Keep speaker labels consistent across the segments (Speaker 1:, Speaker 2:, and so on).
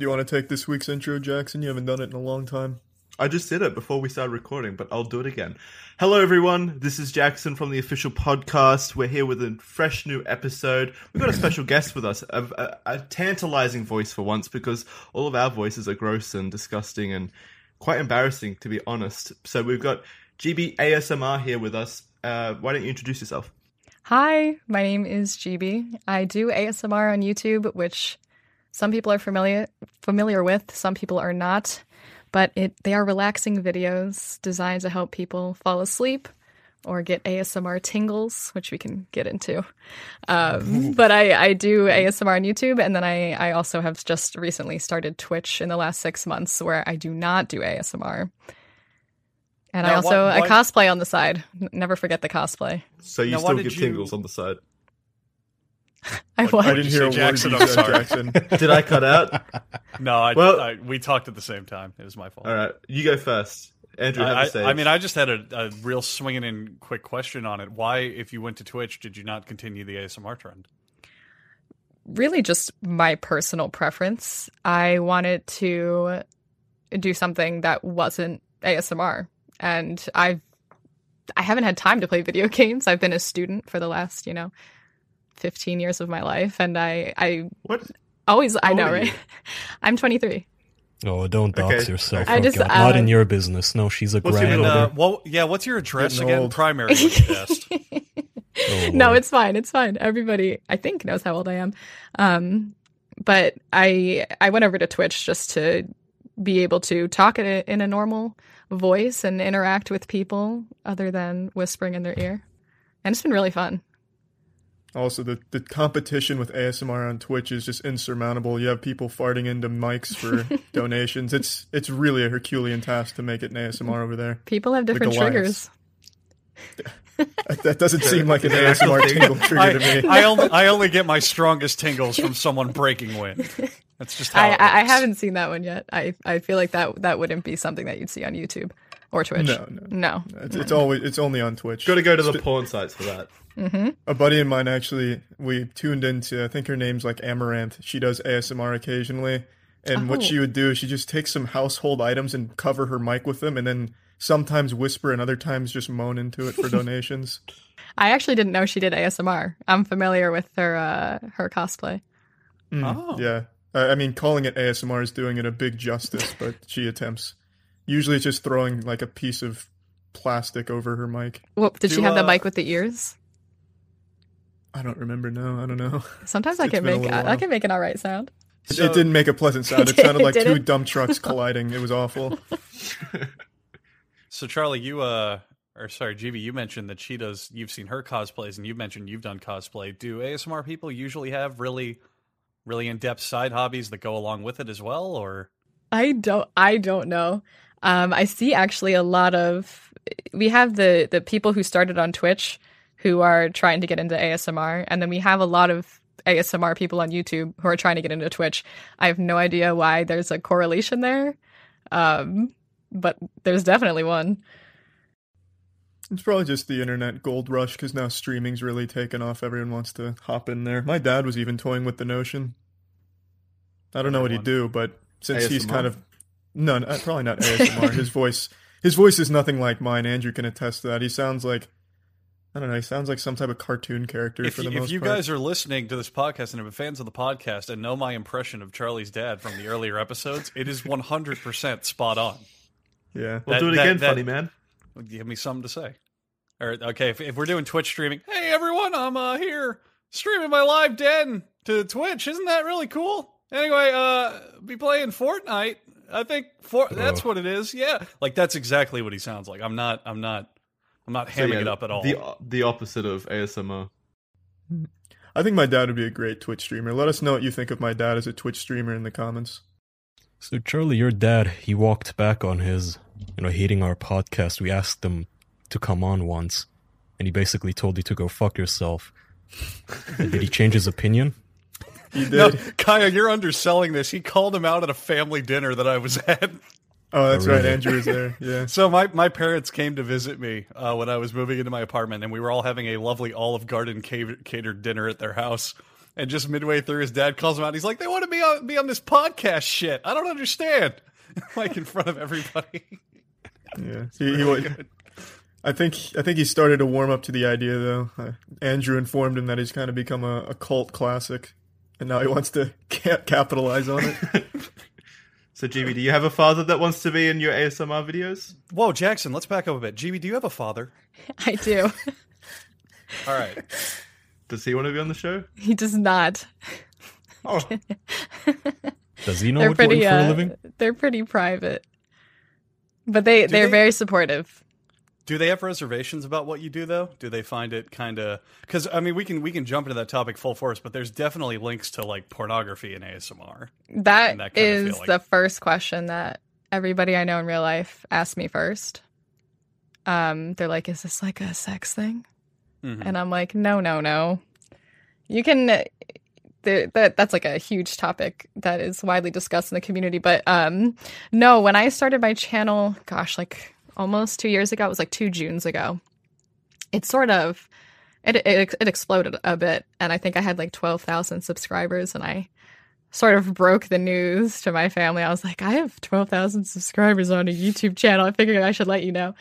Speaker 1: want to take this week's intro, Jackson? You haven't done it in a long time.
Speaker 2: I just did it before we started recording, but I'll do it again. Hello, everyone. This is Jackson from the official podcast. We're here with a fresh new episode. We've got a special guest with us, a, a, a tantalizing voice for once, because all of our voices are gross and disgusting and quite embarrassing, to be honest. So we've got GB ASMR here with us. Uh, why don't you introduce yourself?
Speaker 3: Hi, my name is GB. I do ASMR on YouTube, which some people are familiar familiar with, some people are not, but it they are relaxing videos designed to help people fall asleep or get ASMR tingles, which we can get into. Um, but I, I do ASMR on YouTube, and then I, I also have just recently started Twitch in the last six months where I do not do ASMR. And I
Speaker 4: Now,
Speaker 3: also
Speaker 4: why-
Speaker 3: I
Speaker 4: why-
Speaker 3: cosplay on the side. N- Never forget the cosplay.
Speaker 2: So you
Speaker 4: Now, why
Speaker 2: still
Speaker 4: did
Speaker 2: give
Speaker 4: you-
Speaker 2: tingles on the side.
Speaker 3: I
Speaker 4: Like,
Speaker 3: was.
Speaker 1: I
Speaker 4: did
Speaker 1: didn't
Speaker 4: you
Speaker 1: hear a
Speaker 4: say,
Speaker 1: word
Speaker 4: Jackson?
Speaker 1: you
Speaker 4: I'm
Speaker 1: said,
Speaker 4: sorry.
Speaker 1: Jackson.
Speaker 2: Did I cut out?
Speaker 4: No, I,
Speaker 2: Well-
Speaker 4: I, we talked at the same time. It was my fault.
Speaker 2: All right, you go first. Andrew, have
Speaker 4: I,
Speaker 2: the stage.
Speaker 4: I- I mean, I just had a, a real swinging in quick question on it. Why, if you went to Twitch, did you not continue the ASMR trend?
Speaker 3: really just my personal preference. I wanted to do something that wasn't ASMR. And I've I haven't had time to play video games. I've been a student for the last, you know, 15 years of my life and I I
Speaker 2: what?
Speaker 3: always I
Speaker 2: old
Speaker 3: know,
Speaker 2: are you?
Speaker 3: right? I'm 23.
Speaker 5: Oh, don't dox
Speaker 2: Okay.
Speaker 5: yourself.
Speaker 2: I
Speaker 5: Oh,
Speaker 3: just,
Speaker 5: God.
Speaker 3: uh,
Speaker 5: Not in your business. No, she's a
Speaker 2: What's your
Speaker 4: And
Speaker 2: middle
Speaker 4: uh,
Speaker 5: grandmother.
Speaker 4: well, yeah, what's your address
Speaker 1: Getting
Speaker 4: again?
Speaker 1: old.
Speaker 4: Primary address.
Speaker 5: Oh,
Speaker 3: no,
Speaker 5: Lord.
Speaker 3: it's fine. It's fine. Everybody, I think, knows how old I am. Um, but I I went over to Twitch just to be able to talk in a, in a normal voice and interact with people other than whispering in their ear, and it's been really fun.
Speaker 1: Also, the, the competition with ASMR on Twitch is just insurmountable. You have people farting into mics for donations. It's it's really a Herculean task to make it an ASMR over there.
Speaker 3: People have different
Speaker 1: Goliaths.
Speaker 3: triggers.
Speaker 1: That, that doesn't seem like an
Speaker 2: Is that an actual
Speaker 1: ASMR
Speaker 2: thing?
Speaker 1: tingle trigger to
Speaker 4: I,
Speaker 1: me.
Speaker 4: I only I only get my strongest tingles from someone breaking wind. That's just how
Speaker 3: I,
Speaker 4: it
Speaker 3: I, I
Speaker 4: works.
Speaker 3: haven't seen that one yet. I I feel like that that wouldn't be something that you'd see on YouTube or Twitch.
Speaker 1: No, no.
Speaker 3: no.
Speaker 1: It's, it's always it's only on Twitch.
Speaker 2: Got to go to the porn sites for that.
Speaker 3: Mm-hmm.
Speaker 1: A buddy of mine actually, we tuned into, I think her name's like Amaranth. She does ASMR occasionally. And
Speaker 3: Oh.
Speaker 1: what she would do is she just takes some household items and cover her mic with them and then sometimes whisper and other times just moan into it for donations.
Speaker 3: I actually didn't know she did ASMR. I'm familiar with her uh, her cosplay.
Speaker 4: Oh.
Speaker 1: Mm, Yeah. I I mean, calling it ASMR is doing it a big justice, but she attempts. Usually it's just throwing like a piece of plastic over her mic.
Speaker 3: Well, did
Speaker 4: Do,
Speaker 3: she have the
Speaker 4: uh,
Speaker 3: mic with the ears?
Speaker 1: I don't remember now. I don't know.
Speaker 3: Sometimes I
Speaker 1: It's
Speaker 3: can
Speaker 1: been a
Speaker 3: make
Speaker 1: little
Speaker 3: I,
Speaker 1: while.
Speaker 3: I can make an all right sound.
Speaker 1: It-
Speaker 4: So-
Speaker 1: it didn't make a pleasant sound. It
Speaker 3: It
Speaker 1: sounded like two
Speaker 3: didn't?
Speaker 1: dump trucks colliding. It was awful.
Speaker 4: So Charlie, you uh or sorry, GB, you mentioned that she does you've seen her cosplays and you mentioned you've done cosplay. Do ASMR people usually have really really in-depth side hobbies that go along with it as well or
Speaker 3: I don't I don't know. Um, I see actually a lot of we have the the people who started on Twitch who are trying to get into ASMR, and then we have a lot of ASMR people on YouTube who are trying to get into Twitch. I have no idea why there's a correlation there, um, but there's definitely one.
Speaker 1: It's probably just the internet gold rush because now streaming's really taken off. Everyone wants to hop in there. My dad was even toying with the notion. I don't know what he'd do, but since he's
Speaker 2: ASMR?
Speaker 1: kind of no, no, probably not ASMR. his voice, his voice is nothing like mine. Andrew can attest to that. He sounds like I don't know. He sounds like some type of cartoon character
Speaker 4: if,
Speaker 1: for the
Speaker 4: you- if
Speaker 1: most
Speaker 4: you
Speaker 1: part.
Speaker 4: guys are listening to this podcast and have been fans of the podcast and know my impression of Charlie's dad from the earlier episodes, it is 100% spot on.
Speaker 1: yeah,
Speaker 2: We'll
Speaker 4: That-
Speaker 2: do it
Speaker 4: that-
Speaker 2: again,
Speaker 4: that-
Speaker 2: funny man.
Speaker 4: Give me something to say. All right, okay, if, if we're doing Twitch streaming, hey everyone, I'm uh, here streaming my live den to Twitch. Isn't that really cool? Anyway, uh, be playing Fortnite. I think for that's
Speaker 5: Oh.
Speaker 4: what it is. Yeah, like that's exactly what he sounds like. I'm not. I'm not. I'm not hamming
Speaker 2: yeah,
Speaker 4: it up at all.
Speaker 2: The the opposite of ASMR.
Speaker 1: I think my dad would be a great Twitch streamer. Let us know what you think of my dad as a Twitch streamer in the comments.
Speaker 5: So, Charlie, your dad, he walked back on his, you know, hating our podcast. We asked him to come on once, and he basically told you to go fuck yourself. Did he change his opinion?
Speaker 1: He did.
Speaker 4: no, Kaya, you're underselling this. He called him out at a family dinner that I was at.
Speaker 1: Oh, that's
Speaker 5: Oh,
Speaker 1: right.
Speaker 5: really?
Speaker 1: Andrew is there. Yeah.
Speaker 4: So my, my parents came to visit me uh, when I was moving into my apartment, and we were all having a lovely Olive Garden ca- catered dinner at their house. And just midway through, his dad calls him out. He's like, "They want to be on be on this podcast shit. I don't understand." like in front of everybody.
Speaker 1: Yeah, he, he, wa- I think I think he started to warm up to the idea though. Uh, Andrew informed him that he's kind of become a, a cult classic, and now he wants to ca- capitalize on it.
Speaker 2: So, GB, do you have a father that wants to be in your ASMR videos?
Speaker 4: Whoa, Jackson, let's back up a bit. GB, do you have a father?
Speaker 3: I do.
Speaker 4: All right.
Speaker 2: Does he want to be on the show?
Speaker 3: He does not.
Speaker 2: Oh,
Speaker 5: Does he know
Speaker 3: they're
Speaker 5: what to do
Speaker 3: pretty.
Speaker 5: for a
Speaker 3: Uh,
Speaker 5: living?
Speaker 3: they're pretty private, but they they're
Speaker 4: they-
Speaker 3: very supportive.
Speaker 4: Do they have reservations about what you do though? Do they find it kind of cuz I mean we can we can jump into that topic full force, but there's definitely links to like pornography and ASMR.
Speaker 3: That,
Speaker 4: And that kinda
Speaker 3: is
Speaker 4: feeling.
Speaker 3: the first question that everybody I know in real life asks me first. Um, they're like, "Is this like a sex thing?"
Speaker 2: Mm-hmm.
Speaker 4: Mhm.
Speaker 3: And I'm like, no, no, no. You can. Th- that that's like a huge topic that is widely discussed in the community. But um, no, when I started my channel, gosh, like almost two years ago, it was like two Junes ago. It sort of it it, it exploded a bit, and I think I had like twelve thousand subscribers, and I sort of broke the news to my family. I was like, I have twelve thousand subscribers on a YouTube channel. I figured I should let you know.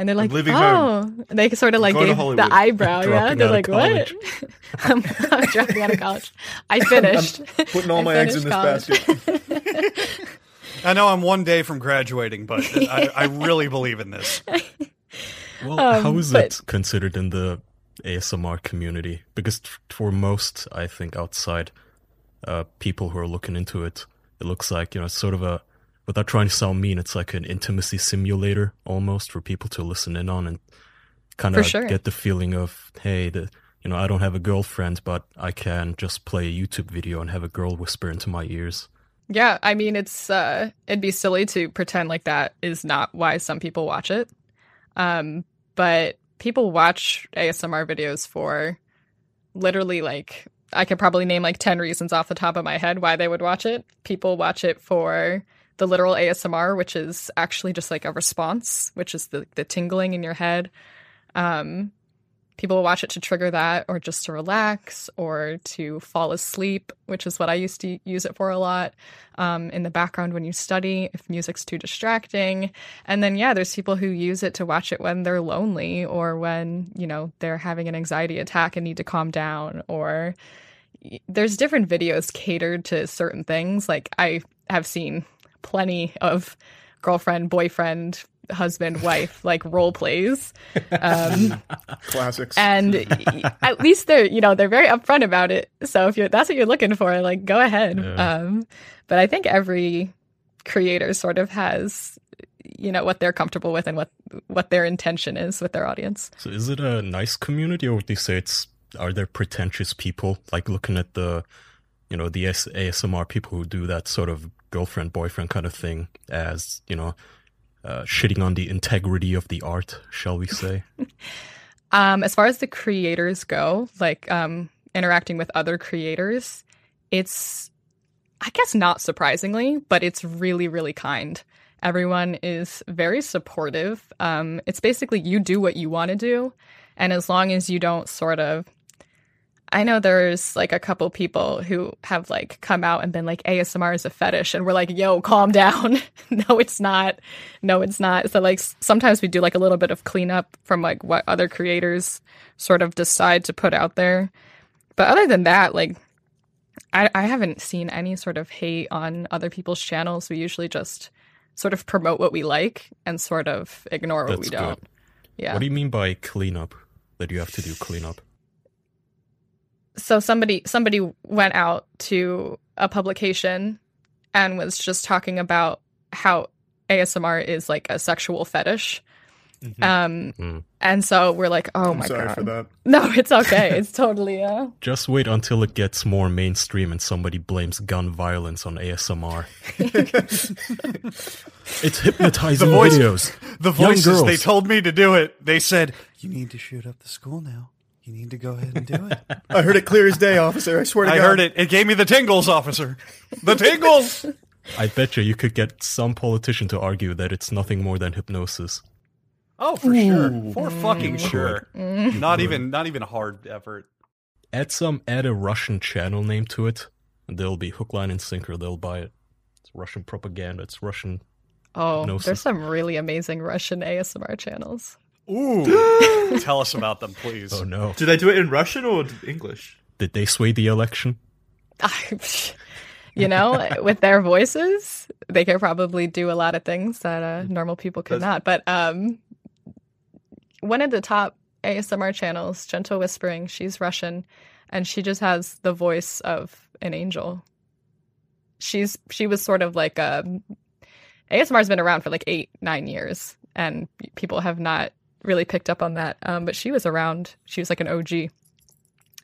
Speaker 3: And they're like,
Speaker 2: leaving
Speaker 3: oh, and they sort of like
Speaker 2: going to
Speaker 3: gave the
Speaker 2: Hollywood.
Speaker 3: eyebrow. Oh, Yeah,
Speaker 5: Dropping
Speaker 3: they're
Speaker 5: out of
Speaker 3: like, what?
Speaker 5: college.
Speaker 3: I'm, I'm dropping out of college. I finished.
Speaker 1: Putting all
Speaker 3: I
Speaker 1: my eggs in
Speaker 3: finished
Speaker 1: this
Speaker 3: college.
Speaker 1: basket.
Speaker 4: I know I'm one day from graduating, but I, I really believe in this.
Speaker 5: Well,
Speaker 3: Um,
Speaker 5: how is
Speaker 3: but-
Speaker 5: it considered in the ASMR community? Because t- for most, I think outside uh, people who are looking into it, it looks like you know, it's sort of a without trying to sound mean, it's like an intimacy simulator almost for people to listen in on and kind
Speaker 3: For
Speaker 5: of
Speaker 3: sure.
Speaker 5: get the feeling of hey, the, you know, I don't have a girlfriend, but I can just play a YouTube video and have a girl whisper into my ears.
Speaker 3: Yeah, I mean, it's uh, it'd be silly to pretend like that is not why some people watch it. Um, but people watch ASMR videos for literally like I could probably name like 10 reasons off the top of my head why they would watch it. People watch it for the literal ASMR, which is actually just like a response, which is the, the tingling in your head. Um, people will watch it to trigger that or just to relax or to fall asleep, which is what I used to use it for a lot um, in the background when you study if music's too distracting. And then, yeah, there's people who use it to watch it when they're lonely or when, you know, they're having an anxiety attack and need to calm down or there's different videos catered to certain things. Like I have seen plenty of girlfriend, boyfriend, husband, wife, like role plays. Um,
Speaker 1: Classics.
Speaker 3: and y- at least they're you know they're very upfront about it so if you're that's what you're looking for like go ahead
Speaker 5: Yeah.
Speaker 3: um but i think every creator sort of has you know what they're comfortable with and what what their intention is with their audience
Speaker 5: So is it a nice community, or would you say it's are there pretentious people like looking at the, you know, the S- ASMR people who do that sort of girlfriend boyfriend kind of thing as you know, uh, shitting on the integrity of the art, shall we say?
Speaker 3: Um, as far as the creators go, like um, interacting with other creators, it's, I guess, not surprisingly, but it's really, really kind. Everyone is very supportive. Um, it's basically you do what you want to do. And as long as you don't sort of, I know there's like a couple people who have like come out and been like, ASMR is a fetish. And we're like, yo, calm down. no, it's not no it's not so like s- sometimes we do like a little bit of cleanup from like what other creators sort of decide to put out there but other than that like i i haven't seen any sort of hate on other people's channels we usually just sort of promote what we like and sort of ignore what we
Speaker 5: That's
Speaker 3: don't
Speaker 5: good.
Speaker 3: yeah
Speaker 5: What do you mean by cleanup? That you have to do cleanup?
Speaker 3: so somebody somebody went out to a publication and was just talking about how ASMR is like a sexual fetish.
Speaker 2: Mhm.
Speaker 3: Um
Speaker 5: Mm.
Speaker 3: and so we're like, oh
Speaker 1: Mm-hmm. I'm
Speaker 3: my
Speaker 1: sorry
Speaker 3: god.
Speaker 1: for that.
Speaker 3: No, it's okay. It's totally uh
Speaker 5: Just wait until it gets more mainstream and somebody blames gun violence on ASMR. It's hypnotizing
Speaker 4: voice-
Speaker 5: videos.
Speaker 4: The
Speaker 5: Young
Speaker 4: voices they
Speaker 5: girls.
Speaker 4: told me to do it. They said,
Speaker 6: You need to shoot up the school now. You need to go ahead and do it.
Speaker 1: I heard it clear as day, officer. I swear to
Speaker 4: "I
Speaker 1: God.
Speaker 4: heard it. It gave me the tingles, officer. The tingles."
Speaker 5: I bet you you could get some politician to argue that it's nothing more than hypnosis.
Speaker 4: Oh, for sure. For fucking
Speaker 5: You
Speaker 4: sure. Not even not even hard effort.
Speaker 5: add some add a Russian channel name to it, and they'll be hook, line, and sinker. They'll buy it. It's Russian propaganda. It's Russian.
Speaker 3: Oh,
Speaker 5: No,
Speaker 3: there's
Speaker 5: sir.
Speaker 3: some really amazing Russian ASMR channels.
Speaker 4: Ooh, tell us about them, please.
Speaker 5: Oh no!
Speaker 2: Do they do it in Russian or English?
Speaker 5: Did they sway the election?
Speaker 3: you know, with their voices, they could probably do a lot of things that uh,
Speaker 5: Mm.
Speaker 3: normal people could
Speaker 2: That's-
Speaker 3: not. But um, one of the top ASMR channels, Gentle Whispering, she's Russian, and she just has the voice of an angel. She's she was sort of like um, ASMR's been around for like eight nine years, and people have not really picked up on that. Um, but she was around. She was like an OG.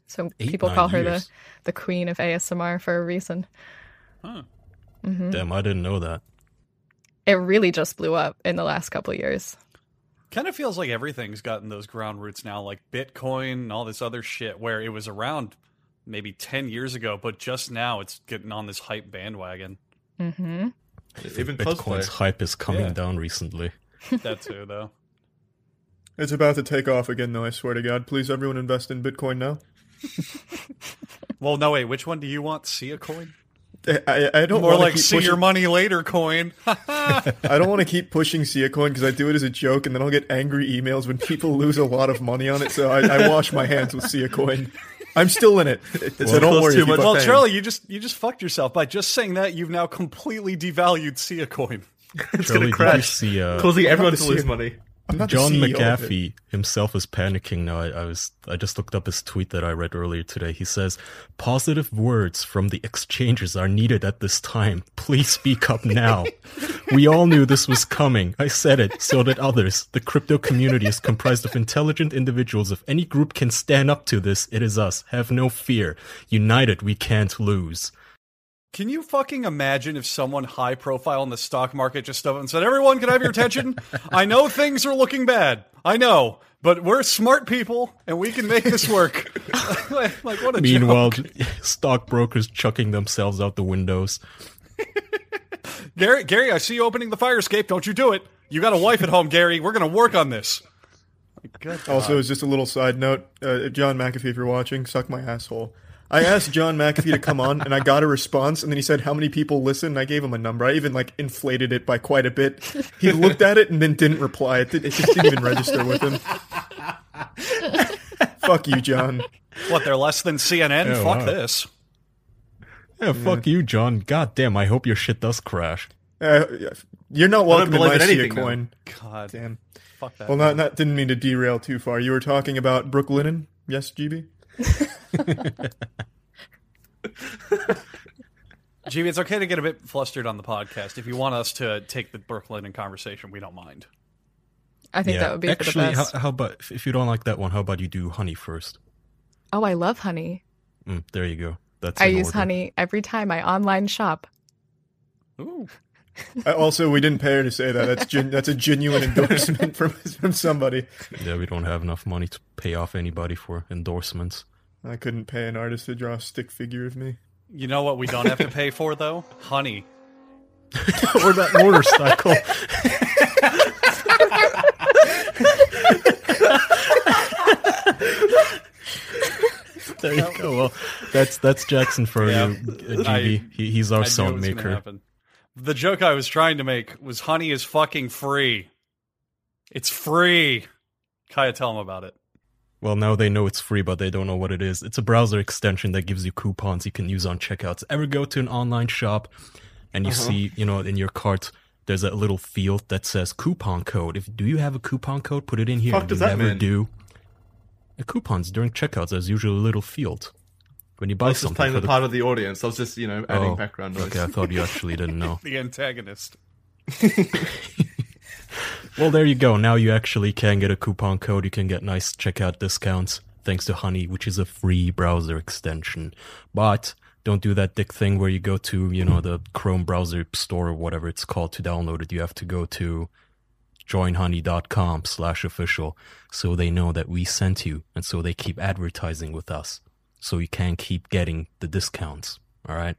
Speaker 3: So
Speaker 5: Eight,
Speaker 3: people
Speaker 5: nine
Speaker 3: call her the
Speaker 5: years.
Speaker 3: the queen of ASMR for a reason.
Speaker 4: Huh.
Speaker 3: hmm
Speaker 5: Damn, I didn't know that.
Speaker 3: It really just blew up in the last couple of years.
Speaker 4: Kind of feels like everything's gotten those ground roots now, like Bitcoin and all this other shit, where it was around maybe 10 years ago, but just now it's getting on this hype bandwagon.
Speaker 3: hmm
Speaker 2: Even cosplay.
Speaker 5: Bitcoin's hype is coming
Speaker 4: Yeah.
Speaker 5: down recently.
Speaker 4: That too, though.
Speaker 1: It's about to take off again, though. I swear to God. Please, everyone, invest in Bitcoin now.
Speaker 4: Well, no, wait, which one do you want? See a coin?
Speaker 1: I, I, I don't
Speaker 4: Or
Speaker 1: wanna
Speaker 4: like
Speaker 1: keep
Speaker 4: see
Speaker 1: pushing-
Speaker 4: your money later coin?
Speaker 1: I don't want to keep pushing Siacoin because I do it as a joke, and then I'll get angry emails when people lose a lot of money on it. So I, I wash my hands with Siacoin. I'm still in it, so
Speaker 2: it
Speaker 1: don't
Speaker 2: costs
Speaker 1: worry.
Speaker 2: too
Speaker 1: if you
Speaker 2: much
Speaker 1: fuck-
Speaker 4: well,
Speaker 2: Thing.
Speaker 4: Charlie, you just you just fucked yourself by just saying that. You've now completely devalued see a coin.
Speaker 2: It's
Speaker 5: Charlie,
Speaker 2: gonna crash,
Speaker 5: did you see uh,
Speaker 2: causing everyone
Speaker 1: to
Speaker 2: to
Speaker 1: see
Speaker 2: lose
Speaker 1: it.
Speaker 2: money.
Speaker 1: I'm not the
Speaker 5: John
Speaker 1: CEO of it.
Speaker 5: McAfee himself is panicking now. I, I was I just looked up his tweet that I read earlier today. He says, "Positive words from the exchanges are needed at this time. Please speak up now. we all knew this was coming. I said it. So did others. The crypto community is comprised of intelligent individuals. If any group can stand up to this, it is us. Have no fear. United, we can't lose."
Speaker 4: Can you fucking imagine if someone high profile in the stock market just stood up and said, Everyone, can I have your attention? I know things are looking bad. I know, but we're smart people and we can make this work. like, what a
Speaker 5: Meanwhile,
Speaker 4: joke.
Speaker 5: stockbrokers chucking themselves out the windows.
Speaker 4: Gary, Gary, I see you opening the fire escape. Don't you do it. You got a wife at home, Gary. We're going to work on this.
Speaker 1: Also, as just a little side note, uh, John McAfee, if you're watching, suck my asshole. I asked John McAfee to come on, and I got a response, and then he said, "How many people listen?" And I gave him a number. I even like inflated it by quite a bit. He looked at it and then didn't reply. It, did, it just didn't even register with him. Fuck you, John.
Speaker 4: What, they're less than CNN?
Speaker 5: Oh,
Speaker 4: Fuck
Speaker 5: wow.
Speaker 4: this.
Speaker 5: Yeah, fuck you, John. God damn, I hope your shit does crash.
Speaker 1: Uh, you're not welcome to
Speaker 2: believe
Speaker 1: my
Speaker 2: in
Speaker 1: Sia
Speaker 2: anything, though.
Speaker 1: coin.
Speaker 4: God,
Speaker 1: Damn.
Speaker 4: fuck that.
Speaker 1: Well, not, not didn't mean to derail too far. You were talking about Brooke Linen, yes, GB.
Speaker 4: GB, it's okay to get a bit flustered on the podcast. If you want us to take the Brooklyn in conversation, we don't mind.
Speaker 3: I think that would be for
Speaker 5: Actually,
Speaker 3: the best.
Speaker 5: How, how about if- if you don't like that one? How about you do honey first?
Speaker 3: oh, I love honey.
Speaker 5: Mm, there you go. That's
Speaker 3: I
Speaker 5: in
Speaker 3: use
Speaker 5: order.
Speaker 3: honey every time I online shop.
Speaker 4: Ooh.
Speaker 1: Uh, also, we didn't pay her to say that. That's gen- that's a genuine endorsement from from somebody.
Speaker 5: Yeah, we don't have enough money to pay off anybody for endorsements.
Speaker 1: I couldn't pay an artist to draw a stick figure of me.
Speaker 4: You know what we don't have to pay for, though? Honey.
Speaker 1: Oh,
Speaker 5: or that motorcycle. there you go. Well, that's that's Jackson for
Speaker 4: Yeah.
Speaker 5: you, uh,
Speaker 4: I-
Speaker 5: GB. he, he's our
Speaker 4: I knew it
Speaker 5: sound
Speaker 4: was gonna
Speaker 5: maker.
Speaker 4: happen. The joke I was trying to make was honey is fucking free. It's free. Kaya, tell him about it.
Speaker 5: Well, now they know it's free, but they don't know what it is. It's a browser extension that gives you coupons you can use on checkouts. Ever go to an online shop and you
Speaker 2: Uh-huh.
Speaker 5: see, you know, in your cart, there's that little field that says coupon code. If do you have a coupon code, put it in here.
Speaker 2: Fuck
Speaker 5: If
Speaker 2: does
Speaker 5: you
Speaker 2: that
Speaker 5: never
Speaker 2: mean?
Speaker 5: do. The coupons during checkouts, there's usually a little field when you buy
Speaker 2: I was just
Speaker 5: something.
Speaker 2: playing
Speaker 5: for
Speaker 2: the part of the audience. I was just, you know,
Speaker 4: Oh,
Speaker 2: adding background noise.
Speaker 5: Okay, I thought you actually didn't know.
Speaker 4: The antagonist.
Speaker 5: Well, there you go. Now you actually can get a coupon code. You can get nice checkout discounts thanks to Honey, which is a free browser extension. But don't do that dick thing where you go to, you know, the Chrome browser store or whatever it's called to download it. You have to go to joinhoney.com slash official so they know that we sent you and so they keep advertising with us so you can keep getting the discounts. All right.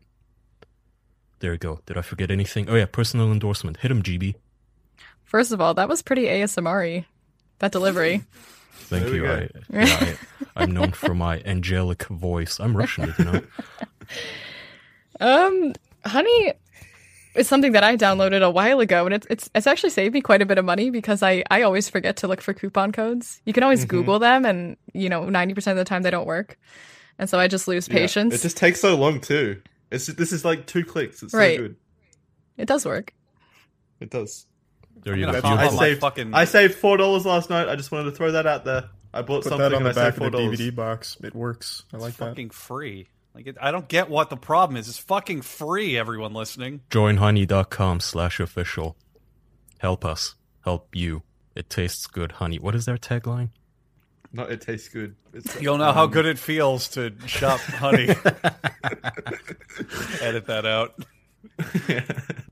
Speaker 5: There you go. Did I forget anything? Oh, yeah. Personal endorsement. Hit him, GB.
Speaker 3: First of all, that was pretty ASMR y, that delivery.
Speaker 5: Thank
Speaker 2: There we
Speaker 5: you.
Speaker 2: go.
Speaker 5: I, yeah, I, I'm known for my angelic voice. I'm Russian, you know.
Speaker 3: Um, honey is something that I downloaded a while ago, and it's it's it's actually saved me quite a bit of money because I I always forget to look for coupon codes. You can always
Speaker 5: Mm-hmm.
Speaker 2: Mhm.
Speaker 3: Google them, and you know ninety percent of the time they don't work, and so I just lose
Speaker 2: Yeah.
Speaker 3: patience.
Speaker 2: It just takes so long too. It's this is like two clicks. It's
Speaker 3: Right.
Speaker 2: so good.
Speaker 3: it does work.
Speaker 2: It does.
Speaker 5: There
Speaker 4: I'm
Speaker 5: you
Speaker 4: gonna
Speaker 5: go.
Speaker 1: follow
Speaker 4: follow
Speaker 2: I
Speaker 4: my
Speaker 2: saved-
Speaker 4: fucking.
Speaker 2: I saved four dollars last night. I just wanted to throw that out there. I bought
Speaker 1: Put
Speaker 2: something
Speaker 1: that on
Speaker 2: and
Speaker 1: the
Speaker 2: I saved
Speaker 1: back of
Speaker 2: four
Speaker 1: the
Speaker 2: dollars.
Speaker 1: DVD box. It works. I like
Speaker 4: it's
Speaker 1: that.
Speaker 4: fucking free. Like it, I don't get what the problem is. It's fucking free. Everyone listening.
Speaker 5: Joinhoney.com slash official. Help us. Help you. It tastes good, honey. What is their tagline?
Speaker 2: No, it tastes good. It's,
Speaker 4: You'll know how good it feels to shop honey. Edit that out.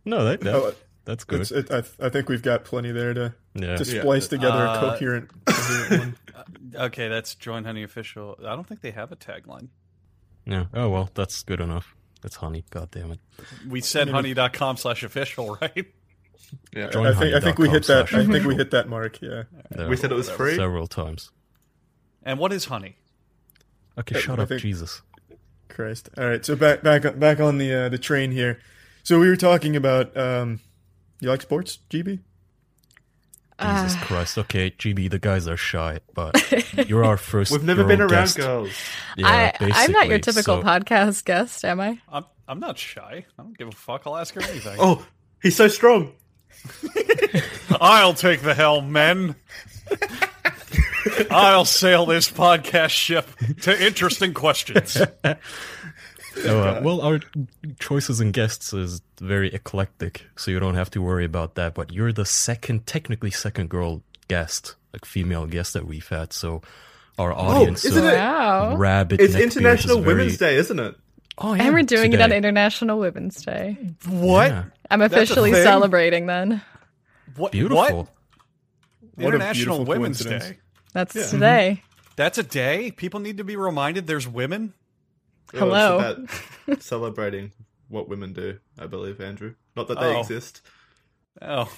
Speaker 5: No, that, that-
Speaker 1: Oh,
Speaker 5: that's good.
Speaker 1: it's, it, I, I think we've got plenty there to,
Speaker 5: yeah.
Speaker 1: to splice together
Speaker 4: Uh,
Speaker 1: a coherent, coherent one.
Speaker 4: Okay, that's Join Honey official. I don't think they have a tagline.
Speaker 5: yeah. Oh, well, that's good enough. That's honey. God damn it.
Speaker 4: We said honey.com slash official, right?
Speaker 2: yeah.
Speaker 5: Join-
Speaker 1: I think I think we hit that. I think we
Speaker 5: joinhoney.com/official.
Speaker 1: hit that mark. Yeah.
Speaker 5: There,
Speaker 2: We said it was free.
Speaker 5: several times.
Speaker 4: And what is honey?
Speaker 5: Okay,
Speaker 1: Uh,
Speaker 5: shut
Speaker 1: I
Speaker 5: up,
Speaker 1: think-
Speaker 5: Jesus.
Speaker 1: Christ. All right. So back back back on the uh, the train here. So we were talking about. Um, you like sports, GB?
Speaker 5: Jesus
Speaker 3: Uh,
Speaker 5: Christ. Okay, GB, the guys are shy, but you're our first.
Speaker 2: We've never
Speaker 5: girl
Speaker 2: been around
Speaker 5: guest.
Speaker 2: girls.
Speaker 5: Yeah,
Speaker 3: I I'm not your
Speaker 5: basically,
Speaker 3: typical
Speaker 5: so-
Speaker 3: podcast guest, am I?
Speaker 4: I'm I'm not shy. I don't give a fuck. I'll ask her anything.
Speaker 2: Oh, he's so strong.
Speaker 4: I'll take the helm, men. I'll sail this podcast ship to interesting questions.
Speaker 5: Oh, uh, well, our choices and guests is very eclectic, so you don't have to worry about that. But you're the second, technically second girl guest, like female guest that we've had. So our audience,
Speaker 2: isn't
Speaker 5: of
Speaker 2: it-
Speaker 3: Wow.
Speaker 5: rabid
Speaker 2: It's
Speaker 5: neckbeards is
Speaker 2: International
Speaker 5: very-
Speaker 2: Women's Day, isn't it?
Speaker 5: Oh, yeah,
Speaker 3: And we're doing it on
Speaker 5: today.
Speaker 3: International Women's Day.
Speaker 4: What?
Speaker 5: Yeah.
Speaker 3: I'm
Speaker 4: a
Speaker 3: officially
Speaker 4: thing?
Speaker 3: celebrating then.
Speaker 4: What?
Speaker 5: Beautiful.
Speaker 4: What?
Speaker 1: What a
Speaker 4: International
Speaker 1: beautiful
Speaker 4: Women's
Speaker 1: coincidence.
Speaker 4: Day.
Speaker 3: That's today.
Speaker 4: That's a day. People need to be reminded there's women.
Speaker 3: Hello.
Speaker 2: Oh, it's about celebrating what women do, I believe, Andrew. Not that they
Speaker 4: Oh.
Speaker 2: exist.
Speaker 4: Oh,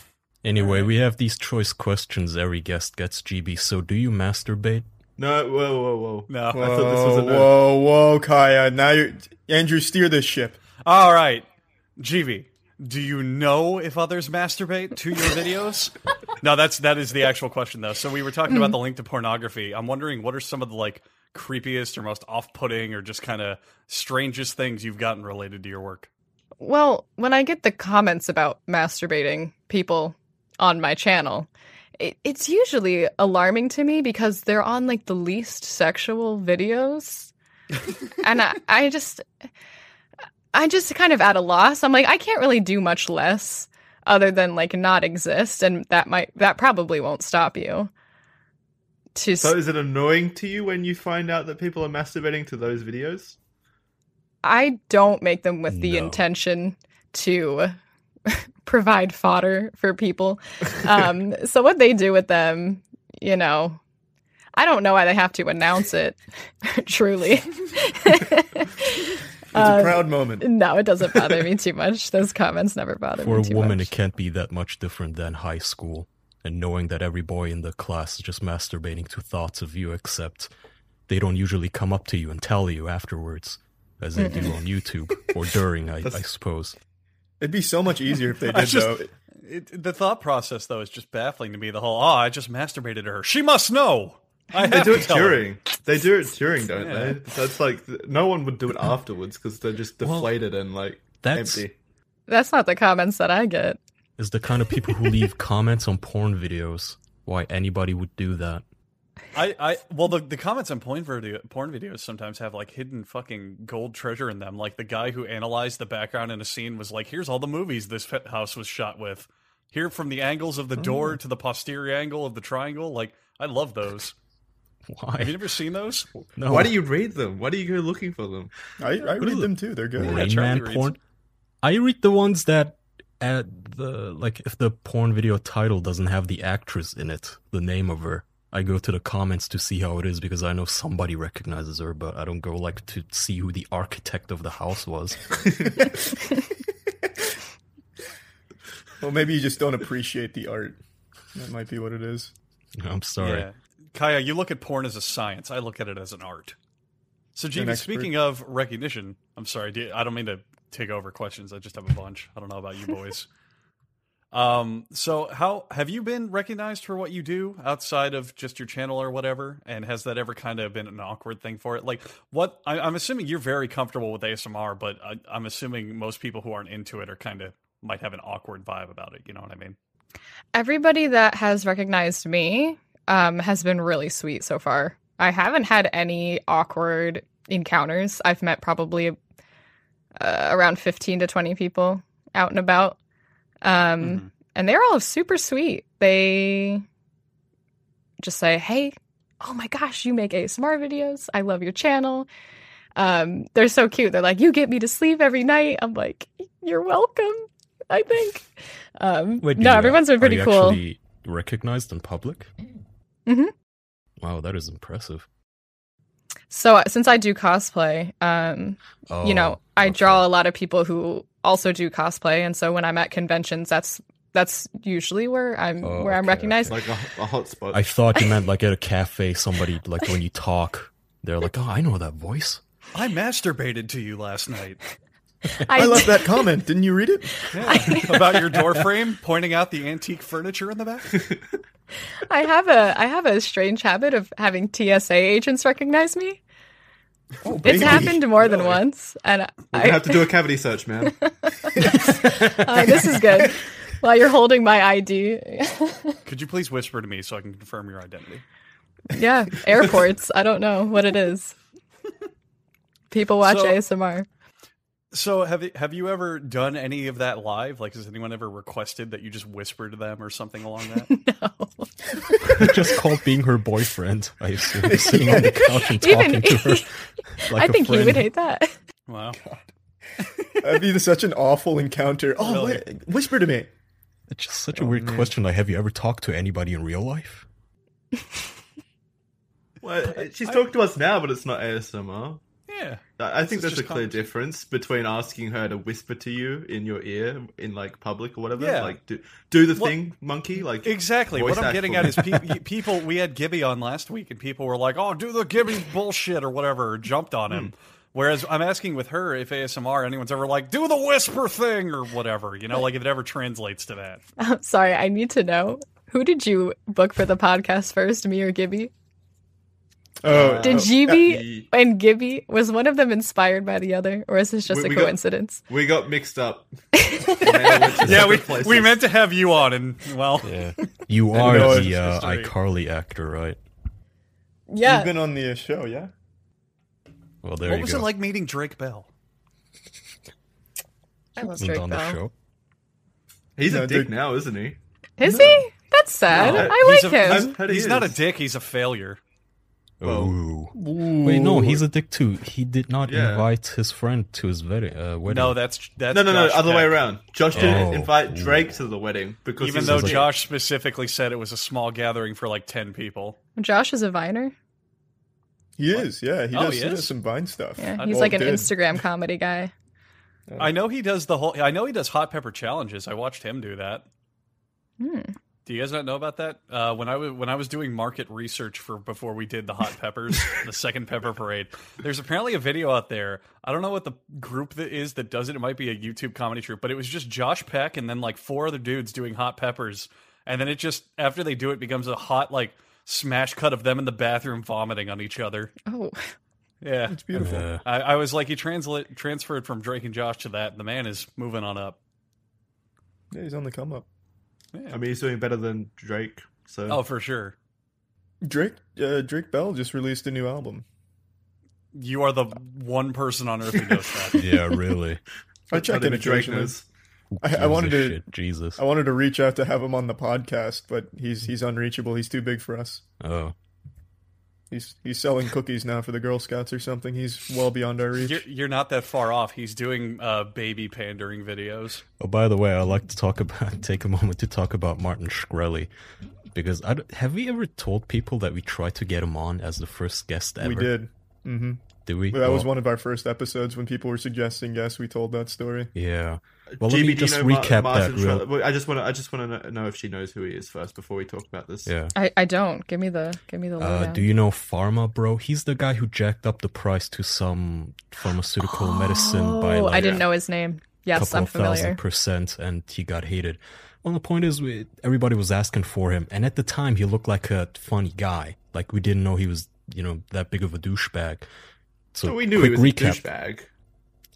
Speaker 5: Anyway, we have these choice questions every guest gets, GB. So do you masturbate?
Speaker 2: No, whoa, whoa, whoa.
Speaker 4: No.
Speaker 2: I thought this was a
Speaker 1: whoa,
Speaker 2: no.
Speaker 1: Oh, whoa, whoa, Kaya! Now you, Andrew, steer this ship.
Speaker 4: all right. GB, do you know if others masturbate to your videos? no, that's that is the actual question though. So we were talking
Speaker 2: Mm-hmm.
Speaker 4: about the link to pornography. I'm wondering what are some of the like creepiest or most off-putting or just kind of strangest things you've gotten related to your work.
Speaker 3: Well, when I get the comments about masturbating people on my channel, it, it's usually alarming to me because they're on like the least sexual videos. and I, I just, I'm just kind of at a loss. I'm like, I can't really do much less other than like not exist. And that might, that probably won't stop you. To, s-
Speaker 2: So is it annoying to you when you find out that people are masturbating to those videos?
Speaker 3: I don't make them with the
Speaker 5: No.
Speaker 3: intention to provide fodder for people. Um, so what they do with them, you know, I don't know why they have to announce it. truly,
Speaker 1: It's
Speaker 3: Uh,
Speaker 1: a proud moment.
Speaker 3: no, it doesn't bother me too much. Those comments never bother
Speaker 5: For a
Speaker 3: me too
Speaker 5: woman,
Speaker 3: much.
Speaker 5: it can't be that much different than high school, and knowing that every boy in the class is just masturbating to thoughts of you, except they don't usually come up to you and tell you afterwards, as they do on YouTube or during, I, I suppose.
Speaker 1: It'd be so much easier if they
Speaker 4: I
Speaker 1: did,
Speaker 4: just-
Speaker 1: though.
Speaker 4: It, the thought process though is just baffling to me. The whole, oh, I just masturbated to her. She must know. I
Speaker 2: They
Speaker 4: have
Speaker 2: do
Speaker 4: to
Speaker 2: it
Speaker 4: tell her."
Speaker 2: during. They do it during, don't
Speaker 4: Yeah.
Speaker 2: they? That's like no one would do it afterwards because they're just
Speaker 5: Well,
Speaker 2: deflated and like
Speaker 5: that's-
Speaker 2: empty.
Speaker 3: That's not the comments that I get.
Speaker 5: Is the kind of people who leave comments on porn videos. Why anybody would do that?
Speaker 4: I, I well the, the comments on porn video porn videos sometimes have like hidden fucking gold treasure in them. Like the guy who analyzed the background in a scene was like, "Here's all the movies this pet house was shot with. Here from the angles of the door to the posterior angle of the triangle. Like I love those. Have you
Speaker 5: Why?
Speaker 4: never seen those?
Speaker 5: No.
Speaker 2: Why do you read them? Why do you go looking for them?
Speaker 1: I, I read them too. They're good.
Speaker 4: Yeah,
Speaker 5: Rain
Speaker 4: Charlie
Speaker 5: Man
Speaker 4: reads.
Speaker 5: porn? I read the ones that at the like if the porn video title doesn't have the actress in it, the name of her. I go to the comments to see how it is because I know somebody recognizes her, but I don't go like to see who the architect of the house was.
Speaker 1: Well, maybe you just don't appreciate the art. That might be what it is.
Speaker 5: I'm sorry.
Speaker 4: Yeah. Kaya, you look at porn as a science. I look at it as an art. So, Gene,
Speaker 1: expert.
Speaker 4: speaking of recognition, I'm sorry, do, I don't mean to take over questions. I just have a bunch. I don't know about you boys. um, so how have you been recognized for what you do outside of just your channel or whatever? And has that ever kind of been an awkward thing for it? Like, what I, I'm assuming you're very comfortable with ASMR, but I, I'm assuming most people who aren't into it are kind of might have an awkward vibe about it. You know what I mean?
Speaker 3: Everybody that has recognized me um, has been really sweet so far. I haven't had any awkward encounters. I've met probably uh, around 15 to 20 people out and about. Um,
Speaker 4: Mhm.
Speaker 3: And they're all super sweet. They just say, hey, oh my gosh, you make ASMR videos. I love your channel. Um, they're so cute. They're like, you get me to sleep every night. I'm like, you're welcome, I think. Um,
Speaker 5: Wait, do
Speaker 3: no,
Speaker 5: you-
Speaker 3: everyone's been pretty
Speaker 5: are you
Speaker 3: cool.
Speaker 5: Actually recognized in public.
Speaker 3: Mhm.
Speaker 5: Wow, that is impressive.
Speaker 3: So uh, since I do cosplay, um,
Speaker 5: Oh,
Speaker 3: you know, I
Speaker 5: okay.
Speaker 3: draw a lot of people who also do cosplay, and so when I'm at conventions, that's that's usually where I'm
Speaker 5: Oh,
Speaker 3: where I'm
Speaker 5: okay,
Speaker 3: recognized.
Speaker 2: It's like a, a hot spot.
Speaker 5: Um, I thought you meant like at a cafe, somebody like when you talk, they're like, "Oh, I know that voice."
Speaker 4: I masturbated to you last night.
Speaker 1: I,
Speaker 3: I-
Speaker 1: love that comment. Didn't you read it?
Speaker 4: Yeah. about your door frame, pointing out the antique furniture in the back.
Speaker 3: I have a I have a strange habit of having TSA agents recognize me.
Speaker 1: Oh,
Speaker 3: It's happened more than once, and
Speaker 2: We're gonna
Speaker 3: I,
Speaker 2: have to do a cavity search, man.
Speaker 3: oh, this is good. While you're holding my ID,
Speaker 4: Could you please whisper to me so I can confirm your identity?
Speaker 3: yeah, airports. I don't know what it is. People watch
Speaker 4: So-
Speaker 3: ASMR.
Speaker 4: So, have you, have you ever done any of that live? Like, has anyone ever requested that you just whisper to them or something along that?
Speaker 5: It just called being her boyfriend. I assume sitting on the couch and talking
Speaker 3: Even-
Speaker 5: to her. Like
Speaker 3: I
Speaker 5: a
Speaker 3: think he would
Speaker 5: friend.
Speaker 3: hate that.
Speaker 4: wow.
Speaker 1: That'd be such an awful encounter. Oh,
Speaker 4: Really?
Speaker 1: wait, whisper to me.
Speaker 5: It's just
Speaker 3: Oh,
Speaker 5: such a weird question. Like, have you ever talked to anybody in real life?
Speaker 2: Well, she's talking to us now, but it's not ASMR.
Speaker 4: Yeah.
Speaker 2: I I think
Speaker 4: This is
Speaker 2: there's a clear
Speaker 4: just conversation.
Speaker 2: difference between asking her to whisper to you in your ear in like public or whatever.
Speaker 4: Yeah.
Speaker 2: Like do, do the
Speaker 4: What-
Speaker 2: thing, monkey. Like
Speaker 4: Exactly.
Speaker 2: Voice
Speaker 4: what I'm
Speaker 2: act
Speaker 4: getting
Speaker 2: for
Speaker 4: at
Speaker 2: me.
Speaker 4: is pe- people, we had Gibby on last week, and people were like, oh, do the Gibby bullshit or whatever, or jumped on him. Whereas I'm asking with her if ASMR, anyone's ever like, do the whisper thing or whatever, you know, like if it ever translates to that.
Speaker 3: I'm sorry, I need to know. Who did you book for the podcast first, me or Gibby?
Speaker 2: Uh,
Speaker 1: Oh,
Speaker 3: Did
Speaker 1: oh,
Speaker 3: Gibby
Speaker 2: ye-
Speaker 3: and Gibby was one of them inspired by the other, or is this just
Speaker 2: We-
Speaker 3: a
Speaker 2: we got-
Speaker 3: coincidence?
Speaker 2: we got mixed up. yeah,
Speaker 4: Yeah, we, we meant to have you on, and well,
Speaker 5: Yeah. You
Speaker 1: I
Speaker 5: are
Speaker 1: know, it's
Speaker 5: the uh,
Speaker 1: just history.
Speaker 5: iCarly actor, right?
Speaker 3: Yeah,
Speaker 1: You've been on the uh, show, yeah?
Speaker 5: Well, there
Speaker 4: what
Speaker 5: you
Speaker 4: was
Speaker 5: go.
Speaker 4: it like meeting Drake Bell?
Speaker 3: I love
Speaker 5: Wasn't
Speaker 3: Drake
Speaker 5: on
Speaker 3: Bell.
Speaker 5: the show.
Speaker 2: He's
Speaker 1: No,
Speaker 2: a dick
Speaker 1: dude.
Speaker 2: now, isn't he?
Speaker 3: Is he? That's sad.
Speaker 2: No.
Speaker 3: I
Speaker 4: Uh, He's
Speaker 3: like
Speaker 4: a-
Speaker 3: him.
Speaker 2: I've heard he
Speaker 4: he's not a
Speaker 2: is.
Speaker 4: dick. He's a failure.
Speaker 2: Well-
Speaker 5: Ooh. Wait, no, he's a dick too. He did not
Speaker 2: Yeah.
Speaker 5: invite his friend to his wedding. Uh, wedding.
Speaker 4: No, that's that's
Speaker 2: No, no, no.
Speaker 4: Josh
Speaker 2: Other way
Speaker 4: Peck.
Speaker 2: around. Josh didn't
Speaker 5: Oh.
Speaker 2: invite Drake to the wedding because
Speaker 4: Even
Speaker 2: he's
Speaker 4: though
Speaker 2: a dick.
Speaker 4: Josh specifically said it was a small gathering for like ten people.
Speaker 3: Josh is a viner.
Speaker 1: He is, yeah. He
Speaker 4: Oh,
Speaker 1: does,
Speaker 4: he
Speaker 1: he does
Speaker 4: is?
Speaker 1: some Vine stuff.
Speaker 3: Yeah,
Speaker 4: I-
Speaker 3: he's
Speaker 1: Well,
Speaker 3: like an
Speaker 1: did.
Speaker 3: Instagram comedy guy.
Speaker 4: I know he does the whole. I know he does hot pepper challenges. I watched him do that.
Speaker 3: Hmm.
Speaker 4: Do you guys not know about that? Uh, when I was when I was doing market research for before we did the hot peppers, the second pepper parade, there's apparently a video out there. I don't know what the group that is that does it. It might be a YouTube comedy troupe, but it was just Josh Peck and then like four other dudes doing hot peppers, and then it just after they do it becomes a hot like smash cut of them in the bathroom vomiting on each other.
Speaker 3: Oh,
Speaker 4: Yeah,
Speaker 1: It's beautiful.
Speaker 5: Uh,
Speaker 4: I, I was like, he translate transferred from Drake and Josh to that. The man is moving on up.
Speaker 1: Yeah, he's on the come up.
Speaker 2: I mean, he's doing better than Drake. So
Speaker 4: Oh, for sure.
Speaker 1: Drake uh, Drake Bell just released a new album.
Speaker 4: You are the one person on earth who knows that.
Speaker 5: yeah, really.
Speaker 1: I
Speaker 2: Not
Speaker 1: check in
Speaker 2: even Drake
Speaker 1: occasionally.
Speaker 2: knows.
Speaker 5: Who
Speaker 1: I- I
Speaker 5: gives a
Speaker 1: wanted to-
Speaker 5: shit? Jesus.
Speaker 1: I wanted to reach out to have him on the podcast, but he's he's unreachable. He's too big for us.
Speaker 5: Oh,
Speaker 1: He's he's selling cookies now for the Girl Scouts or something. He's well beyond our reach.
Speaker 4: You're, you're not that far off. He's doing uh, baby pandering videos.
Speaker 5: Oh, by the way, I like to talk about take a moment to talk about Martin Shkreli because I don't- have we ever told people that we tried to get him on as the first guest ever?
Speaker 1: we did. hmm
Speaker 5: Did we?
Speaker 1: That was
Speaker 5: Well,
Speaker 1: one of our first episodes when people were suggesting guests. We told that story.
Speaker 5: Yeah, Well, let me
Speaker 2: GB, do you
Speaker 5: just
Speaker 2: know Ma-
Speaker 5: recap
Speaker 2: Martin
Speaker 5: that real-
Speaker 2: Shkreli- well, I just want to. I just want to know if she knows who he is first before we talk about this.
Speaker 5: Yeah.
Speaker 3: I, I don't. Give me the give me the
Speaker 5: Uh,
Speaker 3: lowdown.
Speaker 5: do you know Pharma, bro? He's the guy who jacked up the price to some pharmaceutical medicine by
Speaker 3: Oh,
Speaker 5: like
Speaker 3: I didn't know his name. Yes,
Speaker 5: couple
Speaker 3: I'm
Speaker 5: of thousand
Speaker 3: familiar.
Speaker 5: percent, and he got hated. Well, the point is, we, everybody was asking for him, and at the time, he looked like a funny guy. Like we didn't know he was, you know, that big of a douchebag. So
Speaker 2: So Oh, we knew he
Speaker 5: quick
Speaker 2: was
Speaker 5: recap.
Speaker 2: a douchebag.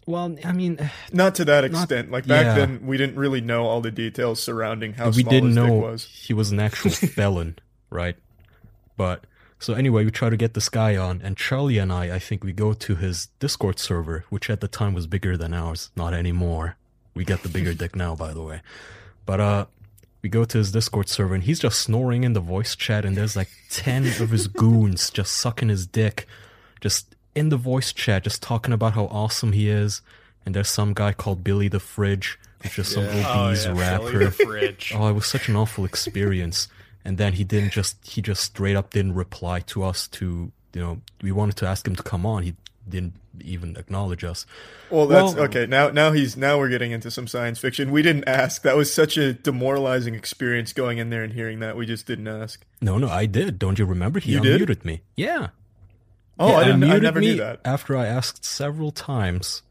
Speaker 5: Well, I mean,
Speaker 1: Not to that
Speaker 5: Not-
Speaker 1: extent. like back
Speaker 5: yeah.
Speaker 1: then, we didn't really know all the details surrounding how
Speaker 5: we
Speaker 1: small
Speaker 5: didn't
Speaker 1: his
Speaker 5: know
Speaker 1: dick was.
Speaker 5: he was an actual felon, right? But so anyway, we try to get this guy on, and Charlie and I, I think we go to his Discord server, which at the time was bigger than ours. Not anymore. We get the bigger dick now, by the way. But uh, we go to his Discord server, and he's just snoring in the voice chat, and there's like ten of his goons just sucking his dick, just in the voice chat, just talking about how awesome he is. And there's some guy called Billy the Fridge, who's just some obese
Speaker 1: Oh,
Speaker 5: rapper.
Speaker 4: Billy Oh, the Fridge.
Speaker 5: Oh, it was such an awful experience. And then he didn't just he just straight up didn't reply to us to you know, we wanted to ask him to come on. He didn't even acknowledge us.
Speaker 1: Well, that's
Speaker 5: Well-
Speaker 1: okay. Now, now he's now we're getting into some science fiction. We didn't ask. That was such a demoralizing experience going in there and hearing that. We just didn't ask.
Speaker 5: No, no, I did. Don't you remember? He
Speaker 1: You did?
Speaker 5: unmuted me. Yeah.
Speaker 1: Oh,
Speaker 5: He
Speaker 1: I didn't. I
Speaker 5: unmuted
Speaker 1: never
Speaker 5: me
Speaker 1: knew that.
Speaker 5: After I asked several times,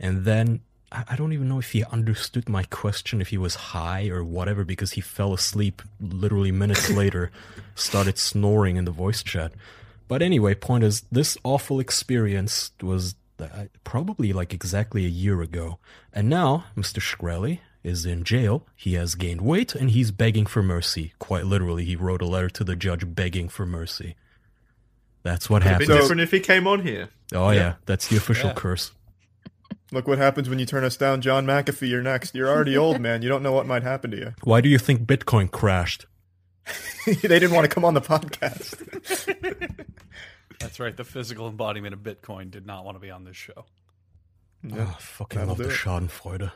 Speaker 5: and then I I don't even know if he understood my question, if he was high or whatever, because he fell asleep literally minutes later, started snoring in the voice chat. But anyway, point is, this awful experience was uh, probably like exactly a year ago, and now Mr. Shkreli is in jail. He has gained weight, and he's begging for mercy. Quite literally, he wrote a letter to the judge begging for mercy. That's what
Speaker 2: A
Speaker 5: happened.
Speaker 2: bit different if he came on here.
Speaker 5: Oh yeah, that's the official
Speaker 4: Yeah.
Speaker 5: curse.
Speaker 1: Look what happens when you turn us down, John McAfee. You're next. You're already old, man. You don't know what might happen to you.
Speaker 5: Why do you think Bitcoin crashed?
Speaker 1: they didn't want to come on the podcast.
Speaker 4: That's right. The physical embodiment of Bitcoin did not want to be on this show.
Speaker 1: Yeah.
Speaker 5: oh, fucking
Speaker 1: that'll
Speaker 5: love
Speaker 1: do
Speaker 5: the
Speaker 1: it.
Speaker 5: Schadenfreude.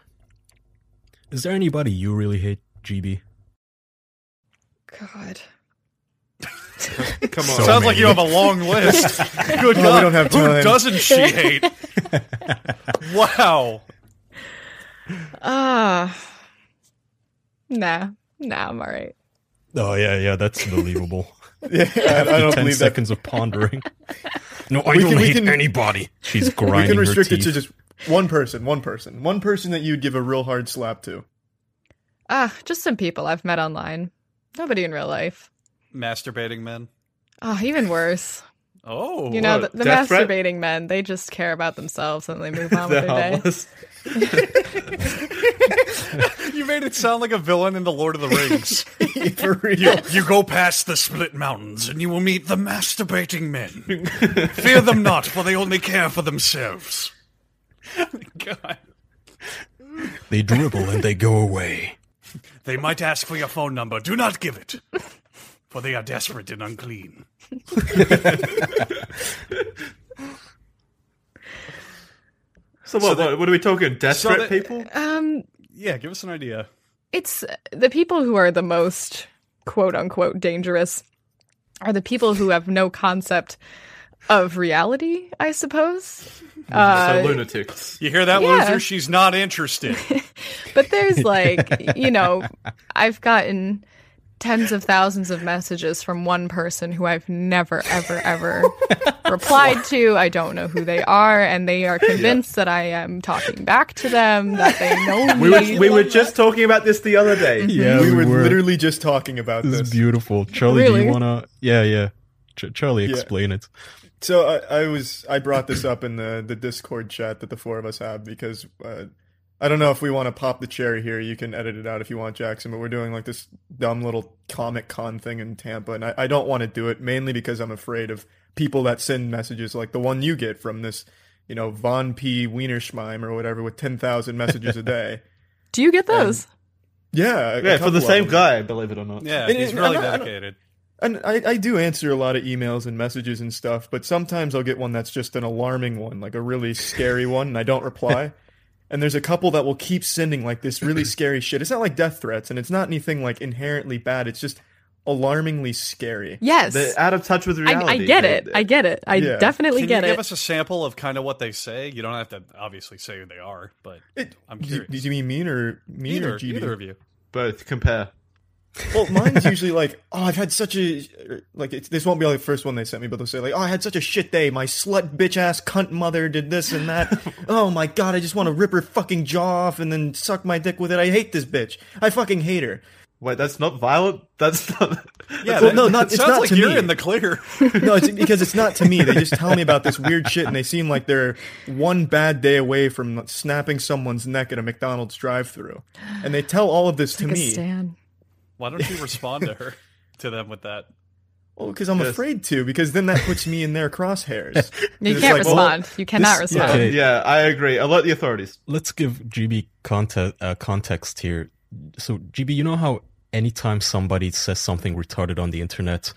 Speaker 5: Is there anybody you really hate, GB?
Speaker 3: God.
Speaker 2: Come on.
Speaker 5: So
Speaker 4: Sounds like
Speaker 5: many.
Speaker 4: you have a long list. Good
Speaker 1: Oh, we
Speaker 4: God.
Speaker 1: don't have time.
Speaker 4: Who doesn't she hate? wow.
Speaker 3: Ah. nah. Nah, I'm all right.
Speaker 5: Oh yeah, yeah, that's believable.
Speaker 1: Yeah, I, I don't
Speaker 5: Ten
Speaker 1: believe that.
Speaker 5: seconds of pondering. No, I
Speaker 1: We
Speaker 5: don't
Speaker 1: can- we
Speaker 5: hate
Speaker 1: can-
Speaker 5: anybody. She's grinding
Speaker 1: We can
Speaker 5: her
Speaker 1: restrict it
Speaker 5: teeth.
Speaker 1: to just one person. One person. One person that you'd give a real hard slap to.
Speaker 3: Ah, just some people I've met online. Nobody in real life.
Speaker 4: Masturbating men.
Speaker 3: Oh, even worse.
Speaker 4: Oh.
Speaker 3: You know,
Speaker 2: what?
Speaker 3: the, the
Speaker 2: Death threat?
Speaker 3: masturbating men, they just care about themselves and they move on
Speaker 2: They're
Speaker 3: with their day.
Speaker 2: harmless.
Speaker 4: you made it sound like a villain in The Lord of the Rings.
Speaker 1: For real.
Speaker 4: You go past the split mountains and you will meet the masturbating men. Fear them not, for they only care for themselves. God.
Speaker 5: They dribble and they go away.
Speaker 4: They might ask for your phone number. Do not give it, for they are desperate and unclean.
Speaker 2: So what? what, what are we talking? Death
Speaker 4: so
Speaker 2: threat
Speaker 4: they-
Speaker 2: people?
Speaker 3: Um,
Speaker 4: Yeah, give us an idea.
Speaker 3: it's the people who are the most quote unquote dangerous are the people who have no concept of reality, I suppose.
Speaker 2: so
Speaker 3: Uh,
Speaker 2: lunatics.
Speaker 4: You hear that,
Speaker 3: Yeah.
Speaker 4: loser? She's not interested.
Speaker 3: but there's like, you know, I've gotten tens of thousands of messages from one person who I've never, ever, ever replied to. I don't know who they are, and they are convinced that I am talking back to them, that they know me.
Speaker 2: We were, we were just talking about this the other day.
Speaker 5: Yeah,
Speaker 1: we were literally just talking about
Speaker 5: This
Speaker 1: this.
Speaker 5: is beautiful, Charlie. Do
Speaker 3: Really?
Speaker 5: you wanna? Yeah, yeah. Ch- Charlie,
Speaker 1: Yeah.
Speaker 5: explain it.
Speaker 1: So I, I was I brought this up in the the Discord chat that the four of us have because uh, I don't know if we want to pop the cherry here. You can edit it out if you want, Jackson. But we're doing like this dumb little Comic Con thing in Tampa, and I, I don't want to do it mainly because I'm afraid of people that send messages like the one you get from this, you know, Von P. Wienerschmeim or whatever with ten thousand messages a day.
Speaker 3: Do you get those?
Speaker 1: Yeah, a- a
Speaker 2: Yeah, for the
Speaker 1: couple of
Speaker 2: same
Speaker 1: them.
Speaker 2: guy, believe it or not.
Speaker 4: Yeah,
Speaker 1: And-
Speaker 4: he's
Speaker 1: and
Speaker 4: really
Speaker 1: I don't- I don't-
Speaker 4: dedicated.
Speaker 1: And I, I do answer a lot of emails and messages and stuff, but sometimes I'll get one that's just an alarming one, like a really scary one, and I don't reply. and there's a couple that will keep sending like this really scary shit. It's not like death threats, and it's not anything like inherently bad. It's just alarmingly scary.
Speaker 3: Yes.
Speaker 2: They're out of touch with
Speaker 3: I,
Speaker 2: reality.
Speaker 3: I get
Speaker 2: They-
Speaker 3: it. I get it. I
Speaker 1: Yeah.
Speaker 3: definitely
Speaker 4: Can
Speaker 3: get
Speaker 4: you
Speaker 3: it.
Speaker 4: give us a sample of kind of what they say? You don't have to obviously say who they are, but
Speaker 1: It,
Speaker 4: I'm
Speaker 1: do,
Speaker 4: curious.
Speaker 1: do you mean mean or mean
Speaker 4: either,
Speaker 1: or GB?
Speaker 4: either of you.
Speaker 2: both compare.
Speaker 1: Well, mine's usually like, oh, I've had such a like. It's, this won't be like the first one they sent me, but they'll say like, oh, I had such a shit day. My slut, bitch ass, cunt mother did this and that. oh my god, I just want to rip her fucking jaw off and then suck my dick with it. I hate this bitch. I fucking hate her.
Speaker 2: Wait, that's not violent. That's not.
Speaker 4: Yeah,
Speaker 1: Well,
Speaker 4: that-
Speaker 1: no, not-
Speaker 4: it
Speaker 1: it's
Speaker 4: sounds
Speaker 1: not
Speaker 4: like
Speaker 1: to
Speaker 4: you're
Speaker 1: me.
Speaker 4: in the clear.
Speaker 1: No, it's because it's not to me. They just tell me about this weird shit, and they seem like they're one bad day away from snapping someone's neck at a McDonald's drive-through, and they tell all of this
Speaker 3: Take
Speaker 1: to
Speaker 3: a
Speaker 1: me.
Speaker 3: stand.
Speaker 4: Why don't you respond to her, to them with that?
Speaker 1: Well, because I'm
Speaker 2: Yes.
Speaker 1: afraid to, because then that puts me in their crosshairs.
Speaker 3: You
Speaker 1: It's
Speaker 3: can't
Speaker 1: like, well,
Speaker 3: respond. you cannot
Speaker 1: this-
Speaker 3: respond.
Speaker 5: Okay.
Speaker 2: yeah, I agree. Alert the authorities.
Speaker 5: Let's give GB context, uh, context here. So, GB, you know how anytime somebody says something retarded on the internet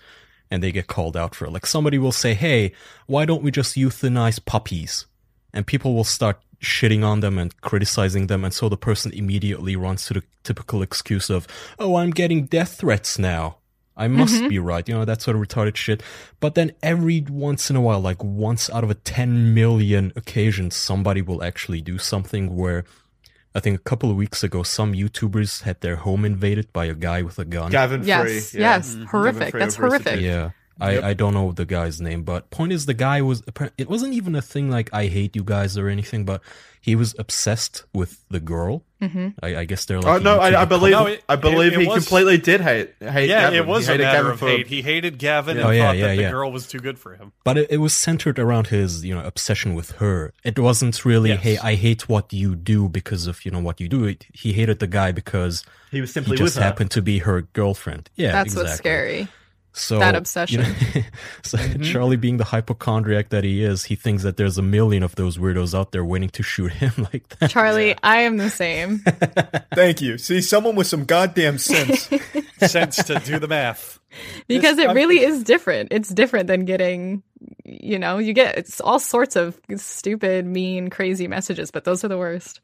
Speaker 5: and they get called out for it, like somebody will say, hey, why don't we just euthanize puppies? And people will start shitting on them and criticizing them. And so the person immediately runs to the typical excuse of, oh, I'm getting death threats now. I must be right. You know, that sort of retarded shit. But then every once in a while, like once out of a 10 million occasions, somebody will actually do something where I think a couple of weeks ago, some YouTubers had their home invaded by a guy with a gun.
Speaker 2: Gavin
Speaker 3: Yes,
Speaker 2: Free. yeah.
Speaker 3: yes. Horrific.
Speaker 2: Free
Speaker 3: That's
Speaker 2: over
Speaker 3: horrific.
Speaker 2: Institute.
Speaker 5: Yeah. I, I don't know the guy's name, but point is the guy was appar- it wasn't even a thing like I hate you guys or anything, but he was obsessed with the girl.
Speaker 3: hmm
Speaker 5: I, I guess they're
Speaker 2: Oh
Speaker 5: like a
Speaker 2: no, I, I
Speaker 5: YouTuber
Speaker 2: believe
Speaker 4: No, it-
Speaker 2: I believe
Speaker 4: it- it
Speaker 2: he
Speaker 4: was-
Speaker 2: completely did hate hate.
Speaker 4: yeah,
Speaker 2: Gavin.
Speaker 4: it was
Speaker 2: he
Speaker 4: a
Speaker 2: hated
Speaker 4: matter
Speaker 2: Gavin
Speaker 4: of
Speaker 2: for-
Speaker 4: hate. He hated Gavin
Speaker 5: Oh,
Speaker 4: and
Speaker 5: yeah,
Speaker 4: thought
Speaker 5: yeah,
Speaker 4: that the
Speaker 5: yeah.
Speaker 4: girl was too good for him.
Speaker 5: but it, it was centered around his you know obsession with her it wasn't really
Speaker 4: Yes.
Speaker 5: hey i hate what you do because of you know what you do it, he hated the guy because
Speaker 2: He was simply
Speaker 5: he
Speaker 2: with
Speaker 5: just
Speaker 2: her.
Speaker 5: happened to be her girlfriend yeah
Speaker 3: That's
Speaker 5: exactly.
Speaker 3: what's scary.
Speaker 5: so
Speaker 3: that
Speaker 5: you
Speaker 3: obsession.
Speaker 5: know, so charlie being the hypochondriac that he is he thinks that there's a million of those weirdos out there waiting to shoot him like that
Speaker 3: Charlie, I am the same.
Speaker 1: Thank you. See, someone with some goddamn sense.
Speaker 4: Sense to do the math.
Speaker 3: because
Speaker 1: This-
Speaker 3: it
Speaker 1: I'm-
Speaker 3: really is different. It's different than getting, you know, you get it's all sorts of stupid, mean, crazy messages, but those are the worst.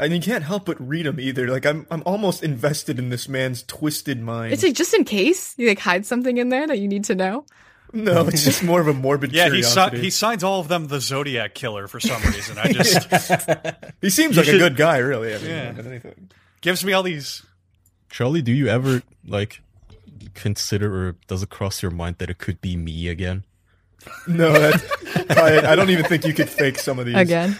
Speaker 1: And you can't help but read them either. Like I'm, I'm almost invested in this man's twisted mind.
Speaker 3: It's like just in case you like hide something in there that you need to know.
Speaker 1: no, it's just more of a morbid
Speaker 4: Yeah, he, si-
Speaker 1: curiosity.
Speaker 4: he signs all of them the Zodiac Killer for some reason. I just
Speaker 1: he seems
Speaker 2: You
Speaker 1: like a
Speaker 2: should-
Speaker 1: good guy, really. I mean,
Speaker 4: Yeah.
Speaker 1: if anything.
Speaker 4: gives me all these.
Speaker 5: charlie do you ever like consider or does it cross your mind that it could be me again
Speaker 1: No, that's, I, I don't even think you could fake some of these.
Speaker 3: Again,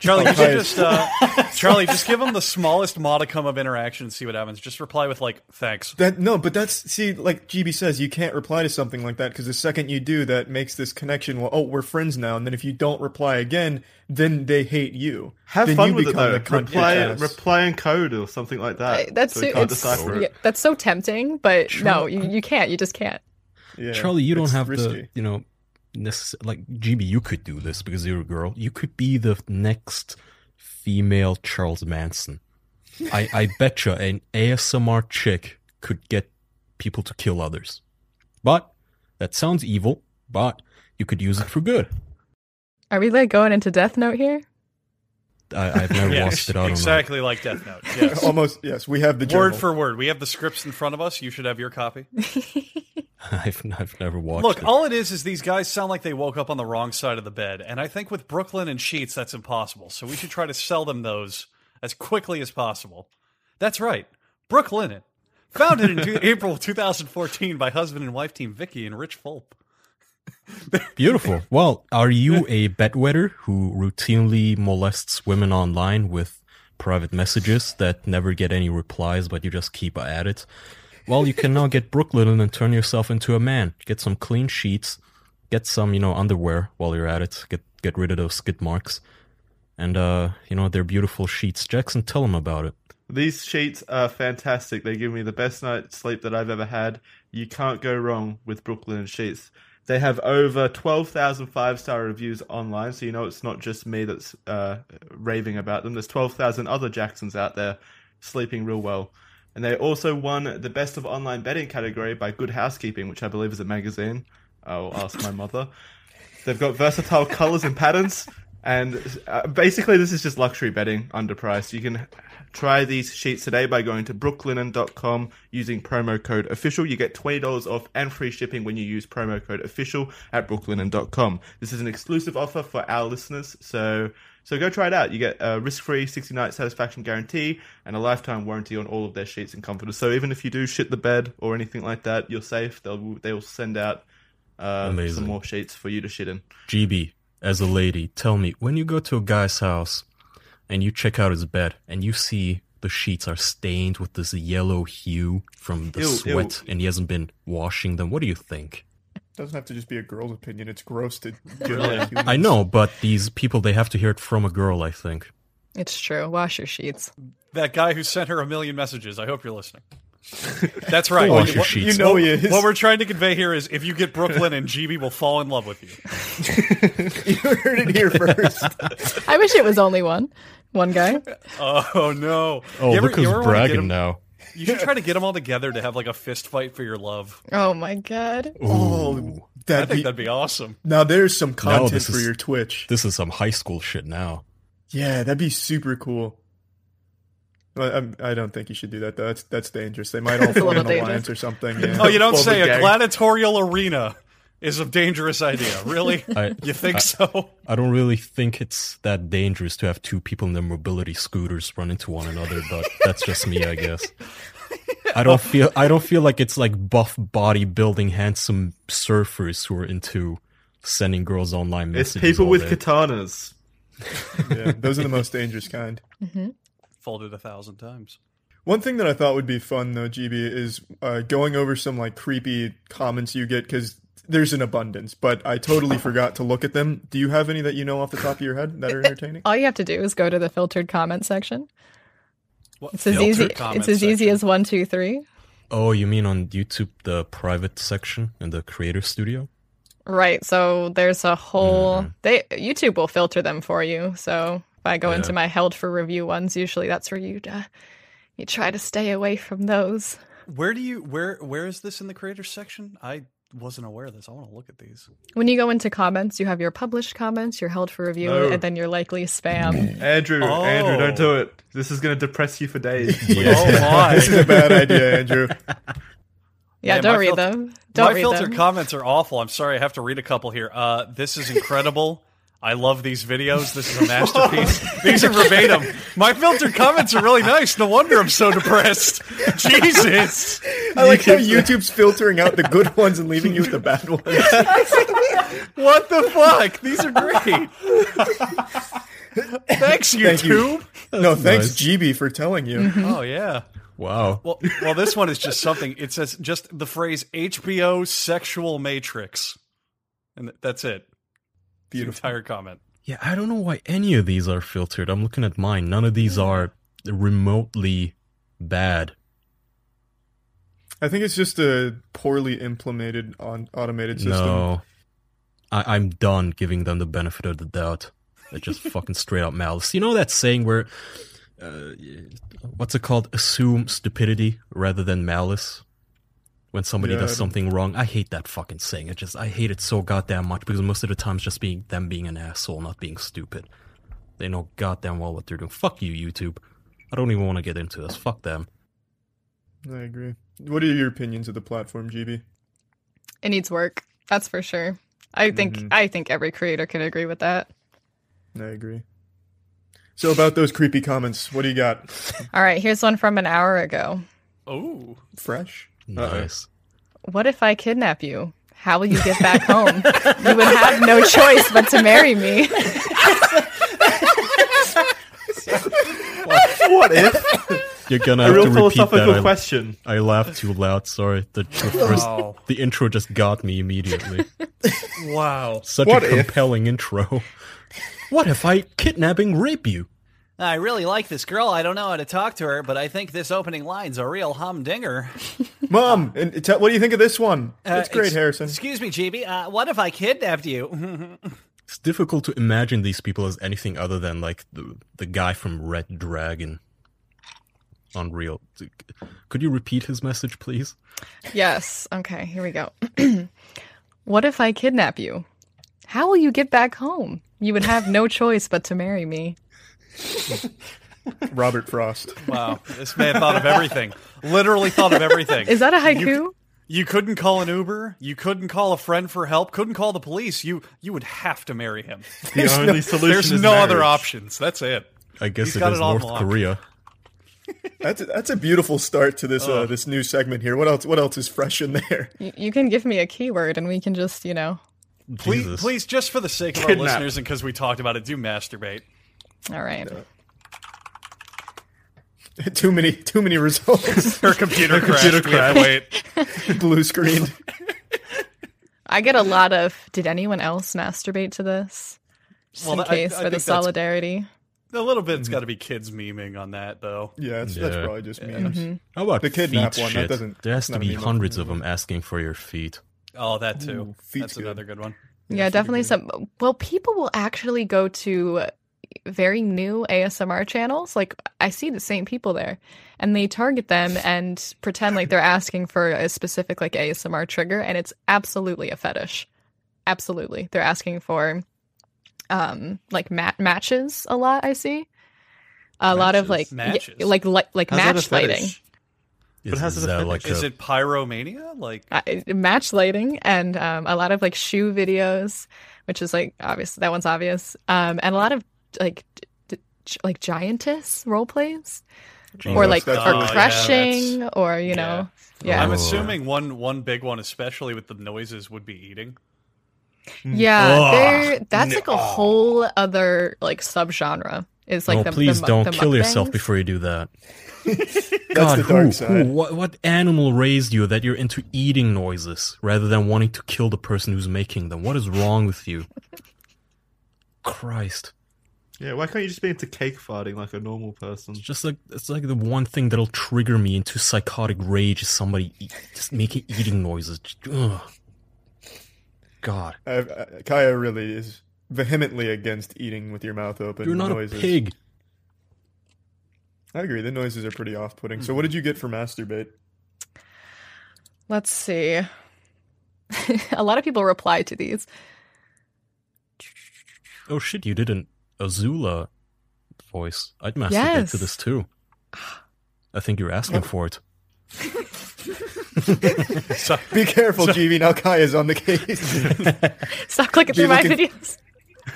Speaker 4: Charlie, you should
Speaker 1: Okay.
Speaker 4: just uh, Charlie, just give him the smallest modicum of interaction and see what happens. Just reply with like, "Thanks."
Speaker 1: That no, but that's see, like GB says, you can't reply to something like that because the second you do, that makes this connection. Well, oh, we're friends now, and then if you don't reply again, then they hate you.
Speaker 2: Have
Speaker 1: Then
Speaker 2: fun
Speaker 1: you
Speaker 2: with it
Speaker 1: become
Speaker 2: though.
Speaker 1: the cunt
Speaker 2: Reply,
Speaker 1: bitch ass.
Speaker 2: reply in code or something like that.
Speaker 3: that's
Speaker 2: so
Speaker 3: so,
Speaker 2: we can't
Speaker 3: it's,
Speaker 2: decipher it.
Speaker 3: yeah, that's so tempting, but no,
Speaker 5: Charlie,
Speaker 3: you, you can't. You just can't.
Speaker 1: Yeah,
Speaker 5: Charlie, you don't
Speaker 1: it's
Speaker 5: have
Speaker 1: risky.
Speaker 5: the you know necess- like GB. You could do this because you're a girl. You could be the next female Charles Manson. I I bet you an ASMR chick could get people to kill others. But that sounds evil. But you could use it for good.
Speaker 3: Are we like going into Death Note here?
Speaker 5: I, I've never
Speaker 4: Yeah,
Speaker 5: watched it. I don't Oh,
Speaker 4: exactly like Death Note. Yes.
Speaker 1: Almost yes, we have the
Speaker 4: word
Speaker 1: journal.
Speaker 4: for word. We have the scripts in front of us. You should have your copy.
Speaker 5: know. I've I've never watched.
Speaker 4: Look,
Speaker 5: it.
Speaker 4: all it is is these guys sound like they woke up on the wrong side of the bed, and I think with Brooklyn and Sheets, that's impossible. So we should try to sell them those as quickly as possible. That's right, Brooklyn, founded in two- April 2014 by husband and wife team Vicky and Rich Fulp.
Speaker 5: Beautiful. Well, are you a bedwetter who routinely molests women online with private messages that never get any replies, but you just keep at it? Well, you can now get Brooklyn and turn yourself into a man. Get some clean sheets, get some, you know, underwear while you're at it. Get get rid of those skid marks, and uh, you know they're beautiful sheets. Jackson, tell them about it.
Speaker 2: These sheets are fantastic. They give me the best night's sleep that I've ever had. You can't go wrong with Brooklyn and Sheets. They have over 12,000 five star reviews online, so you know it's not just me that's uh, raving about them. There's 12,000 other Jacksons out there sleeping real well. And they also won the Best of Online Betting category by Good Housekeeping, which I believe is a magazine. I'll ask my mother. They've got versatile colors and patterns, And uh, basically, this is just luxury betting underpriced. You can try these sheets today by going to brooklinen.com using promo code official. You get $20 off and free shipping when you use promo code official at brooklinen.com. This is an exclusive offer for our listeners, so so go try it out. You get a risk-free 60-night satisfaction guarantee and a lifetime warranty on all of their sheets and comforters. So even if you do shit the bed or anything like that, you're safe. They'll they'll send out uh, some
Speaker 5: Amazing.
Speaker 2: more sheets for you to shit in.
Speaker 5: GB, as a lady, tell me when you go to a guy's house and you check out his bed and you see the sheets are stained with this yellow hue from the
Speaker 2: Ew, ew.
Speaker 5: sweat and he hasn't been washing them, what do you think?
Speaker 1: Doesn't have to just be a girl's opinion. It's gross to
Speaker 2: Really?
Speaker 1: generalize humans.
Speaker 5: I know, but these people, they have to hear it from a girl, I think.
Speaker 3: It's true. Wash your sheets.
Speaker 4: That guy who sent her a million messages. I hope you're listening. That's right.
Speaker 5: Wash
Speaker 4: What-
Speaker 5: your
Speaker 4: what,
Speaker 5: sheets.
Speaker 1: You know he is.
Speaker 4: what we're trying to convey here is if you get Brooklyn and GB will fall in love with you.
Speaker 1: you heard it here first.
Speaker 3: I wish it was only one, one guy.
Speaker 4: Oh no.
Speaker 5: oh,
Speaker 4: you ever-
Speaker 5: look
Speaker 4: you
Speaker 5: who's
Speaker 4: ever wanna get
Speaker 5: bragging
Speaker 4: them-
Speaker 5: now.
Speaker 4: You should try to get them all together to have like a fist fight for your love.
Speaker 3: Oh my god.
Speaker 1: Oh,
Speaker 4: I
Speaker 1: that'd
Speaker 4: think
Speaker 1: be,
Speaker 4: that'd be awesome.
Speaker 1: now there's some content
Speaker 5: this
Speaker 1: for
Speaker 5: is-
Speaker 1: your Twitch.
Speaker 5: This is some high school shit now.
Speaker 1: Yeah, that'd be super cool. Well, I'm, I don't think you should do that though. That's that's dangerous. They might all
Speaker 3: It's a
Speaker 1: form an
Speaker 3: little
Speaker 1: alliance
Speaker 3: dangerous.
Speaker 1: or something. Yeah.
Speaker 4: Oh, you don't
Speaker 2: Well, the
Speaker 4: say. A
Speaker 2: gang-
Speaker 4: gladiatorial arena is a dangerous idea. Really?
Speaker 5: I,
Speaker 4: you think so?
Speaker 5: I don't really think it's that dangerous to have two people in their mobility scooters run into one another, but that's just me, I guess. I don't feel I don't feel like it's like buff bodybuilding handsome surfers who are into sending girls online
Speaker 2: It's
Speaker 5: messages.
Speaker 2: people
Speaker 5: all
Speaker 2: with
Speaker 5: day.
Speaker 2: katanas.
Speaker 1: yeah, those are the most dangerous kind.
Speaker 3: hmm
Speaker 4: Folded a thousand times.
Speaker 1: One thing that I thought would be fun though, GB, is uh, going over some like creepy comments you get because there's an abundance. But I totally forgot to look at them. Do you have any that you know off the top of your head that are entertaining?
Speaker 3: All you have to do is go to the filtered comment section.
Speaker 4: What?
Speaker 3: It's as
Speaker 4: filtered
Speaker 3: easy.
Speaker 4: comment
Speaker 3: It's as easy
Speaker 4: section?
Speaker 3: as one, two, three.
Speaker 5: Oh, you mean on YouTube the private section in the creator studio?
Speaker 3: Right. So there's a
Speaker 4: Mm-hmm.
Speaker 3: whole
Speaker 5: Mhm.
Speaker 3: they YouTube will filter them for you. So if I go
Speaker 5: Yeah.
Speaker 3: into my held for review ones, usually that's where you uh, you try to stay away from those.
Speaker 4: Where do you where where is this in the creators section? I wasn't aware of this. I want to look at these.
Speaker 3: When you go into comments, you have your published comments, your held for review,
Speaker 2: No.
Speaker 3: and then your likely spam.
Speaker 2: Andrew, Andrew,
Speaker 4: Oh.
Speaker 2: don't do it. This is going to depress you for days.
Speaker 4: Oh my!
Speaker 1: this is a bad idea, Andrew.
Speaker 3: yeah,
Speaker 4: Yeah, my
Speaker 3: don't read
Speaker 4: filter-
Speaker 3: them. Don't
Speaker 4: My
Speaker 3: read
Speaker 4: filter
Speaker 3: them.
Speaker 4: comments are awful. I'm sorry, I have to read a couple here. Uh, this is incredible. I love these videos. This is a masterpiece. these are verbatim. My filter comments are really nice. No wonder I'm so depressed. Jesus.
Speaker 1: I like how YouTube's filtering out the good ones and leaving you with the bad ones.
Speaker 4: What the fuck? These are great. Thanks, YouTube.
Speaker 1: you. No, thanks,
Speaker 5: nice.
Speaker 1: GB, for telling you.
Speaker 4: Oh, yeah.
Speaker 5: Wow.
Speaker 4: Well, well, this one is just something. It says just the phrase HBO sexual matrix. And th- that's it. The entire comment.
Speaker 5: Yeah, I don't know why any of these are filtered. I'm looking at mine. None of these
Speaker 2: Hmm.
Speaker 5: are remotely bad.
Speaker 1: I think it's just a poorly implemented on automated system.
Speaker 5: No. I, I'm done giving them the benefit of the doubt. They're just fucking straight up malice. You know that saying where, uh, what's it called? Assume stupidity rather than malice. When somebody
Speaker 1: Yeah, I
Speaker 5: does
Speaker 1: don't-
Speaker 5: something wrong, I hate that fucking saying. I just I hate it so goddamn much because most of the time it's just being them being an asshole, not being stupid. They know goddamn well what they're doing. Fuck you, YouTube. I don't even want to get into this. Fuck them.
Speaker 1: I agree. What are your opinions of the platform, GB?
Speaker 3: It needs work. That's for sure. I think
Speaker 1: Mhm.
Speaker 3: I think every creator can agree with that.
Speaker 1: I agree. So about those creepy comments, what do you got?
Speaker 3: All right, here's one from an hour ago.
Speaker 4: Oh.
Speaker 1: Fresh?
Speaker 5: Nice.
Speaker 3: What if I kidnap you? How will you get back home? You would have no choice but to marry me.
Speaker 2: what if?
Speaker 5: You're gonna
Speaker 2: A
Speaker 5: have
Speaker 2: real
Speaker 5: to repeat that.
Speaker 2: philosophical
Speaker 5: I-
Speaker 2: question.
Speaker 5: I laughed too loud. Sorry, the, the first
Speaker 4: Wow.
Speaker 5: the intro just got me immediately.
Speaker 4: Wow.
Speaker 5: Such
Speaker 2: What
Speaker 5: a
Speaker 2: if-
Speaker 5: compelling intro. What if I kidnapping rape you?
Speaker 4: I really like this girl. I don't know how to talk to her, but I think this opening line's a real humdinger.
Speaker 1: Mom, and tell, what do you think of this one? That's great,
Speaker 4: ex-
Speaker 1: Harrison.
Speaker 4: Excuse me, GB. Uh, what if I kidnapped you?
Speaker 5: It's difficult to imagine these people as anything other than like the the guy from Red Dragon. Unreal. Could you repeat his message, please?
Speaker 3: Yes. Okay, here we go. what if I kidnap you? How will you get back home? You would have no choice but to marry me.
Speaker 1: Robert Frost.
Speaker 4: Wow, Oh, this man thought of everything. Literally thought of everything.
Speaker 3: Is that a haiku?
Speaker 4: you couldn't call an Uber. You couldn't call a friend for help. Couldn't call the police. You you would have to marry him.
Speaker 2: The only solution
Speaker 4: There's
Speaker 2: is
Speaker 4: no other
Speaker 2: marriage.
Speaker 4: options. That's it.
Speaker 5: I guess
Speaker 4: He's
Speaker 5: it
Speaker 4: got
Speaker 5: is
Speaker 4: it all
Speaker 5: North
Speaker 4: locked.
Speaker 5: Korea.
Speaker 1: That's a, that's a beautiful start to this uh, this new segment here. What else? What else is fresh in there?
Speaker 3: You, you can give me a keyword and we can just, you know.
Speaker 4: Please,
Speaker 5: Jesus.
Speaker 4: please, just for the sake of our
Speaker 2: Kidnap.
Speaker 4: listeners and because we talked about it, do masturbate.
Speaker 3: All right.
Speaker 1: too many too many results.
Speaker 4: Her computer crashed.
Speaker 2: computer
Speaker 4: we have to wait.
Speaker 1: Blue screened.
Speaker 3: I get a lot of did anyone else masturbate to this? Just
Speaker 4: Well,
Speaker 3: in
Speaker 4: that- I-
Speaker 3: case
Speaker 4: I
Speaker 3: for the
Speaker 4: think that's-
Speaker 3: solidarity.
Speaker 4: A little bit's got to be kids memeing on that though.
Speaker 1: Yeah, it's, that's
Speaker 5: Yeah.
Speaker 1: probably just memes.
Speaker 5: How about
Speaker 1: The kidnap
Speaker 5: feet
Speaker 1: one, that
Speaker 5: shit?
Speaker 1: doesn't-
Speaker 5: there has
Speaker 1: not a
Speaker 5: to be
Speaker 1: meme.
Speaker 5: hundreds of them asking for your feet.
Speaker 4: Oh, that too.
Speaker 1: Ooh, feet's
Speaker 4: That's
Speaker 1: good.
Speaker 4: another good one.
Speaker 3: Yeah, definitely some. Well, people will actually go to very new ASMR channels. Like I see the same people there, and they target them and pretend like they're asking for a specific like ASMR trigger, and it's absolutely a fetish. Absolutely, they're asking for um like mat matches a lot. I see a lot of like
Speaker 2: Matches?
Speaker 3: y-
Speaker 4: Matches?
Speaker 3: like li- like
Speaker 2: How's that a
Speaker 3: match
Speaker 2: fetish?
Speaker 3: lighting.
Speaker 5: Is,
Speaker 2: how's
Speaker 5: is
Speaker 2: it a
Speaker 5: that
Speaker 2: fetish?
Speaker 5: like
Speaker 4: Is
Speaker 5: a,
Speaker 4: it pyromania? Like
Speaker 3: uh, match lighting and um, a lot of like shoe videos, which is like obvious. That one's obvious. Um, and a lot of like d- d- gi- like giantess role plays
Speaker 5: Oh,
Speaker 3: or
Speaker 1: that's-
Speaker 3: like
Speaker 1: that's
Speaker 3: or
Speaker 1: really-
Speaker 4: yeah,
Speaker 3: crushing or you know yeah
Speaker 4: I'm
Speaker 5: Oh.
Speaker 4: assuming one one big one, especially with the noises, would be eating.
Speaker 3: yeah
Speaker 4: Ugh,
Speaker 3: there that's like a
Speaker 4: no.
Speaker 3: whole other like subgenre is like
Speaker 5: no,
Speaker 3: the, the
Speaker 5: Oh, please
Speaker 3: mu-
Speaker 5: don't
Speaker 3: the
Speaker 5: kill yourself
Speaker 3: mukbangs.
Speaker 5: before you do that.
Speaker 1: That's the
Speaker 5: who,
Speaker 1: dark
Speaker 5: who-
Speaker 1: side.
Speaker 5: what, what animal raised you that you're into eating noises rather than wanting to kill the person who's making them? What is wrong with you? Christ.
Speaker 2: Yeah, why can't you just be into cake farting like a normal person?
Speaker 5: It's just like it's like the one thing that'll trigger me into psychotic rage is somebody eat, just making eating noises. Ugh. God,
Speaker 1: I, I, uh, Kaya really is vehemently against eating with your mouth open.
Speaker 5: you're
Speaker 1: The
Speaker 5: not
Speaker 1: noises.
Speaker 5: a pig.
Speaker 1: I agree. The noises are pretty off-putting. So, what did you get for masturbate?
Speaker 3: let's see a lot of people reply to these
Speaker 5: Oh shit, you did an Azula voice. I'd masturbate
Speaker 3: Yes.
Speaker 5: to this too. I think you're asking for it.
Speaker 4: So,
Speaker 1: Be careful, GB. Now Kaya's on the case.
Speaker 3: stop clicking
Speaker 1: Do you
Speaker 3: through my
Speaker 1: look at-
Speaker 3: videos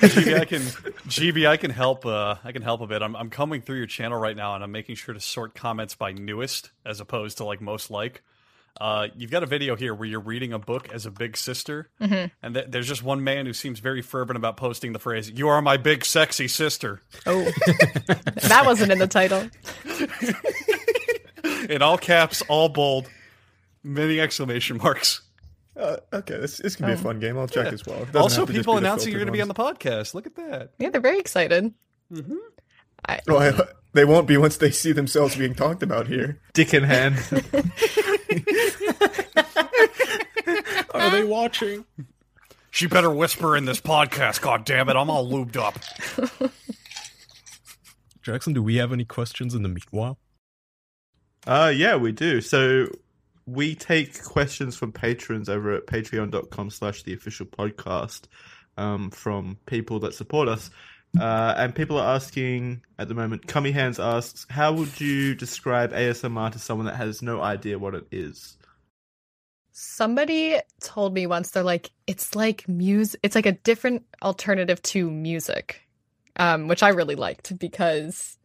Speaker 4: GB, I can GB, I can help. Uh, I can help a bit. I'm I'm coming through your channel right now, and I'm making sure to sort comments by newest as opposed to like most like. Uh, you've got a video here where you're reading a book as a big sister, and th- there's just one man who seems very fervent about posting the phrase "You are my big sexy sister"
Speaker 3: oh that wasn't in the title
Speaker 4: in all caps, all bold, many exclamation marks.
Speaker 1: uh, okay, this, this can be a fun game. I'll check as well. It doesn't
Speaker 4: Oh. Also,
Speaker 1: have to just
Speaker 4: people
Speaker 1: be the
Speaker 4: announcing you're going
Speaker 1: filtered
Speaker 4: to be on
Speaker 1: ones.
Speaker 4: the podcast. Look at that.
Speaker 3: yeah they're very excited
Speaker 1: Well, I- they won't be once they see themselves being talked about here.
Speaker 2: Dick in hand.
Speaker 5: Are they watching?
Speaker 4: She better whisper in this podcast. God damn it! I'm all lubed up.
Speaker 5: Jackson, do we have any questions in the meanwhile?
Speaker 2: uh, yeah, we do. So we take questions from patrons over at patreon.com slash the official podcast um, from people that support us. Uh, and people are asking at the moment, Cummy Hands asks, how would you describe ASMR to someone that has no idea what it is?
Speaker 3: Somebody told me once they're like it's like music it's like a different alternative to music um which I really liked because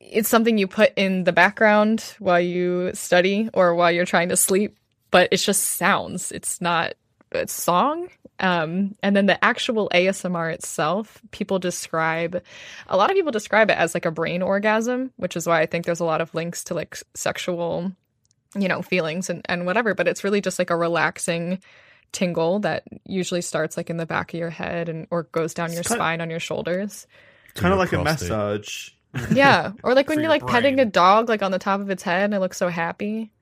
Speaker 3: it's something you put in the background while you study or while you're trying to sleep but it's just sounds it's not a song um and then the actual ASMR itself people describe a lot of people describe it as like a brain orgasm which is why I think there's a lot of links to like s- sexual you know feelings and, and whatever but it's really just like a relaxing tingle that usually starts like in the back of your head and or goes down your
Speaker 2: kind-
Speaker 3: spine on your shoulders
Speaker 2: Kind of
Speaker 5: your
Speaker 2: like a
Speaker 5: prostate.
Speaker 2: massage.
Speaker 3: yeah or like when
Speaker 4: For
Speaker 3: you're
Speaker 4: your
Speaker 3: like petting a
Speaker 4: brain.
Speaker 3: dog like on the top of its head and it looks so happy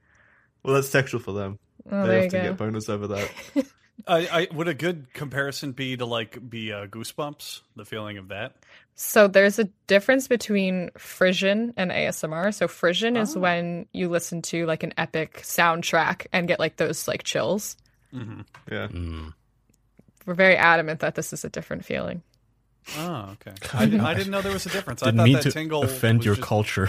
Speaker 2: Well, that's sexual for them. they
Speaker 3: oh there you
Speaker 2: often
Speaker 3: go
Speaker 2: get bonus over that.
Speaker 4: I, I would a good comparison be to like be uh, goosebumps, the feeling of that.
Speaker 3: so there's a difference between frisson and asmr so frisson is when you listen to like an
Speaker 4: Mm-hmm.
Speaker 5: Hmm.
Speaker 3: epic soundtrack and get like those like chills
Speaker 2: Yeah.
Speaker 3: were very adamant that this is a different feeling.
Speaker 4: Oh, okay. I, did, I didn't know there was a difference. I
Speaker 5: Didn't
Speaker 4: thought
Speaker 5: mean
Speaker 4: that
Speaker 5: to
Speaker 4: tingle
Speaker 5: offend
Speaker 4: was
Speaker 5: your
Speaker 4: just-
Speaker 5: culture.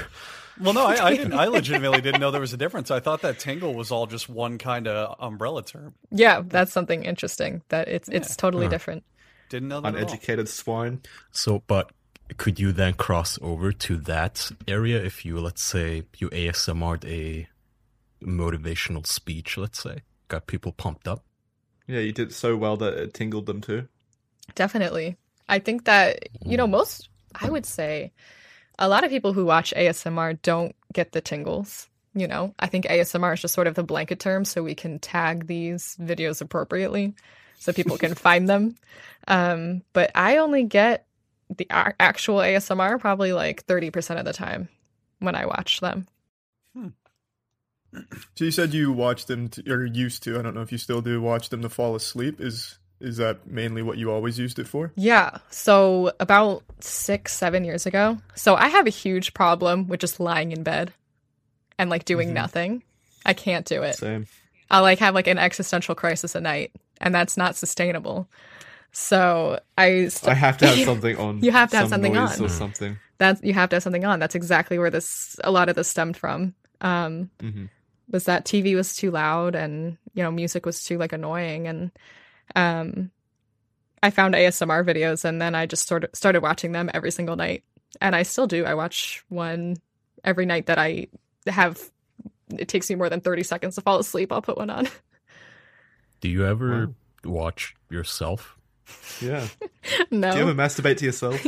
Speaker 4: Well, no, I, I didn't. I legitimately didn't know there was a difference. I thought that tingle was all just one kind of umbrella term.
Speaker 3: Yeah, that's something interesting. That it's it's totally
Speaker 5: Huh.
Speaker 3: different.
Speaker 4: Didn't know that. at all.
Speaker 2: Uneducated swine.
Speaker 5: So, but could you then cross over to that area if you, let's say, you ASMR'd a motivational speech, let's say, got people pumped up?
Speaker 2: Yeah, you did so well that it tingled them too.
Speaker 3: Definitely. I think that, you know, most, I would say a lot of people who watch ASMR don't get the tingles. You know, I think ASMR is just sort of the blanket term, so we can tag these videos appropriately so people can find them. Um, but I only get the a- actual ASMR probably like 30% of the time when I watch them.
Speaker 1: So you said you watched them, to, or used to. I don't know if you still do. Watch them to fall asleep. Is is that mainly what you always used it for?
Speaker 3: Yeah. So about six, seven years ago. So I have a huge problem with just lying in bed and like doing
Speaker 1: Mhm.
Speaker 3: nothing. I can't do it.
Speaker 2: Same.
Speaker 3: I'll like have like an existential crisis at night, and that's not sustainable. So I,
Speaker 2: I
Speaker 3: st-
Speaker 2: have to have something on.
Speaker 3: You have to have
Speaker 2: some
Speaker 3: something
Speaker 2: noise
Speaker 3: on.
Speaker 2: or something.
Speaker 3: that's you have to have something on. That's exactly where this a lot of this stemmed from. Um,
Speaker 2: hmm
Speaker 3: was that TV was too loud and you know music was too like annoying and um I found ASMR videos and then I just sort of started watching them every single night and I still do I watch one every night that I have it takes me more than 30 seconds to fall asleep I'll put one on
Speaker 5: Do you ever watch yourself?
Speaker 2: Yeah.
Speaker 3: no
Speaker 2: Do you ever masturbate to yourself?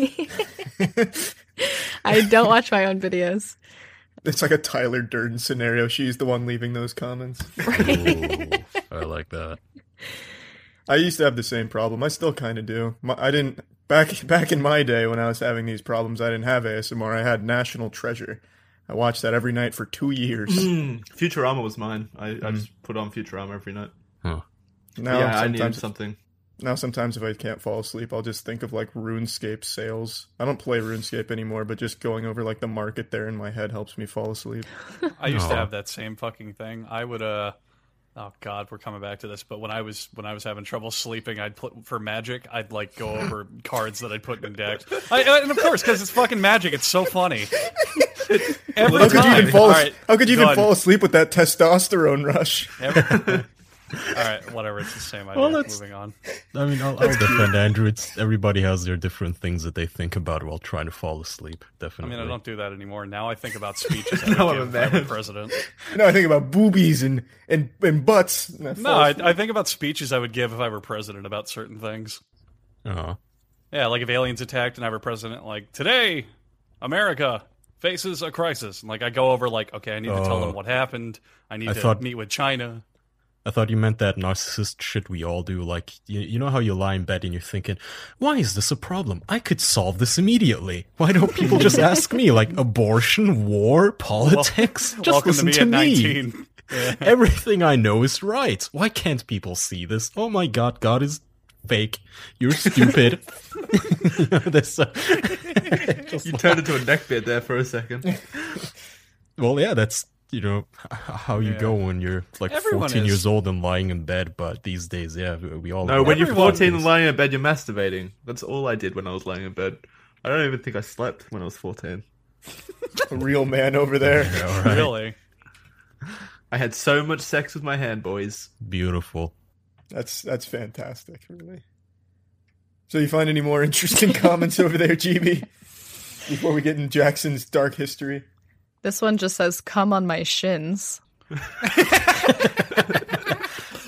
Speaker 3: I don't watch my own videos
Speaker 1: It's like a Tyler Durden scenario. She's the one leaving those comments.
Speaker 5: Ooh, I like that.
Speaker 1: I used to have the same problem. I still kind of do. My, I didn't back back in my day when I was having these problems. I didn't have ASMR. I had National Treasure. I watched that every night for two years.
Speaker 2: Mm, Futurama was mine. I, I just put on Futurama every night.
Speaker 1: Now,
Speaker 2: yeah, I needed
Speaker 1: sometimes,
Speaker 2: something.
Speaker 1: now sometimes if I can't fall asleep, I'll just think of like RuneScape sales. I don't play RuneScape anymore, but just going over like the market there in my head helps me fall asleep.
Speaker 4: I used to
Speaker 5: No.
Speaker 4: have that same fucking thing. I would uh oh god, we're coming back to this, but when I was when I was having trouble sleeping, I'd put for magic, I'd like go over cards that I'd put in decks. I, I- and of course, cuz it's fucking magic, it's so funny. Every
Speaker 1: How could you
Speaker 4: time.
Speaker 1: even fall?
Speaker 4: Oh, All
Speaker 1: as-
Speaker 4: right.
Speaker 1: how could you even
Speaker 4: done.
Speaker 1: fall asleep with that testosterone rush?
Speaker 4: Every- All right, whatever, it's the same idea. Moving on.
Speaker 5: I mean, I'll, I'll defend Andrew. It's, everybody has their different things that they think about while trying to fall asleep.
Speaker 4: I
Speaker 5: Definitely.
Speaker 4: mean, I don't do that anymore. Now I think about speeches I
Speaker 2: Now
Speaker 4: would
Speaker 2: I'm
Speaker 4: give if I were
Speaker 2: mad.
Speaker 4: president.
Speaker 1: No, I think about boobies and and and butts. and I
Speaker 4: No,
Speaker 1: fall
Speaker 4: I,
Speaker 1: asleep.
Speaker 4: I think about speeches I would give if I were president about certain things.
Speaker 5: Aw.
Speaker 4: Yeah, like if aliens attacked and I were president, like today, America faces a crisis. And like I go over, like okay, I need to tell
Speaker 5: Oh.
Speaker 4: them what happened. I need
Speaker 5: I
Speaker 4: to
Speaker 5: thought-
Speaker 4: meet with China.
Speaker 5: I thought you meant that narcissist shit we all do. Like, you, you know how you lie in bed and you're thinking, why is this a problem? I could solve this immediately. Why don't people just ask me? Like, abortion, war, politics? just
Speaker 4: Welcome
Speaker 5: listen
Speaker 4: to me at nineteen.
Speaker 5: Everything I know is right. Why can't people see this? Oh my god, God is fake. You're stupid. You know, this, uh, just
Speaker 2: You
Speaker 5: like-
Speaker 2: turned into a neckbeard there for a second.
Speaker 5: well, yeah, that's you know h- how you
Speaker 4: Yeah.
Speaker 5: go when you're like
Speaker 4: Everyone
Speaker 5: 14
Speaker 4: is.
Speaker 5: years old and lying in bed. But these days, yeah, we we all
Speaker 2: No, when you're
Speaker 4: Everyone
Speaker 2: 14
Speaker 5: is.
Speaker 2: and lying in bed, you're masturbating. That's all I did when I was lying in bed. I don't even think I slept when I was 14.
Speaker 1: a real man over there.
Speaker 5: Yeah, all right.
Speaker 4: really?
Speaker 2: I had so much sex with my hand, boys.
Speaker 5: Beautiful.
Speaker 1: That's that's fantastic, really. So you find any more interesting comments over there, GB? Before we get in Jackson's dark history.
Speaker 3: this one just says come on my shins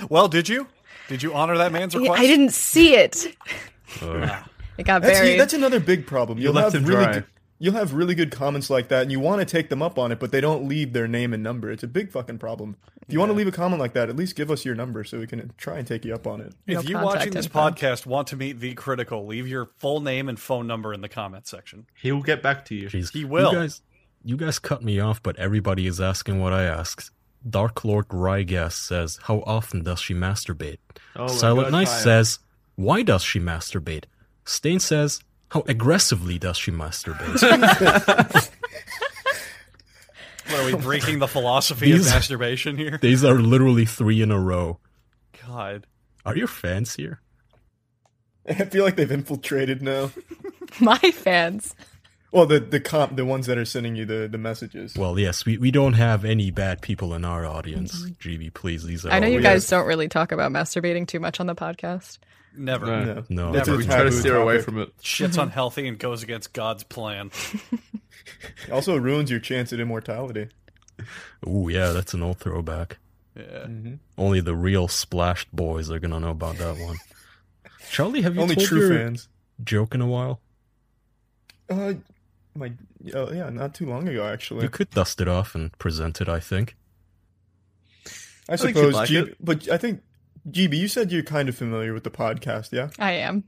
Speaker 4: Well, did you? Did you honor that man's request?
Speaker 3: I didn't see it
Speaker 5: Uh,
Speaker 2: Ah,
Speaker 3: it got
Speaker 1: That's
Speaker 3: buried
Speaker 1: that's another big problem. You'll
Speaker 2: left
Speaker 1: have
Speaker 2: him
Speaker 1: really
Speaker 2: dry.
Speaker 1: good, you'll have really good comments like that, and you want to take them up on it, but they don't leave their name and number. It's a big fucking problem. If you want to leave a comment like that, at least give us your number so we can try and take you up on it.
Speaker 4: If
Speaker 3: No
Speaker 4: you
Speaker 3: contact
Speaker 4: watching this
Speaker 3: info.
Speaker 4: podcast want to meet the critical, leave your full name and phone number in the comment section.
Speaker 2: He'll get back to you.
Speaker 5: jeez.
Speaker 4: He will.
Speaker 5: You guys, you guys cut me off, but everybody is asking what I asked. Dark Lord Rygas says, "How often does she masturbate?"
Speaker 2: Oh my
Speaker 5: Silent
Speaker 2: God,
Speaker 5: Knife
Speaker 2: Kaya.
Speaker 5: says, "Why does she masturbate?" Stain says, "How aggressively does she masturbate?"
Speaker 4: What are we breaking the philosophy
Speaker 5: These-
Speaker 4: of masturbation here?
Speaker 5: These are literally three in a row.
Speaker 4: God.
Speaker 5: Are your fans here?
Speaker 1: I feel like they've infiltrated now.
Speaker 3: My fans.
Speaker 1: Well, the the comp, the ones that are sending you the the messages.
Speaker 5: Well, yes, we, we don't have any bad people in our audience. GB, please, these are
Speaker 3: Mm-hmm. I know
Speaker 5: all-
Speaker 3: you
Speaker 1: yeah.
Speaker 3: guys don't really talk about masturbating too much on the podcast.
Speaker 4: Never.
Speaker 2: No.
Speaker 1: no,
Speaker 5: No.
Speaker 1: That's
Speaker 4: Never.
Speaker 1: a
Speaker 4: We
Speaker 2: Try to
Speaker 1: taboo
Speaker 2: steer away
Speaker 1: topic.
Speaker 2: from it.
Speaker 3: Mm-hmm.
Speaker 4: Shit's unhealthy and goes against God's plan.
Speaker 1: It Also ruins your chance at immortality.
Speaker 5: Ooh, yeah, that's an old throwback.
Speaker 4: Yeah.
Speaker 3: Mm-hmm.
Speaker 5: Only the real splashed boys are gonna know about that one. Charlie, have you
Speaker 1: Only
Speaker 5: told
Speaker 1: true
Speaker 5: your
Speaker 1: fans.
Speaker 5: joke in a while?
Speaker 1: Uh, my uh, yeah, not too long ago actually.
Speaker 5: You could dust it off and present it. I think.
Speaker 1: I
Speaker 2: think you'd
Speaker 1: suppose,
Speaker 2: like
Speaker 1: G-
Speaker 2: it.
Speaker 1: but I think GB, you said you're kind of familiar with the podcast, yeah.
Speaker 3: I am.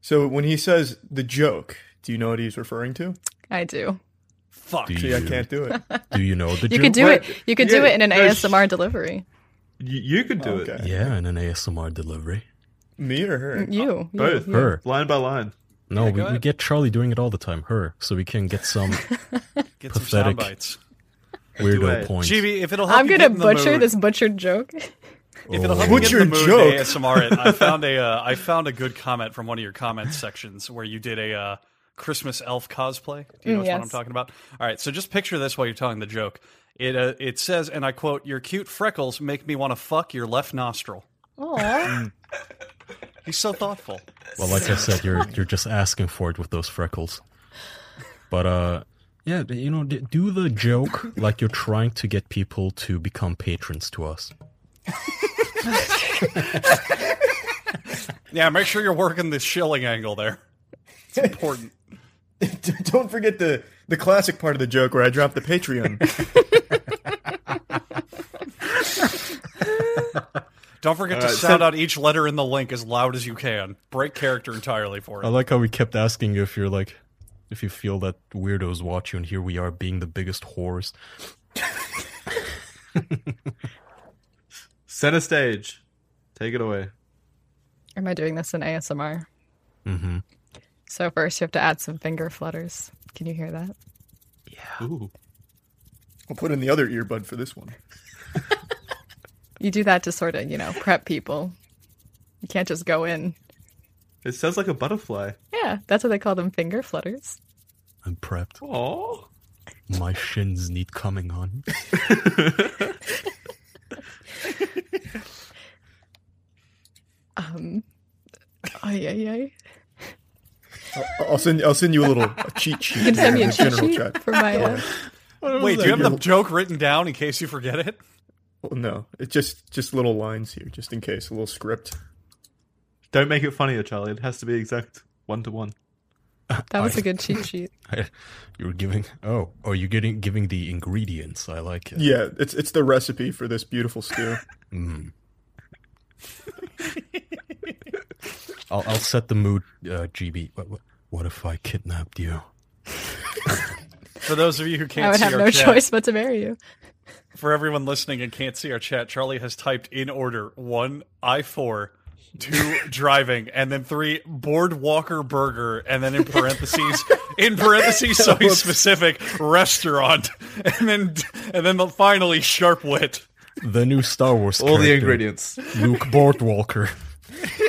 Speaker 1: So when he says the joke, do you know what he's referring to?
Speaker 3: I do.
Speaker 4: Fuck.
Speaker 5: Do
Speaker 1: See, I can't do it.
Speaker 5: Do you know the
Speaker 3: You
Speaker 5: joke?
Speaker 3: could do
Speaker 2: what?
Speaker 3: it. You could do
Speaker 2: Yeah,
Speaker 3: it in an
Speaker 2: no, sh-
Speaker 3: ASMR delivery.
Speaker 2: You, you could do
Speaker 1: Okay.
Speaker 2: it.
Speaker 5: Yeah, in an ASMR delivery.
Speaker 1: Me or her?
Speaker 3: You.
Speaker 2: Both.
Speaker 3: you.
Speaker 5: Her.
Speaker 2: Line by line.
Speaker 4: Yeah,
Speaker 5: No, we,
Speaker 4: go
Speaker 5: we
Speaker 4: ahead.
Speaker 5: get Charlie doing it all the time. Her, so we can get some
Speaker 4: Get some
Speaker 5: Pathetic.
Speaker 4: sound bites.
Speaker 5: weirdo
Speaker 2: Duet.
Speaker 5: points.
Speaker 4: GB, if it'll help
Speaker 3: I'm going
Speaker 4: you get
Speaker 3: to
Speaker 4: in the
Speaker 3: butcher
Speaker 4: mood-
Speaker 3: this butchered joke.
Speaker 4: If it'll help
Speaker 5: Oh.
Speaker 4: you get in the
Speaker 1: What's
Speaker 4: mood,
Speaker 1: your joke?
Speaker 4: ASMR it. I found a uh, I found a good comment from one of your comment sections where you did a uh, Christmas elf cosplay. Do you know
Speaker 3: Mm,
Speaker 4: which one I'm
Speaker 3: yes.
Speaker 4: talking about? All right, so just picture this while you're telling the joke. It uh, it says, and I quote: "Your cute freckles make me want to fuck your left nostril."
Speaker 1: Hmm.
Speaker 3: Aw.
Speaker 4: He's so thoughtful.
Speaker 5: Well, like I said, you're you're just asking for it with those freckles. But uh, yeah, you know, d- do the joke like you're trying to get people to become patrons to us.
Speaker 4: Yeah, make sure you're working the shilling angle there. It's important.
Speaker 1: Don't forget the the classic part of the joke where I drop the Patreon.
Speaker 4: Don't forget to
Speaker 1: Uh,
Speaker 2: right,
Speaker 4: sound
Speaker 2: so-
Speaker 4: out each letter in the link as loud as you can. Break character entirely for
Speaker 5: I
Speaker 4: it.
Speaker 5: like how we kept asking you if you're like, if you feel that weirdos watch you, and here we are being the biggest whores.
Speaker 2: Center stage. Take it away.
Speaker 3: Am I doing this in ASMR?
Speaker 5: Mm-hmm.
Speaker 3: So first you have to add some finger flutters. Can you hear that?
Speaker 2: Ooh.
Speaker 1: I'll put in the other earbud for this one.
Speaker 3: You do that to sort of, you know, prep people. You can't just go in.
Speaker 2: It sounds like a butterfly.
Speaker 3: Yeah, that's what they call them finger flutters.
Speaker 5: I'm prepped.
Speaker 2: Oh.
Speaker 5: My shins need coming on.
Speaker 3: Um ay, ay, ay.
Speaker 1: I'll, I'll send I'll send you a little a cheat sheet.
Speaker 3: You can send me a
Speaker 1: the
Speaker 3: cheat
Speaker 1: general
Speaker 3: sheet
Speaker 1: chat.
Speaker 3: for my uh,
Speaker 4: Wait, do you have the joke written down in case you forget it?
Speaker 1: Well, no, it's just just little lines here, just in case, a little script.
Speaker 2: Don't make it funnier, Charlie. It has to be exact one to one.
Speaker 3: that was a good cheat sheet.
Speaker 5: You're giving. Oh, oh, you're getting giving the ingredients. I like it.
Speaker 1: Yeah, it's it's the recipe for this beautiful stew.
Speaker 5: Mm. I'll, I'll set the mood, uh, GB. What, what, what if I kidnapped you?
Speaker 4: For those of you who can't
Speaker 3: I would
Speaker 4: see
Speaker 3: have
Speaker 4: our
Speaker 3: no
Speaker 4: chat,
Speaker 3: choice but to marry you.
Speaker 4: for everyone listening and can't see our chat, Charlie has typed in order one I four, two driving, and then three boardwalker burger, and then in parentheses in parentheses so he's specific restaurant, and then and then finally sharp wit,
Speaker 5: The new Star Wars.
Speaker 2: All the
Speaker 5: character,
Speaker 2: ingredients.
Speaker 5: Luke Boardwalker.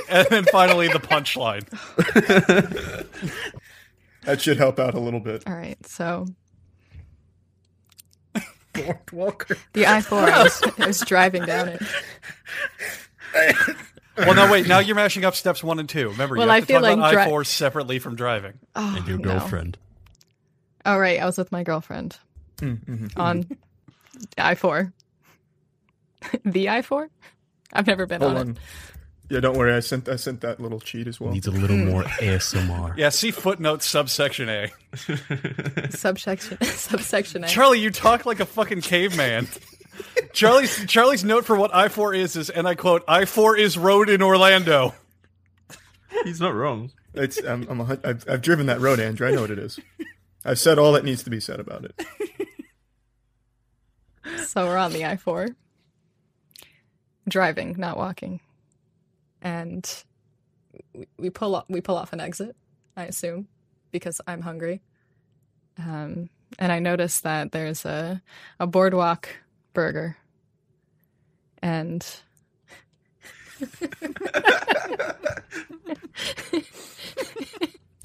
Speaker 4: and then finally the punchline.
Speaker 1: That should help out a little bit.
Speaker 3: All right, so
Speaker 1: Walker.
Speaker 3: the I four I was, I was driving down it.
Speaker 4: Well, no, wait. Now you're mashing up steps one and two. Remember,
Speaker 3: Well,
Speaker 4: you
Speaker 3: I
Speaker 4: have to
Speaker 3: feel
Speaker 4: talk about
Speaker 3: like dri-
Speaker 4: I four separately from driving.
Speaker 3: Oh,
Speaker 5: and your
Speaker 3: no.
Speaker 5: girlfriend.
Speaker 3: All right, I was with my girlfriend mm-hmm, on I four. the I four? I've never been
Speaker 1: Hold
Speaker 3: on, it.
Speaker 1: on. Yeah, don't worry. I sent I sent that little cheat as well.
Speaker 5: Needs a little more ASMR.
Speaker 4: Yeah, see footnote subsection A.
Speaker 3: subsection subsection A.
Speaker 4: Charlie, you talk like a fucking caveman. Charlie's Charlie's note for what I four is is, and I quote: "I four is road in Orlando."
Speaker 2: He's not wrong.
Speaker 1: It's I'm, I'm a, hun- I've, I've driven that road, Andrew. I know what it is. I've said all that needs to be said about it.
Speaker 3: so we're on the I four, driving, not walking, and we, we pull off, we pull off an exit, I assume, because I'm hungry. Um, and I notice that there's a a boardwalk burger, and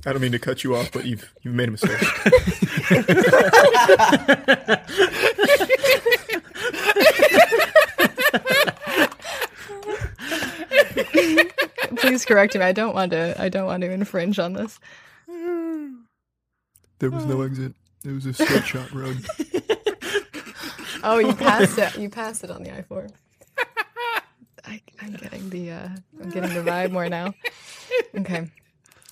Speaker 1: I don't mean to cut you off, but you've you've made a mistake.
Speaker 3: Please correct me. I don't want to. I don't want to infringe on this.
Speaker 1: There was no exit. It was a straight shot road.
Speaker 3: Oh, you passed it. You passed it on the I four. I, I'm getting the. Uh, I'm getting the vibe more now. Okay,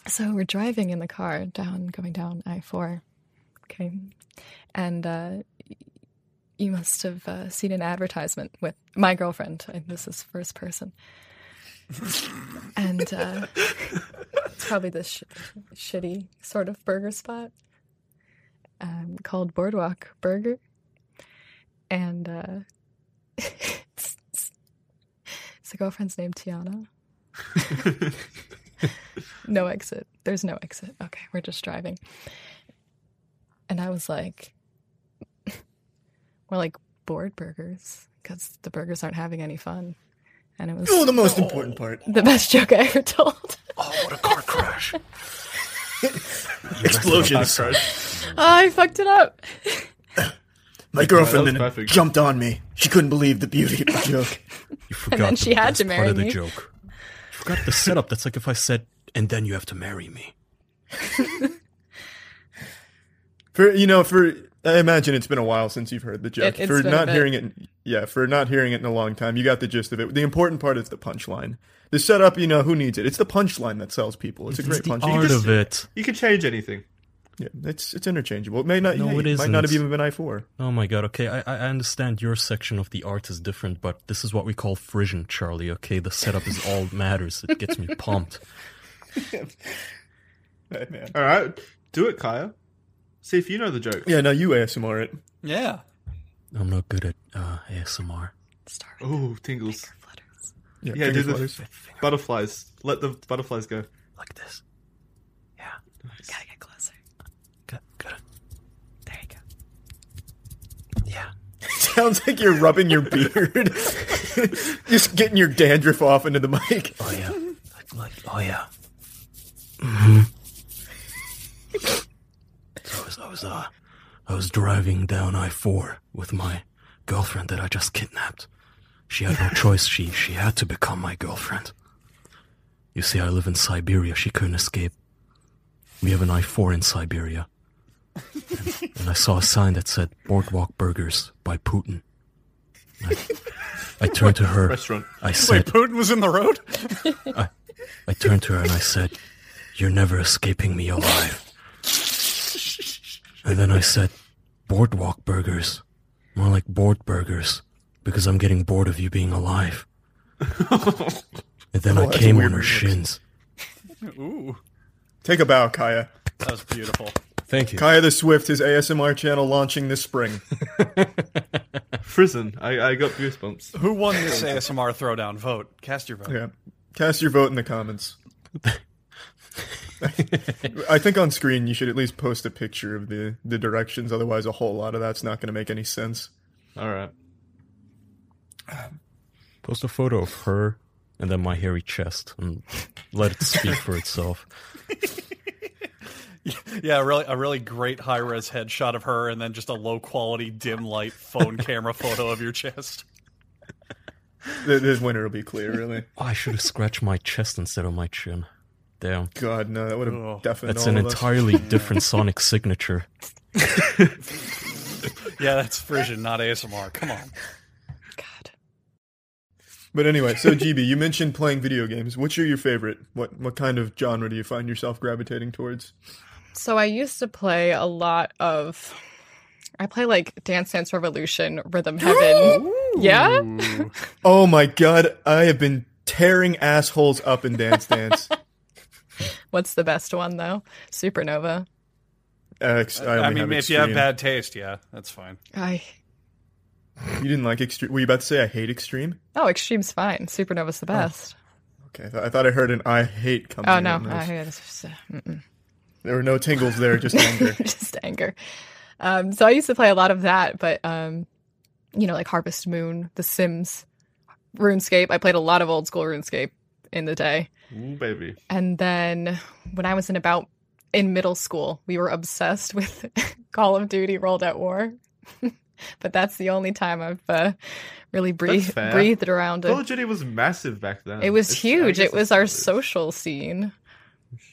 Speaker 3: so we're driving in the car down, going down I four. Okay, and uh, you must have uh, seen an advertisement with my girlfriend. I, this is first person. and uh, it's probably this sh- shitty sort of burger spot um, called Boardwalk Burger. And uh, it's, it's, it's the girlfriend's name, Tiana. no exit. There's no exit. Okay, we're just driving. And I was like, we're like bored burgers because the burgers aren't having any fun. And it was
Speaker 1: Oh, the most important part.
Speaker 3: the best joke I ever told.
Speaker 5: Oh, what a car crash!
Speaker 2: Explosions. Crash.
Speaker 3: I fucked it up.
Speaker 1: My girlfriend
Speaker 2: that was perfect.
Speaker 1: jumped on me. She couldn't believe the beauty of the joke.
Speaker 5: You forgot
Speaker 3: then
Speaker 5: the
Speaker 3: she had
Speaker 5: best
Speaker 3: to
Speaker 5: part
Speaker 3: marry
Speaker 5: of the
Speaker 3: me.
Speaker 5: joke. You forgot the setup. That's like if I said, "And then you have to marry me."
Speaker 1: For you know, for I imagine it's been a while since you've heard the joke.
Speaker 3: It- it's
Speaker 1: for
Speaker 3: been a
Speaker 1: not
Speaker 3: bit.
Speaker 1: hearing it, yeah, for not hearing it in a long time, you got the gist of it. The important part is the punchline. The setup, you know, who needs it? It's the punchline that sells people. It's a
Speaker 5: It's
Speaker 1: great
Speaker 5: the
Speaker 1: punchline.
Speaker 5: art
Speaker 2: just-
Speaker 5: of it.
Speaker 2: You can change anything.
Speaker 1: Yeah, it's it's interchangeable. It may not.
Speaker 5: No,
Speaker 1: hey,
Speaker 5: it
Speaker 1: might not have
Speaker 5: isn't.
Speaker 1: even been I four.
Speaker 5: Oh my god. Okay, I I I understand your section of the art is different, but this is what we call frisson, Charlie. Okay, the setup is all matters. It gets me pumped.
Speaker 1: Hey, man.
Speaker 2: All right, do it, Kaya. See if you know the joke.
Speaker 1: Yeah, no, you ASMR it.
Speaker 4: Yeah.
Speaker 5: I'm not good at uh, ASMR.
Speaker 3: Start with
Speaker 2: Oh, tingles.
Speaker 3: flutters.
Speaker 1: Yeah,
Speaker 2: Yeah, do
Speaker 1: fingers
Speaker 2: the
Speaker 1: flutters.
Speaker 2: butterflies. Let the butterflies go.
Speaker 5: Like this.
Speaker 3: Gotta get closer.
Speaker 5: Good. Good.
Speaker 3: There you go.
Speaker 5: Yeah.
Speaker 1: Sounds like you're rubbing your beard, just getting your dandruff off into the mic.
Speaker 5: Oh yeah. like, like oh yeah. so I was I was uh I was driving down I four with my girlfriend that I just kidnapped. She had no choice. She she had to become my girlfriend. You see, I live in Siberia. She couldn't escape. We have an I four in Siberia. And, and I saw a sign that said "Boardwalk Burgers by Putin." I, I turned to her.
Speaker 2: Restaurant.
Speaker 5: I
Speaker 4: Wait,
Speaker 5: said,
Speaker 4: Putin was in the road?
Speaker 5: I turned to her and I said, You're never escaping me alive. And then I said, Boardwalk burgers. More like board burgers, because I'm getting bored of you being alive. and then I
Speaker 1: Oh, that's a
Speaker 5: came
Speaker 1: weird
Speaker 5: on her
Speaker 1: mix.
Speaker 5: shins.
Speaker 4: Ooh.
Speaker 1: Take a bow, Kaya.
Speaker 4: That was beautiful.
Speaker 5: Thank you.
Speaker 1: Kaya the Swift, his ASMR channel launching this spring.
Speaker 2: Frizzin. I, I got goosebumps.
Speaker 4: Who won this ASMR throwdown vote? Cast your vote.
Speaker 1: Yeah. Cast your vote in the comments. I think on screen you should at least post a picture of the, the directions, otherwise a whole lot of that's not going to make any sense.
Speaker 2: All right.
Speaker 5: Post a photo of her and then my hairy chest and let it speak for itself.
Speaker 4: Yeah, a really a really great high res headshot of her, and then just a low quality dim light phone camera photo of your chest.
Speaker 1: The, the winner will be clear, really.
Speaker 5: Oh, I should have scratched my chest instead of my chin. Damn.
Speaker 1: God, no, that would
Speaker 4: Oh,
Speaker 1: have deafened
Speaker 5: That's
Speaker 1: all
Speaker 5: an
Speaker 1: of us.
Speaker 5: entirely different sonic signature.
Speaker 4: Yeah, that's Frisian, not ASMR. Come on.
Speaker 3: God.
Speaker 1: But anyway, so GB, you mentioned playing video games. Which are your favorite? What what kind of genre do you find yourself gravitating towards?
Speaker 3: So I used to play a lot of. I play like Dance Dance Revolution, Rhythm Heaven. Yeah?
Speaker 1: Oh my god, I have been tearing assholes up in Dance Dance.
Speaker 3: What's the best one though? Supernova.
Speaker 1: Ex- I,
Speaker 4: I,
Speaker 1: only
Speaker 4: mean,
Speaker 1: have
Speaker 4: if you have
Speaker 1: Extreme.
Speaker 4: bad taste, yeah, that's fine.
Speaker 3: I
Speaker 1: You didn't like Extreme. Were you about to say I hate Extreme?
Speaker 3: oh, Extreme's fine. Supernova's the best.
Speaker 1: Okay, I, thought I thought I heard an I hate coming.
Speaker 3: Oh,
Speaker 1: in
Speaker 3: no,
Speaker 1: on this.
Speaker 3: I it's just, uh, mm-mm.
Speaker 1: There were no tingles there, just anger.
Speaker 3: just anger. Um, so I used to play a lot of that, but um, you know, like Harvest Moon, The Sims, RuneScape. I played a lot of old school RuneScape in the day.
Speaker 2: Ooh, baby.
Speaker 3: And then when I was in about in middle school, we were obsessed with Call of Duty World at War. but that's the only time I've uh, really breathed
Speaker 2: fair.
Speaker 3: breathed around
Speaker 2: Call of
Speaker 3: it.
Speaker 2: Duty was massive back then.
Speaker 3: It was
Speaker 2: It's- I
Speaker 3: huge.
Speaker 2: guess
Speaker 3: It
Speaker 2: it's
Speaker 3: was our
Speaker 2: massive.
Speaker 3: social scene,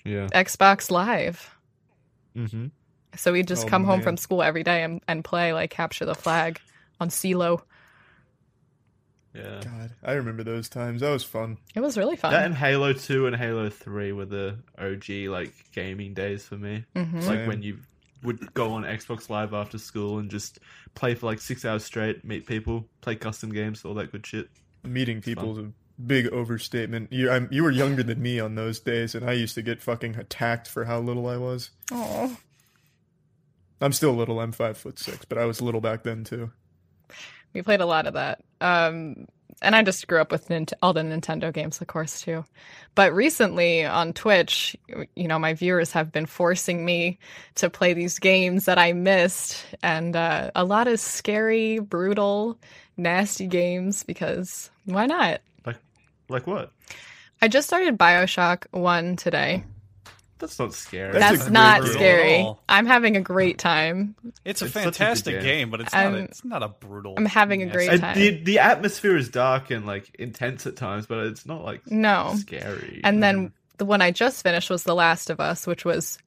Speaker 2: Yeah.
Speaker 3: Xbox Live.
Speaker 2: Mm-hmm.
Speaker 3: So we'd just
Speaker 1: Oh,
Speaker 3: come home
Speaker 1: man.
Speaker 3: from school every day and, and play like Capture the Flag on CeeLo.
Speaker 2: Yeah.
Speaker 1: God, I remember those times. That was fun.
Speaker 3: It was really
Speaker 2: That
Speaker 3: fun.
Speaker 2: and Halo 2 and Halo 3 were the OG like gaming days for me.
Speaker 3: hmm
Speaker 2: It's like
Speaker 1: Same.
Speaker 2: when you would go on Xbox Live after school and just play for like six hours straight, meet people, play custom games, all that good shit.
Speaker 1: Meeting people is a big overstatement. You, I'm, you were younger than me on those days, and I used to get fucking attacked for how little I was.
Speaker 3: Oh,
Speaker 1: I'm still little. I'm five foot six, but I was little back then too.
Speaker 3: we played a lot of that. Um, and I just grew up with Nint- all the Nintendo games, of course, too. But recently on Twitch, you know, my viewers have been forcing me to play these games that I missed, and uh, a lot of scary, brutal, nasty games because why not?
Speaker 2: Like what?
Speaker 3: I just started Bioshock 1 today.
Speaker 2: That's not scary.
Speaker 1: That's
Speaker 3: That's
Speaker 1: a great
Speaker 3: not
Speaker 1: game.
Speaker 4: Brutal at
Speaker 3: scary.
Speaker 4: all.
Speaker 3: I'm having a great time.
Speaker 4: It's a
Speaker 2: It's such a good
Speaker 4: fantastic
Speaker 2: game.
Speaker 4: game. but it's not, a,
Speaker 3: I'm-
Speaker 4: it's not a brutal.
Speaker 3: I'm having a
Speaker 4: mess.
Speaker 3: great
Speaker 2: And
Speaker 3: time.
Speaker 2: the the atmosphere is dark and like intense at times, but it's not like
Speaker 3: No.
Speaker 2: scary.
Speaker 3: And then the one I just finished was The Last of Us, which was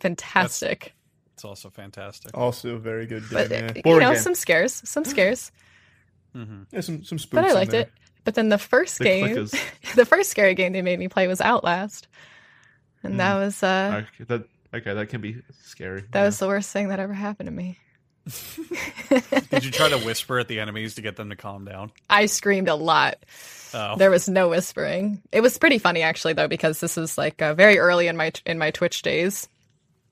Speaker 3: fantastic.
Speaker 4: It's also fantastic.
Speaker 1: Also, very good game.
Speaker 3: But
Speaker 1: yeah.
Speaker 3: you
Speaker 2: Board
Speaker 3: know,
Speaker 2: game.
Speaker 3: some scares, some scares,
Speaker 4: Mhm.
Speaker 1: Yeah, some some spooks.
Speaker 3: but I
Speaker 1: in
Speaker 3: liked
Speaker 1: there.
Speaker 3: it. But then the first
Speaker 2: the
Speaker 3: game,
Speaker 2: clickers.
Speaker 3: the first scary game they made me play was Outlast, and
Speaker 1: Hmm.
Speaker 3: that was uh,
Speaker 2: Okay, that okay, that can be scary.
Speaker 3: that was the worst thing that ever happened to me.
Speaker 4: Did you try to whisper at the enemies to get them to calm down?
Speaker 3: I screamed a lot.
Speaker 4: Oh,
Speaker 3: There was no whispering. It was pretty funny actually though because this was like uh, very early in my in my Twitch days.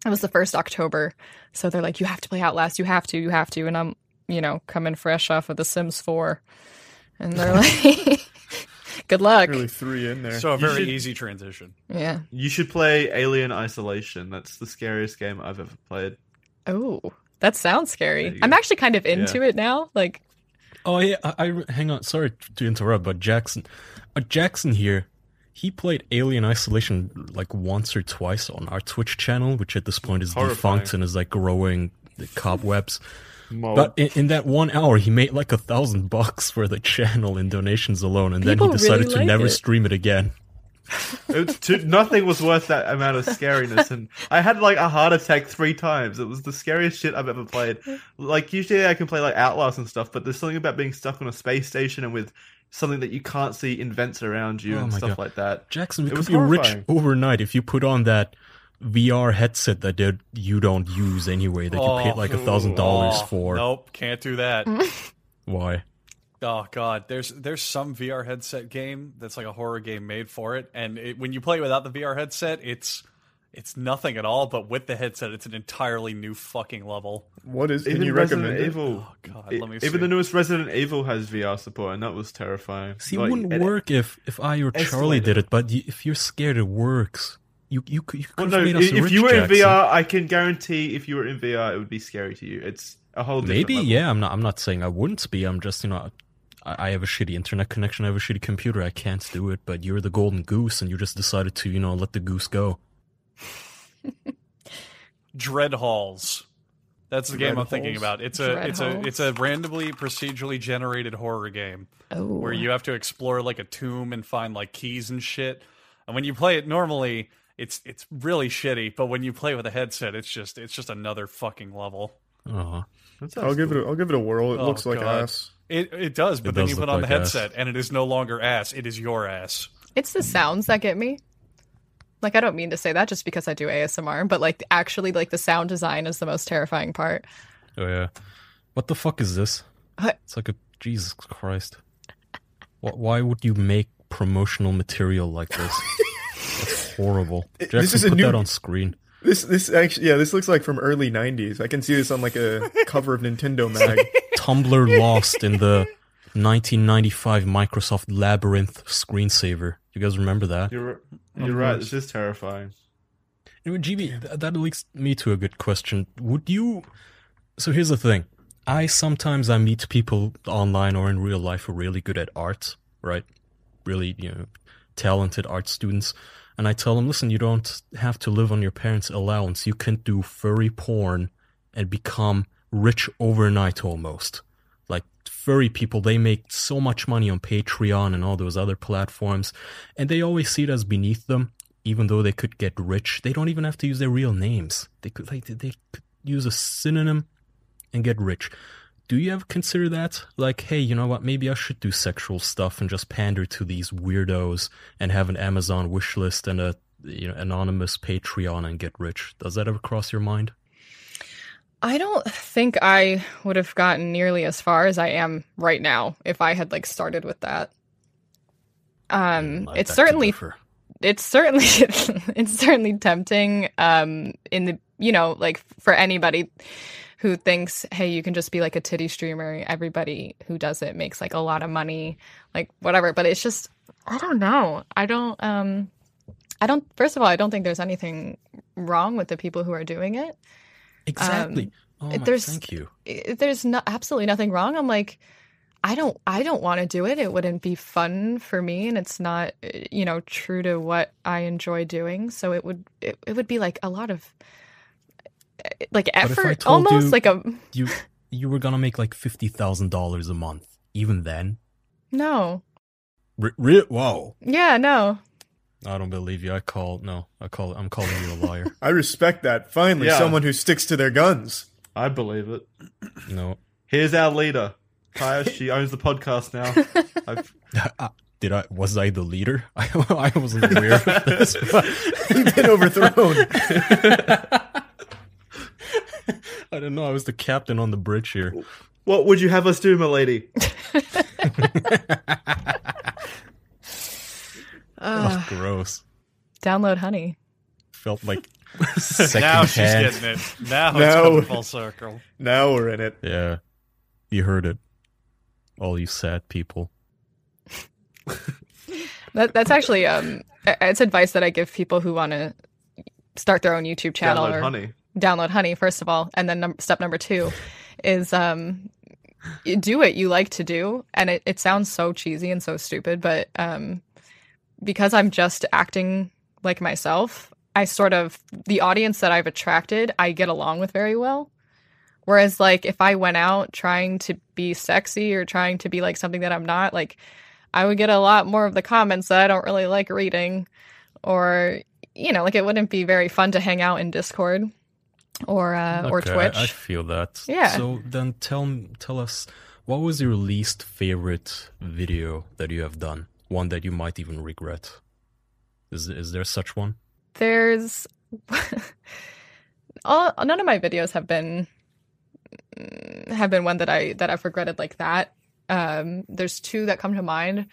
Speaker 3: It was the first October, so they're like, "You have to play Outlast. You have to. You have to." And I'm, you know, coming fresh off of The Sims 4, and they're like, "Good luck."
Speaker 1: Really three in there.
Speaker 4: so a
Speaker 2: You
Speaker 4: very
Speaker 2: should-
Speaker 4: easy transition.
Speaker 3: Yeah.
Speaker 2: You should play Alien Isolation. That's the scariest game I've ever played.
Speaker 3: Oh, that sounds
Speaker 2: There
Speaker 3: scary.
Speaker 2: you
Speaker 3: I'm
Speaker 2: go.
Speaker 3: actually kind of into it now. Like,
Speaker 5: Oh yeah, I, I hang on. Sorry to interrupt, but Jackson, uh, Jackson here. He played Alien Isolation like once or twice on our Twitch channel, which at this point is
Speaker 2: Horrifying. Oh.
Speaker 5: defunct and is like growing the cobwebs.
Speaker 2: Mold.
Speaker 5: But in, in that one hour, he made like a thousand bucks for the channel in donations alone, and
Speaker 3: People
Speaker 5: then he decided
Speaker 3: really
Speaker 5: to
Speaker 3: like
Speaker 5: never
Speaker 3: it.
Speaker 5: stream it again.
Speaker 2: It's too, nothing was worth that amount of scariness, and I had like a heart attack three times. It was the scariest shit I've ever played. Like usually I can play like Outlast and stuff, but there's something about being stuck on a space station and with something that you can't see invents around you
Speaker 5: Oh
Speaker 2: and
Speaker 5: my
Speaker 2: stuff
Speaker 5: God.
Speaker 2: like that.
Speaker 5: Jackson, we
Speaker 2: It was
Speaker 5: could be rich
Speaker 2: horrifying.
Speaker 5: overnight if you put on that VR headset that they- you don't use anyway, that you paid like a thousand dollars
Speaker 4: Oh,
Speaker 5: for.
Speaker 4: Nope, can't do that.
Speaker 5: Why?
Speaker 4: Oh god, there's there's some VR headset game that's like a horror game made for it, and it, when you play without the VR headset, it's it's nothing at all. But with the headset, it's an entirely new fucking level.
Speaker 1: what is? Can
Speaker 2: Even
Speaker 1: you
Speaker 2: Resident
Speaker 1: recommend it?
Speaker 2: Evil.
Speaker 4: Oh god,
Speaker 2: e-
Speaker 4: let me
Speaker 2: even
Speaker 4: see.
Speaker 2: the newest Resident Evil has VR support, and that was terrifying.
Speaker 5: See,
Speaker 2: Like, eh,
Speaker 5: it wouldn't
Speaker 2: and-
Speaker 5: work if, if I or Charlie
Speaker 2: escalated.
Speaker 5: did it, but y if you're scared, it works. You you, could- you could
Speaker 2: Well,
Speaker 5: have
Speaker 2: no,
Speaker 5: made us
Speaker 2: if
Speaker 5: rich,
Speaker 2: you were
Speaker 5: Jackson.
Speaker 2: in VR, I can guarantee if you were in VR, it would be scary to you. It's a whole different
Speaker 5: maybe
Speaker 2: level.
Speaker 5: yeah. I'm not I'm not saying I wouldn't be. I'm just you know, I, I have a shitty internet connection. I have a shitty computer. I can't do it. But you're the golden goose, and you just decided to you know let the goose go.
Speaker 4: Dread Halls. That's the game I'm
Speaker 1: Dread
Speaker 4: thinking
Speaker 1: Halls?
Speaker 4: about. It's a
Speaker 3: Dread
Speaker 4: it's
Speaker 3: Halls.
Speaker 4: a it's a randomly procedurally generated horror game
Speaker 3: oh,
Speaker 4: where you have to explore like a tomb and find like keys and shit. And when you play it normally, it's it's really shitty, but when you play with a headset, it's just it's just another fucking level.
Speaker 5: Aw.
Speaker 2: That sounds
Speaker 1: I'll give it.
Speaker 2: cool.
Speaker 1: A, I'll give it a whirl. It
Speaker 4: Oh,
Speaker 1: looks like
Speaker 4: God.
Speaker 1: ass.
Speaker 4: It it does, but
Speaker 5: It
Speaker 4: then
Speaker 5: does
Speaker 4: you put
Speaker 5: look
Speaker 4: on the
Speaker 5: like ass.
Speaker 4: headset and it is no longer ass, it is your ass.
Speaker 3: It's the sounds that get me. Like I don't mean to say that just because I do ASMR, but like actually like the sound design is the most terrifying part.
Speaker 5: Oh yeah. What the fuck is this?
Speaker 3: What?
Speaker 5: It's like a Jesus Christ. Wh- Why would you make promotional material like this? That's horrible.
Speaker 1: It-
Speaker 5: Jackson,
Speaker 1: this is a
Speaker 5: put
Speaker 1: new-
Speaker 5: that on screen.
Speaker 1: This this actually yeah. This looks like from early '90s. I can see this on like a cover of Nintendo mag.
Speaker 5: Tumblr lost in the 1995 Microsoft Labyrinth screensaver. You guys remember that?
Speaker 2: You're, you're right. This is terrifying.
Speaker 5: Anyway, GB, th- that leads me to a good question. Would you? So here's the thing. I sometimes I meet people online or in real life who are really good at art, right? Really, you know, talented art students, And I tell him, listen, you don't have to live on your parents' allowance. You can do furry porn and become rich overnight almost. Like furry people, they make so much money on Patreon and all those other platforms, and they always see it as beneath them, even though they could get rich. They don't even have to use their real names. They could like they could use a synonym and get rich. Do you ever consider that? Like, hey, you know what? Maybe I should do sexual stuff and just pander to these weirdos and have an Amazon wish list and a you know anonymous Patreon and get rich. Does that ever cross your mind?
Speaker 3: I don't think I would have gotten nearly as far as I am right now if I had like started with that. Um,
Speaker 5: Mm, I beg
Speaker 3: it's
Speaker 5: to
Speaker 3: certainly
Speaker 5: differ.
Speaker 3: it's certainly it's certainly tempting um in the you know like for anybody who thinks hey you can just be like a titty streamer everybody who does it makes like a lot of money like whatever but it's just i don't know i don't um i don't first of all i don't think there's anything wrong with the people who are doing it
Speaker 5: exactly. oh my,
Speaker 3: Um, there's-
Speaker 5: thank you.
Speaker 3: it- there's no, absolutely nothing wrong. I'm like, I don't, I don't want to do it. It wouldn't be fun for me, and it's not, eh, you know, true to what I enjoy doing. So it would, it, it would be like a lot of, eh, like
Speaker 5: if I
Speaker 3: effort,
Speaker 5: told
Speaker 3: almost
Speaker 5: you-
Speaker 3: like a
Speaker 5: You you were gonna make like fifty thousand dollars a month. Even then,
Speaker 3: no,
Speaker 5: R- re- wow.
Speaker 3: yeah, no.
Speaker 5: I don't believe you. I call no. I call. I'm calling you a liar.
Speaker 1: I respect that. Finally,
Speaker 2: Yeah.
Speaker 1: someone who sticks to their guns.
Speaker 2: I believe it.
Speaker 5: no.
Speaker 2: Here's our leader. Kaya, she owns the podcast now. I've,
Speaker 5: Did I? Was I the leader? I, I wasn't aware of this. but
Speaker 1: You've been overthrown.
Speaker 5: I don't know. I was the captain on the bridge here.
Speaker 2: what would you have us do, my lady?
Speaker 5: Oh,
Speaker 3: Ugh,
Speaker 5: gross.
Speaker 3: download honey.
Speaker 5: Felt like
Speaker 4: Now she's
Speaker 5: secondhand.
Speaker 4: getting it. Now it's
Speaker 1: No.
Speaker 4: coming full circle.
Speaker 1: now we're in it.
Speaker 5: Yeah, you heard it. All you sad people.
Speaker 3: That, that's actually um, eh, it's advice that I give people who want to start their own YouTube channel
Speaker 2: Download
Speaker 3: or
Speaker 2: honey.
Speaker 3: download honey first of all and then num- step number two is um you do what you like to do and it, it sounds so cheesy and so stupid but um because i'm just acting like myself i sort of the audience that i've attracted i get along with very well whereas like if i went out trying to be sexy or trying to be like something that i'm not like i would get a lot more of the comments that i don't really like reading or you know like it wouldn't be very fun to hang out in discord or uh, or
Speaker 5: Okay, I-
Speaker 3: twitch
Speaker 5: I, feel that.
Speaker 3: Yeah.
Speaker 5: So then tell m- tell us what was your least favorite video that you have done? One that you might even regret. Is is there such one?
Speaker 3: there's all none of my videos have been mm, have been one that I that I've regretted like that. Um, there's two that come to mind.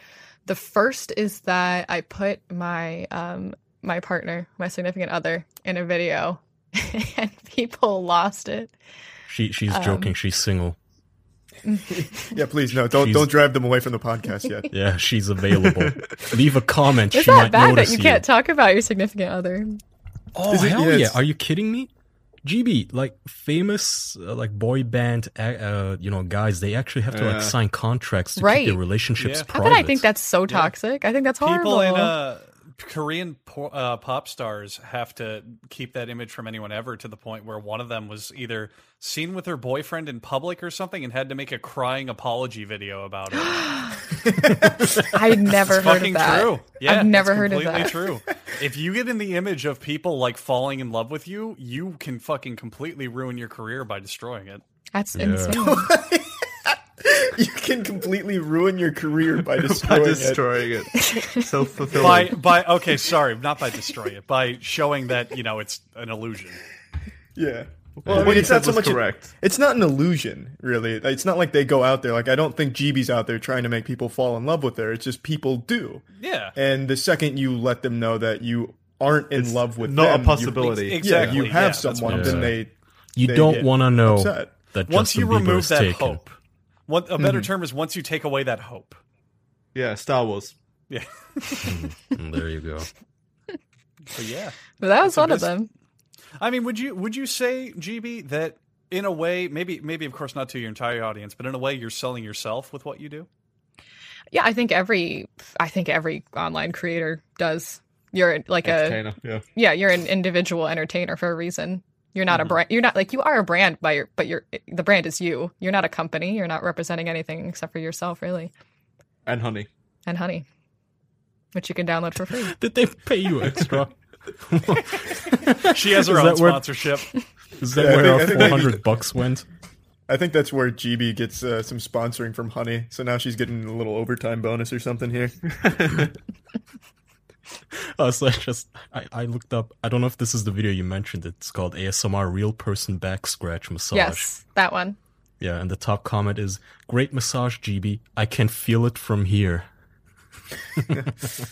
Speaker 3: The first is that I put my um, my partner, my significant other, in a video, and people lost it.
Speaker 5: She she's
Speaker 3: Um,
Speaker 5: joking. She's single.
Speaker 1: Yeah, please no. Don't
Speaker 5: She's-
Speaker 1: don't drive them away from the podcast yet.
Speaker 5: Yeah, she's available. Leave a comment.
Speaker 3: It's
Speaker 5: she
Speaker 3: not
Speaker 5: might
Speaker 3: bad that
Speaker 5: notice
Speaker 3: you can't talk about your significant other.
Speaker 5: Oh
Speaker 1: Is it-
Speaker 5: hell
Speaker 1: yeah,
Speaker 5: yeah!
Speaker 1: it's-
Speaker 5: Are you kidding me? GB, like famous uh, like boy band, uh, uh, you know, guys, they actually have to
Speaker 2: Yeah.
Speaker 5: like sign contracts to keep
Speaker 3: Right.
Speaker 5: their relationships
Speaker 4: Yeah.
Speaker 3: How
Speaker 5: private.
Speaker 3: about I think that's so toxic? I think that's horrible.
Speaker 4: People in uh, Korean po- uh, pop stars have to keep that image from anyone ever to the point where one of them was either seen with her boyfriend in public or something and had to make a crying apology video about it.
Speaker 3: I'd never heard of
Speaker 4: fucking
Speaker 3: that.
Speaker 4: true. Yeah,
Speaker 3: I've never
Speaker 4: it's
Speaker 3: heard of
Speaker 4: completely
Speaker 3: that.
Speaker 4: True. If you get in the image of people like falling in love with you, you can fucking completely ruin your career by destroying it.
Speaker 3: That's
Speaker 5: Yeah.
Speaker 3: insane.
Speaker 1: you can completely ruin your career by
Speaker 2: By
Speaker 1: destroying it.
Speaker 2: destroying it. Self
Speaker 4: By
Speaker 2: fulfilling.
Speaker 4: by okay, sorry, not by destroying it. By showing that you know it's an illusion.
Speaker 1: Yeah.
Speaker 2: Well,
Speaker 1: I mean,
Speaker 2: what you
Speaker 1: it's not
Speaker 2: said
Speaker 1: so
Speaker 2: was
Speaker 1: much.
Speaker 2: correct.
Speaker 1: It's not an illusion, really. It's not like they go out there. Like I don't think GB's out there trying to make people fall in love with her. It's just people do.
Speaker 4: Yeah,
Speaker 1: And the second you let them know that you aren't in love with
Speaker 2: Not
Speaker 1: them,
Speaker 2: a
Speaker 1: you-
Speaker 2: possibility.
Speaker 4: Ex-
Speaker 1: yeah,
Speaker 4: Exactly,
Speaker 1: you have
Speaker 4: yeah, that's what
Speaker 1: someone,
Speaker 5: I'm
Speaker 1: then
Speaker 5: saying.
Speaker 1: they
Speaker 5: you
Speaker 1: they
Speaker 5: don't
Speaker 1: get
Speaker 5: want to know
Speaker 1: upset.
Speaker 5: that
Speaker 4: once
Speaker 5: Justin
Speaker 4: you
Speaker 5: Bieber
Speaker 4: remove
Speaker 5: is
Speaker 4: that
Speaker 5: taken.
Speaker 4: hope, one, a better
Speaker 3: Mm-hmm.
Speaker 4: term is once you take away that hope.
Speaker 2: Yeah, Star Wars.
Speaker 4: Yeah,
Speaker 5: Mm, there you go.
Speaker 4: but yeah.
Speaker 3: But that was
Speaker 4: a
Speaker 3: one of
Speaker 4: mis-
Speaker 3: them.
Speaker 4: I mean, would you would you say GB that in a way, maybe maybe of course not to your entire audience, but in a way, you're selling yourself with what you do.
Speaker 3: Yeah, I think every I think every online creator does You're like a
Speaker 2: Entertainer, yeah.
Speaker 3: yeah, you're an individual entertainer for a reason. You're not a brand. You're not like you are a brand by your, but you're the brand is you. You're not a company. You're not representing anything except for yourself, really,
Speaker 2: And honey.
Speaker 3: and honey, which you can download for free.
Speaker 5: Did they pay you extra?
Speaker 4: She has her
Speaker 5: Is
Speaker 4: own
Speaker 5: that where-
Speaker 4: sponsorship.
Speaker 5: Is that
Speaker 1: Yeah, I
Speaker 5: where
Speaker 1: think-
Speaker 5: our
Speaker 1: I think they-
Speaker 5: 400 bucks went?
Speaker 1: I think that's where GB gets uh, some sponsoring from Honey, so now she's getting a little overtime bonus or something here.
Speaker 5: Uh, so I just I, I looked up. I don't know if this is the video you mentioned. It's called ASMR Real Person Back Scratch Massage.
Speaker 3: Yes, that one.
Speaker 5: Yeah, and the top comment is great massage, GB. I can feel it from here.
Speaker 1: That's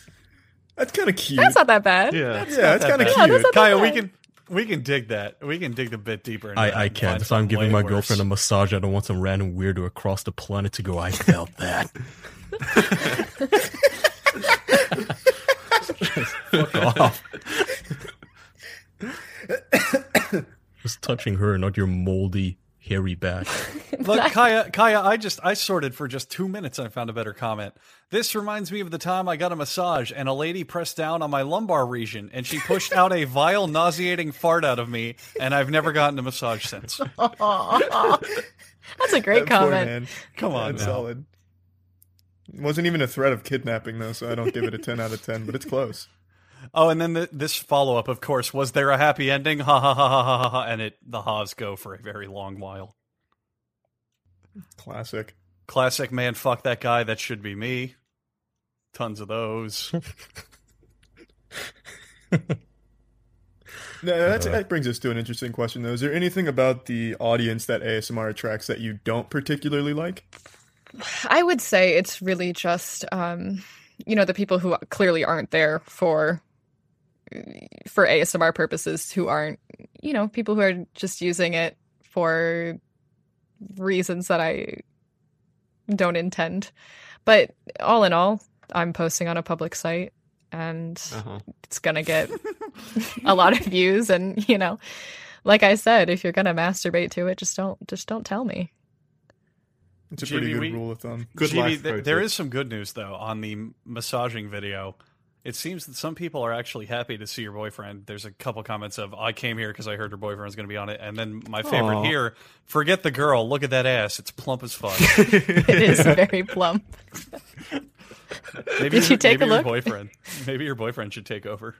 Speaker 1: kind of cute.
Speaker 3: That's not that bad.
Speaker 2: Yeah.
Speaker 1: yeah, that's
Speaker 4: That
Speaker 1: kind of
Speaker 4: bad.
Speaker 1: cute.
Speaker 3: Yeah, that's not
Speaker 4: Kaya,
Speaker 3: that
Speaker 4: we
Speaker 3: bad.
Speaker 4: can we can dig that. We can dig a bit deeper. into that
Speaker 5: I, I
Speaker 4: and
Speaker 5: can.
Speaker 4: find
Speaker 5: If I'm
Speaker 4: something
Speaker 5: giving
Speaker 4: way
Speaker 5: my
Speaker 4: worse.
Speaker 5: girlfriend a massage, I don't want some random weirdo across the planet to go, I felt that. Fuck off. Just touching her, not your moldy, hairy back.
Speaker 4: Look, Kaya, Kaya, I just I sorted for just two minutes and I found a better comment. This reminds me of the time I got a massage and a lady pressed down on my lumbar region and she pushed out a vile, nauseating fart out of me, and I've never gotten a massage since.
Speaker 3: Aw. That's a great
Speaker 1: That poor
Speaker 3: comment.
Speaker 1: man.
Speaker 4: Come on
Speaker 1: That's
Speaker 4: now.
Speaker 1: solid. It wasn't even a threat of kidnapping though, so I don't give it a ten out of ten, but it's close.
Speaker 4: Oh, and then the, this follow up, of course, was there a happy ending? Ha ha ha ha ha ha, ha! And it the ha's go for a very long while.
Speaker 1: Classic.
Speaker 4: Classic man, fuck that guy. That should be me. Tons of those.
Speaker 1: No, that's, that brings us to an interesting question though. Is there anything about the audience that ASMR attracts that you don't particularly like?
Speaker 3: I would say it's really just um, you know the people who clearly aren't there for for ASMR purposes who aren't you know people who are just using it for reasons that I don't intend. But all in all, I'm posting on a public site and
Speaker 2: Uh-huh.
Speaker 3: it's going to get a lot of views and you know like I said if you're going to masturbate to it just don't just don't tell me.
Speaker 1: It's a
Speaker 4: Jimmy,
Speaker 1: pretty good
Speaker 4: we-
Speaker 1: rule of thumb.
Speaker 2: Good
Speaker 4: Jimmy,
Speaker 2: life.
Speaker 4: th-
Speaker 2: pro
Speaker 4: there
Speaker 2: tip.
Speaker 4: is some good news though on the m- massaging video. It seems that some people are actually happy to see your boyfriend. There's a couple comments of "I came here because I heard her boyfriend was going to be on it," and then my favorite
Speaker 2: Aw.
Speaker 4: here: "Forget the girl. Look at that ass. It's plump as fuck."
Speaker 3: It is very plump.
Speaker 4: Maybe
Speaker 3: Did she
Speaker 4: your-
Speaker 3: take a
Speaker 4: maybe your
Speaker 3: look?
Speaker 4: boyfriend. Maybe your boyfriend should take over.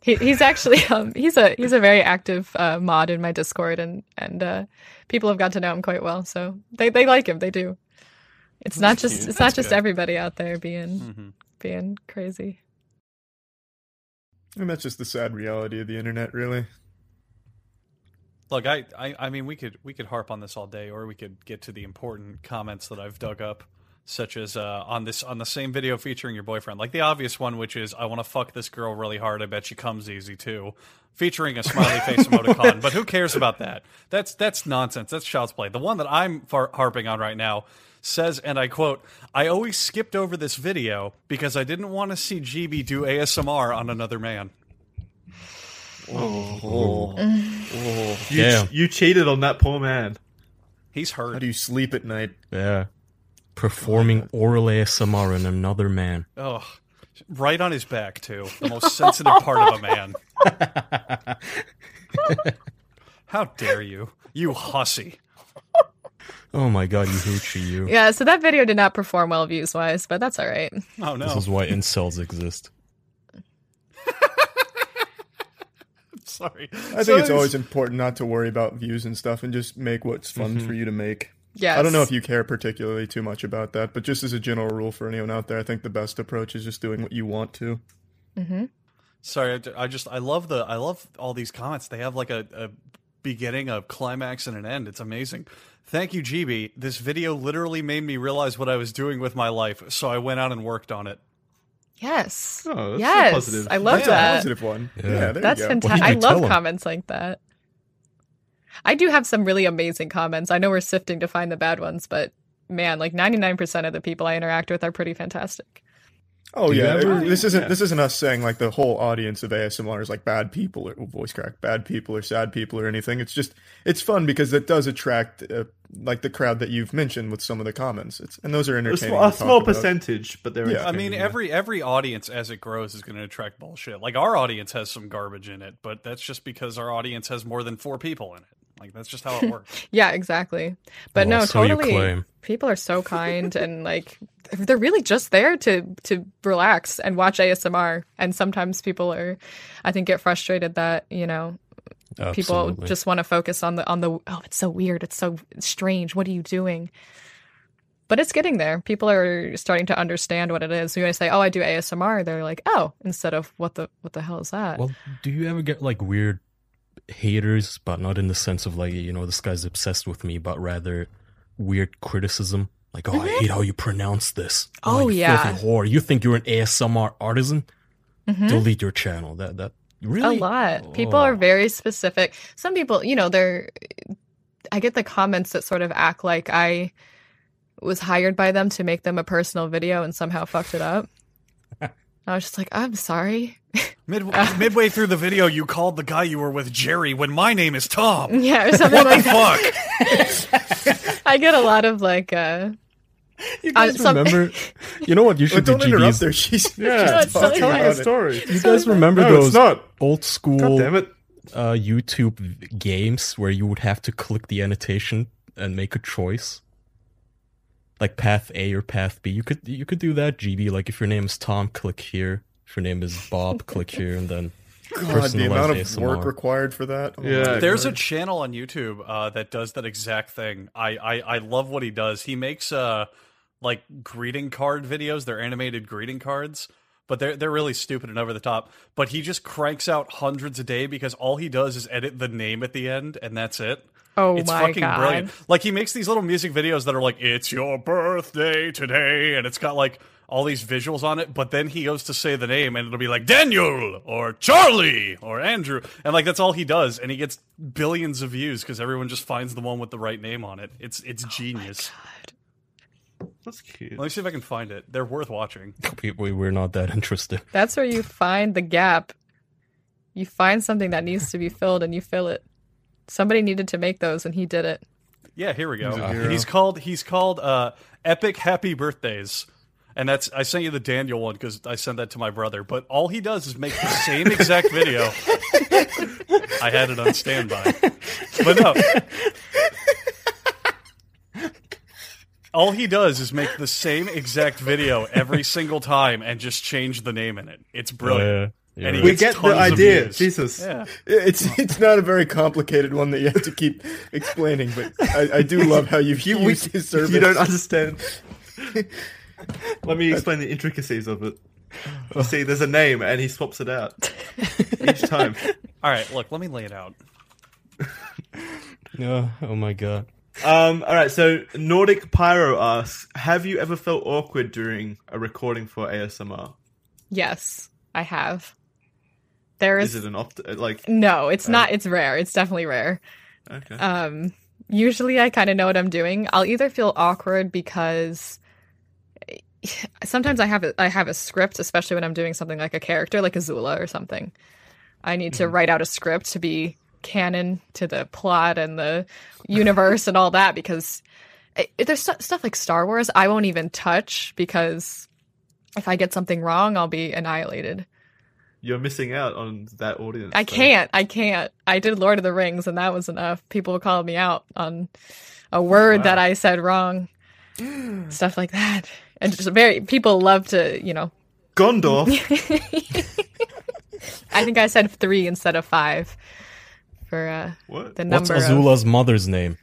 Speaker 3: He, he's actually um, he's a he's a very active uh, mod in my Discord, and and uh, people have got to know him quite well, so they, they like him. They do. It's not just it's not just
Speaker 4: good.
Speaker 3: everybody out there being
Speaker 2: Hmm.
Speaker 4: Mhm.
Speaker 3: being crazy.
Speaker 1: And that's just the sad reality of the internet, really.
Speaker 4: Look, I, I, I mean, we could we could harp on this all day, or we could get to the important comments that I've dug up, such as uh, on this on the same video featuring your boyfriend, like the obvious one, which is I want to fuck this girl really hard. I bet she comes easy too, featuring a smiley face emoticon. But who cares about that? That's that's nonsense. That's child's play. The one that I'm far- harping on right now says, and I quote, "I always skipped over this video because I didn't want to see GB do ASMR on another man."
Speaker 2: You,
Speaker 5: Yeah.
Speaker 2: ch- you cheated on that poor man.
Speaker 4: He's hurt.
Speaker 1: How do you sleep at night?
Speaker 5: Yeah. Performing oral ASMR on another man.
Speaker 4: Oh, right on his back too. The most sensitive part of a man. How dare you, you hussy!
Speaker 5: Oh my god, you hoochie, you.
Speaker 3: Yeah, so that video did not perform well views wise, but that's all right.
Speaker 4: Oh no,
Speaker 5: This is why incels exist.
Speaker 4: sorry.
Speaker 1: I think it's always important not to worry about views and stuff and just make what's fun for you to make.
Speaker 3: Yes.
Speaker 1: I don't know if you care particularly too much about that, but just as a general rule for anyone out there, I think the best approach is just doing what you want to.
Speaker 3: Mm-hmm.
Speaker 4: Sorry, I d- I just I love the I love all these comments. They have like a, a beginning, a climax, and an end. It's amazing. Thank you, GB. This video literally made me realize what I was doing with my life, so I went out and worked on it.
Speaker 3: Yes.
Speaker 2: Oh, that's so
Speaker 3: yes.
Speaker 2: positive.
Speaker 3: I love
Speaker 4: Yeah,
Speaker 1: A
Speaker 3: that.
Speaker 1: positive one.
Speaker 5: Yeah.
Speaker 1: Yeah, there
Speaker 3: That's
Speaker 1: you go.
Speaker 5: What did
Speaker 3: fantastic. I
Speaker 5: you tell
Speaker 3: love
Speaker 5: him?
Speaker 3: comments like that. I do have some really amazing comments. I know we're sifting to find the bad ones, but man, like 99% of the people I interact with are pretty fantastic.
Speaker 1: Oh
Speaker 5: Do you
Speaker 1: yeah,
Speaker 5: ever-
Speaker 1: it- this isn't
Speaker 5: yeah.
Speaker 1: this isn't us saying like the whole audience of ASMR is like bad people or oh, voice crack, bad people or sad people or anything. It's just it's fun because it does attract uh, like the crowd that you've mentioned with some of the comments. It's and those are
Speaker 2: A
Speaker 1: entertaining.
Speaker 2: small, a
Speaker 1: to talk
Speaker 2: small
Speaker 1: about.
Speaker 2: percentage, but they're.
Speaker 1: Yeah.
Speaker 4: I mean,
Speaker 2: entertaining,
Speaker 4: every every audience as it grows is going to attract bullshit. Like our audience has some garbage in it, but that's just because our audience has more than four people in it. Like that's just how it works.
Speaker 3: Yeah, exactly. But
Speaker 5: Well,
Speaker 3: no,
Speaker 5: Oh, so you
Speaker 3: totally.
Speaker 5: claim.
Speaker 3: People are so kind and like they're really just there to to relax and watch ASMR. And sometimes people are, I think, get frustrated that you know people
Speaker 5: Absolutely.
Speaker 3: just want to focus on the on the oh it's so weird it's so strange what are you doing. But it's getting there. People are starting to understand what it is. When I say, "Oh, I do ASMR," they're like, "Oh," instead of "What the what the hell is that?"
Speaker 5: Well, do you ever get like weird haters, but not in the sense of like, you know, this guy's obsessed with me, but rather weird criticism? Like, oh, I hate how you pronounce this.
Speaker 3: Mm-hmm. Oh,
Speaker 5: you
Speaker 3: yeah.
Speaker 5: filthy whore. You think you're an ASMR artisan?
Speaker 3: Mhm.
Speaker 5: Delete your channel. That that
Speaker 3: a
Speaker 5: really
Speaker 3: lot people are
Speaker 5: Oh.
Speaker 3: very specific some people you know they're i get the comments that sort of act like i was hired by them to make them a personal video and somehow fucked it up i was just like i'm sorry
Speaker 4: Mid- midway through the video, you called the guy you were with Jerry when my name is Tom.
Speaker 3: yeah or something
Speaker 4: What the
Speaker 3: like that
Speaker 4: fuck?
Speaker 3: i get a lot of like uh
Speaker 5: You
Speaker 3: I-
Speaker 5: guys
Speaker 3: Uh, some-
Speaker 5: remember? you know what? You
Speaker 1: But
Speaker 5: should
Speaker 1: don't
Speaker 5: do GBs.
Speaker 1: interrupt her. She's
Speaker 2: Yeah,
Speaker 3: She's telling
Speaker 2: telling
Speaker 3: about
Speaker 2: a
Speaker 1: it.
Speaker 2: story.
Speaker 5: You guys remember
Speaker 2: No, it's
Speaker 5: those
Speaker 2: not.
Speaker 5: old
Speaker 2: God
Speaker 5: school
Speaker 2: damn it!
Speaker 5: uh, YouTube games where you would have to click the annotation and make a choice, like path A or path B. You could you could do that, GB. Like if your name is Tom, click here. If your name is Bob, click here, and then
Speaker 1: God, the amount of
Speaker 5: Personalized
Speaker 1: work
Speaker 5: ASMR.
Speaker 1: required for that. Oh, my
Speaker 2: Yeah.
Speaker 4: There's a
Speaker 1: word.
Speaker 4: channel on YouTube uh, that does that exact thing. I, I I love what he does. He makes uh like greeting card videos. They're animated greeting cards, but they're they're really stupid and over the top. But he just cranks out hundreds a day because all he does is edit the name at the end, and that's it.
Speaker 3: oh
Speaker 4: it's
Speaker 3: my
Speaker 4: fucking
Speaker 3: god
Speaker 4: brilliant. Like he makes these little music videos that are like, "It's your birthday today," and it's got like all these visuals on it. But then he goes to say the name, and it'll be like Daniel or Charlie or Andrew, and like that's all he does, and he gets billions of views because everyone just finds the one with the right name on it. It's
Speaker 3: Oh
Speaker 4: it's genius.
Speaker 2: That's cute.
Speaker 4: Let me see if I can find it. They're worth watching.
Speaker 5: we, we we're not that interested.
Speaker 3: that's where you find the gap you find something that needs to be filled and you fill it somebody needed to make those and he did it
Speaker 4: Yeah, here we go.
Speaker 1: He's a
Speaker 5: Uh-huh.
Speaker 4: Uh,
Speaker 1: hero.
Speaker 4: he's called he's called uh, Epic Happy Birthdays. And that's I sent you the Daniel one because I sent that to my brother. But all he does is make the same exact video. I had it on standby, but no. All he does is make the same exact video every single time and just change the name in it. It's brilliant.
Speaker 1: Oh,
Speaker 5: Oh, Yeah,
Speaker 4: And
Speaker 5: yeah.
Speaker 4: he
Speaker 2: We
Speaker 4: It's
Speaker 2: get the
Speaker 4: tons of
Speaker 2: idea.
Speaker 4: views.
Speaker 2: Jesus.
Speaker 4: Yeah.
Speaker 1: It's it's not a very complicated one that you have to keep explaining, but I, I do love how you've
Speaker 2: You, we,
Speaker 1: used his service.
Speaker 2: you don't understand. Let me explain the intricacies of it. You see, there's a name, and he swaps it out each time.
Speaker 4: All right, look, let me lay it out.
Speaker 5: Yeah, oh my god.
Speaker 2: Um, all right, so Nordic Pyro asks, "Have you ever felt awkward during a recording for ASMR?
Speaker 3: Yes, I have. There
Speaker 2: Is
Speaker 3: is,
Speaker 2: it an opt like
Speaker 3: no, it's not it's rare. It's definitely rare.
Speaker 2: okay?
Speaker 3: Um usually I kind of know what I'm doing. I'll either feel awkward because sometimes I have a, I have a script, especially when I'm doing something like a character like Azula or something. I need to write out a script to be canon to the plot and the universe and all that because it, it- there's stu- stuff like Star Wars I won't even touch because if I get something wrong, I'll be annihilated.
Speaker 2: You're missing out on that audience.
Speaker 3: I
Speaker 2: so-
Speaker 3: can't. I can't. I did Lord of the Rings, and that was enough. People called me out on a word
Speaker 2: Wow.
Speaker 3: that I said wrong, stuff like that, and just very people love to, you know.
Speaker 2: Gondorf.
Speaker 3: I think I said three instead of five for uh,
Speaker 2: what?
Speaker 3: the
Speaker 5: What's
Speaker 3: number. of-
Speaker 5: Azula's mother's name?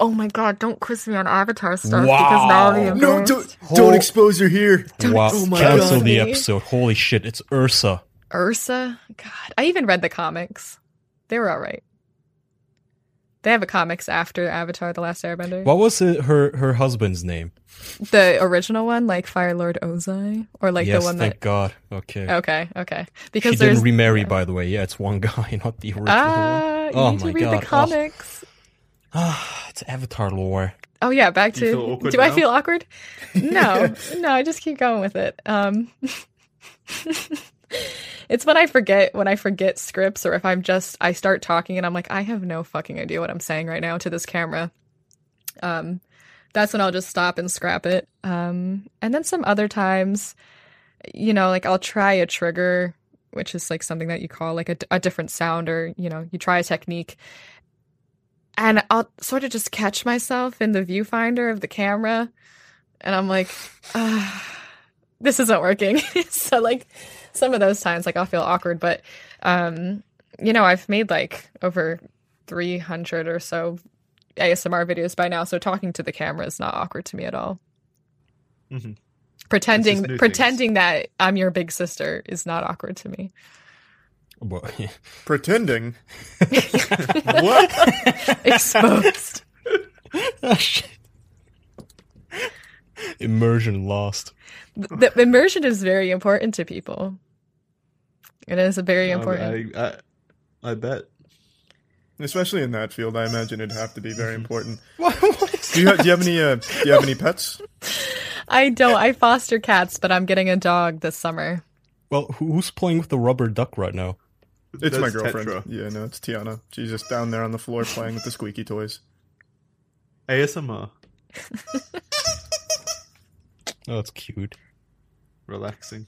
Speaker 3: oh my god! Don't quiz me on Avatar stuff because now I'm embarrassed.
Speaker 1: No, don't, don't expose her here.
Speaker 5: wow,
Speaker 1: Oh my
Speaker 5: cancel
Speaker 1: God.
Speaker 5: the episode. Holy shit, it's Ursa.
Speaker 3: Ursa. God, I even read the comics. They were all right. They have a comics after Avatar: The Last Airbender.
Speaker 5: What was it, her her husband's name?
Speaker 3: The original one, like Fire Lord Ozai, or like
Speaker 5: yes,
Speaker 3: the one
Speaker 5: thank
Speaker 3: that.
Speaker 5: God. Okay.
Speaker 3: Okay, okay.
Speaker 5: she
Speaker 3: Because
Speaker 5: didn't
Speaker 3: there's
Speaker 5: remarry, by the way. Yeah, it's one guy, not the original one.
Speaker 3: ah, you
Speaker 5: Oh
Speaker 3: need to
Speaker 5: my
Speaker 3: read
Speaker 5: God.
Speaker 3: the
Speaker 5: Oh.
Speaker 3: comics.
Speaker 5: Ah, it's Avatar lore.
Speaker 3: Oh yeah, back
Speaker 2: Do
Speaker 3: to
Speaker 2: you feel awkward
Speaker 3: Do I
Speaker 2: now?
Speaker 3: feel awkward? No. no, I just keep going with it. Um It's when I forget when I forget scripts or if I'm just I start talking and I'm like I have no fucking idea what I'm saying right now to this camera. Um that's when I'll just stop and scrap it. Um and then some other times you know, like I'll try a trigger which is like something that you call like a, a different sound or you know, you try a technique and I'll sort of just catch myself in the viewfinder of the camera, and I'm like, ah, this isn't working. so like, some of those times, like I'll feel awkward, but um, you know, I've made like over 300 or so ASMR videos by now, so talking to the camera is not awkward to me at all.
Speaker 2: Mhm. It's just new
Speaker 3: Pretending
Speaker 2: things.
Speaker 3: pretending that I'm your big sister is not awkward to me.
Speaker 5: Well,
Speaker 1: Pretending. what?
Speaker 3: Exposed.
Speaker 5: Ah, shit. Immersion lost.
Speaker 3: the the immersion is very important to people. It is a very important.
Speaker 2: Um, I, I, I bet.
Speaker 1: Especially in that field, I imagine it'd have to be very important.
Speaker 5: What?
Speaker 1: Do you, ha- do you have any? Uh, do you have any pets?
Speaker 3: I don't. I foster cats, but I'm getting a dog this summer.
Speaker 5: Well, who- who's playing with the rubber duck right now?
Speaker 1: It's my
Speaker 2: That's
Speaker 1: girlfriend.
Speaker 2: Tetra.
Speaker 1: Yeah, no, it's Tiana. She's just down there on the floor playing with the squeaky toys.
Speaker 2: ASMR.
Speaker 5: Oh, that's cute.
Speaker 2: Relaxing.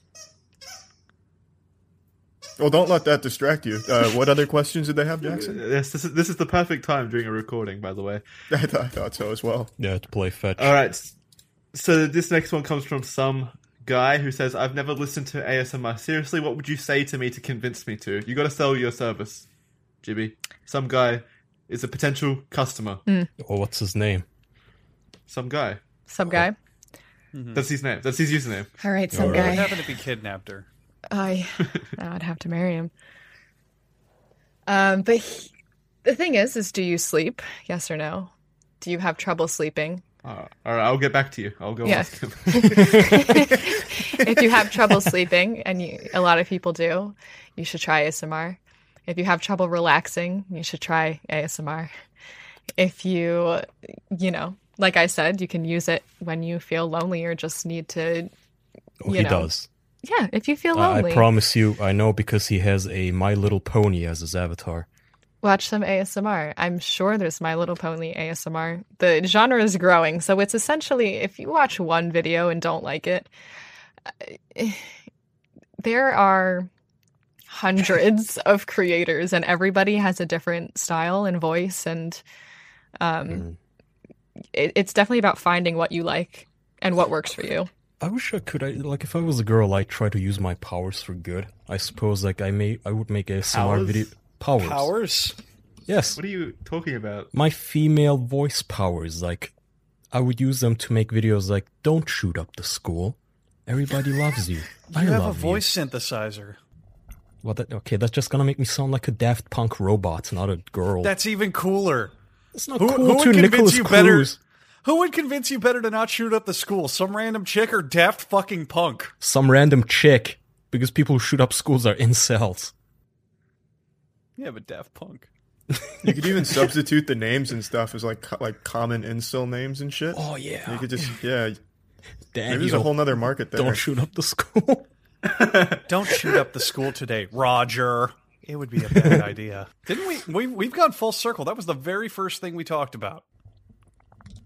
Speaker 1: Well, Oh, don't let that distract you. Uh, what other questions did they have, Jackson?
Speaker 2: Yes, this is this is the perfect time during a recording, by the way.
Speaker 1: I, th- I thought so as well.
Speaker 5: Yeah, to play fetch.
Speaker 2: All right. s- So this next one comes from some guy who says, "I've never listened to ASMR. Seriously, what would you say to me to convince me to? You got to sell your service, Jibby. Some guy is a potential customer.
Speaker 4: Mm.
Speaker 5: Oh, what's his name?
Speaker 2: Some guy.
Speaker 3: Some guy.
Speaker 2: That's his name. That's his username.
Speaker 3: All right, some
Speaker 5: All
Speaker 4: What
Speaker 5: right.
Speaker 3: guy.
Speaker 4: happened if he kidnapped her?
Speaker 3: I. I'd have to marry him. Um, but he, the thing is, is do you sleep? Yes or no? Do you have trouble sleeping?
Speaker 2: All right. All right, I'll get back to you. I'll go
Speaker 3: Yeah.
Speaker 2: ask him.
Speaker 3: if you have trouble sleeping, and you, a lot of people do, you should try ASMR. If you have trouble relaxing, you should try ASMR. If you, you know, like I said, you can use it when you feel lonely or just need to,
Speaker 5: Oh,
Speaker 3: You
Speaker 5: he
Speaker 3: know,
Speaker 5: does.
Speaker 3: yeah, if you feel
Speaker 5: Uh, I,
Speaker 3: lonely,
Speaker 5: I promise you, I know because he has a My Little Pony as his avatar.
Speaker 3: watch some ASMR. I'm sure there's My Little Pony ASMR. The genre is growing, so it's essentially if you watch one video and don't like it, uh, there are hundreds of creators, and everybody has a different style and voice, and um,
Speaker 5: Mm.
Speaker 3: it, it's definitely about finding what you like and what works for you.
Speaker 5: I wish I could. I, like, if I was a girl, I'd try to use my powers for good. I suppose, like, I may, I would make ASMR
Speaker 2: Powers?
Speaker 5: video powers.
Speaker 4: Powers.
Speaker 5: Yes,
Speaker 2: What are you talking about?
Speaker 5: my female voice powers. Like, I would use them to make videos like "Don't shoot up the school." Everybody loves you.
Speaker 4: You
Speaker 5: I
Speaker 4: have a
Speaker 5: love
Speaker 4: voice synthesizer.
Speaker 5: You. Well, that, okay, that's just gonna make me sound like a Daft Punk robot, not a girl.
Speaker 4: That's even cooler.
Speaker 5: It's not
Speaker 4: Who-
Speaker 5: cool
Speaker 4: who would
Speaker 5: to
Speaker 4: convince
Speaker 5: Nicholas
Speaker 4: you better-
Speaker 5: Cruz.
Speaker 4: Who would convince you better to not shoot up the school? Some random chick or daft fucking punk?
Speaker 5: Some random chick, because people who shoot up schools are incels.
Speaker 4: Yeah, but daft punk.
Speaker 1: You could even substitute the names and stuff as like co- like common incel names and shit.
Speaker 5: Oh
Speaker 1: You
Speaker 5: yeah,
Speaker 1: could just yeah.
Speaker 5: Damn,
Speaker 1: Maybe there's
Speaker 5: you
Speaker 1: a whole nother market there.
Speaker 5: don't shoot up the school.
Speaker 4: Don't shoot up the school today, Roger. It would be a bad idea. Didn't we, we? We've gone full circle. That was the very first thing we talked about.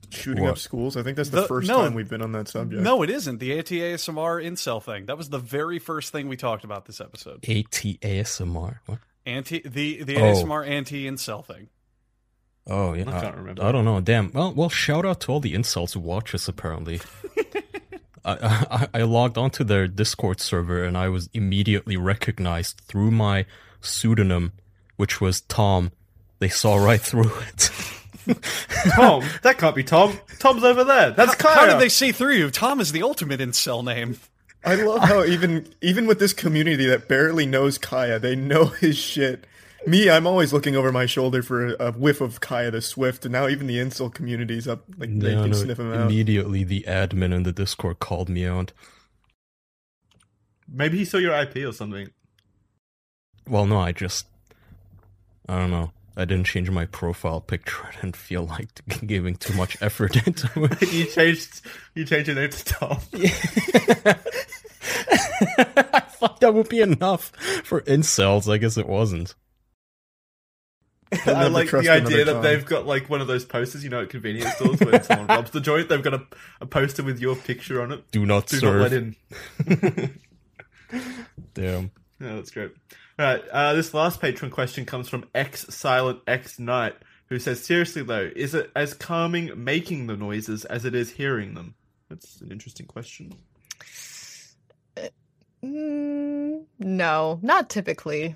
Speaker 1: Shooting up
Speaker 5: What?
Speaker 1: schools. I think that's the,
Speaker 4: The-
Speaker 1: first
Speaker 4: no.
Speaker 1: time we've been on that subject.
Speaker 4: No, it isn't. The ATASMR incel thing. That was the very first thing we talked about this episode.
Speaker 5: ATASMR. What?
Speaker 4: Anti the the
Speaker 5: Oh.
Speaker 4: ASMR anti incel thing.
Speaker 5: Oh yeah,
Speaker 2: I
Speaker 5: I,
Speaker 2: can't remember.
Speaker 5: I don't know. Damn. Well, well. Shout out to all the insults who watch us. Apparently, I, I I logged onto their Discord server and I was immediately recognized through my pseudonym, which was Tom. They saw right through it.
Speaker 2: Tom? That can't be Tom. Tom's over there. That's Kyle.
Speaker 4: How did they see through you? Tom is the ultimate incel name.
Speaker 1: I love how even even with this community that barely knows Kaya, they know his shit. Me, I'm always looking over my shoulder for a, a whiff of Kaya the Swift, and now even the insult community's up like they
Speaker 5: No,
Speaker 1: can
Speaker 5: no,
Speaker 1: sniff him out.
Speaker 5: immediately, the admin in the Discord called me out.
Speaker 2: Maybe he saw your IP or something.
Speaker 5: Well, no, I just I don't know. I I didn't change my profile picture. I didn't feel like giving too much effort into it.
Speaker 2: you changed you changed your name to Tom.
Speaker 5: I thought that would be enough for incels. I guess it wasn't.
Speaker 1: You'll
Speaker 2: I
Speaker 1: never
Speaker 2: like
Speaker 1: trust
Speaker 2: the idea
Speaker 1: another
Speaker 2: that
Speaker 1: Tom.
Speaker 2: they've got like one of those posters, you know, at convenience stores when someone robs the joint, they've got a, a poster with your picture on it.
Speaker 5: Do not
Speaker 2: Do
Speaker 5: serve.
Speaker 2: not let in.
Speaker 5: Damn.
Speaker 2: Yeah, that's great. All right, uh, this last patron question comes from X Silent X Knight, who says, "Seriously though, is it as calming making the noises as it is hearing them?" That's an interesting question.
Speaker 3: Mm, no, not typically.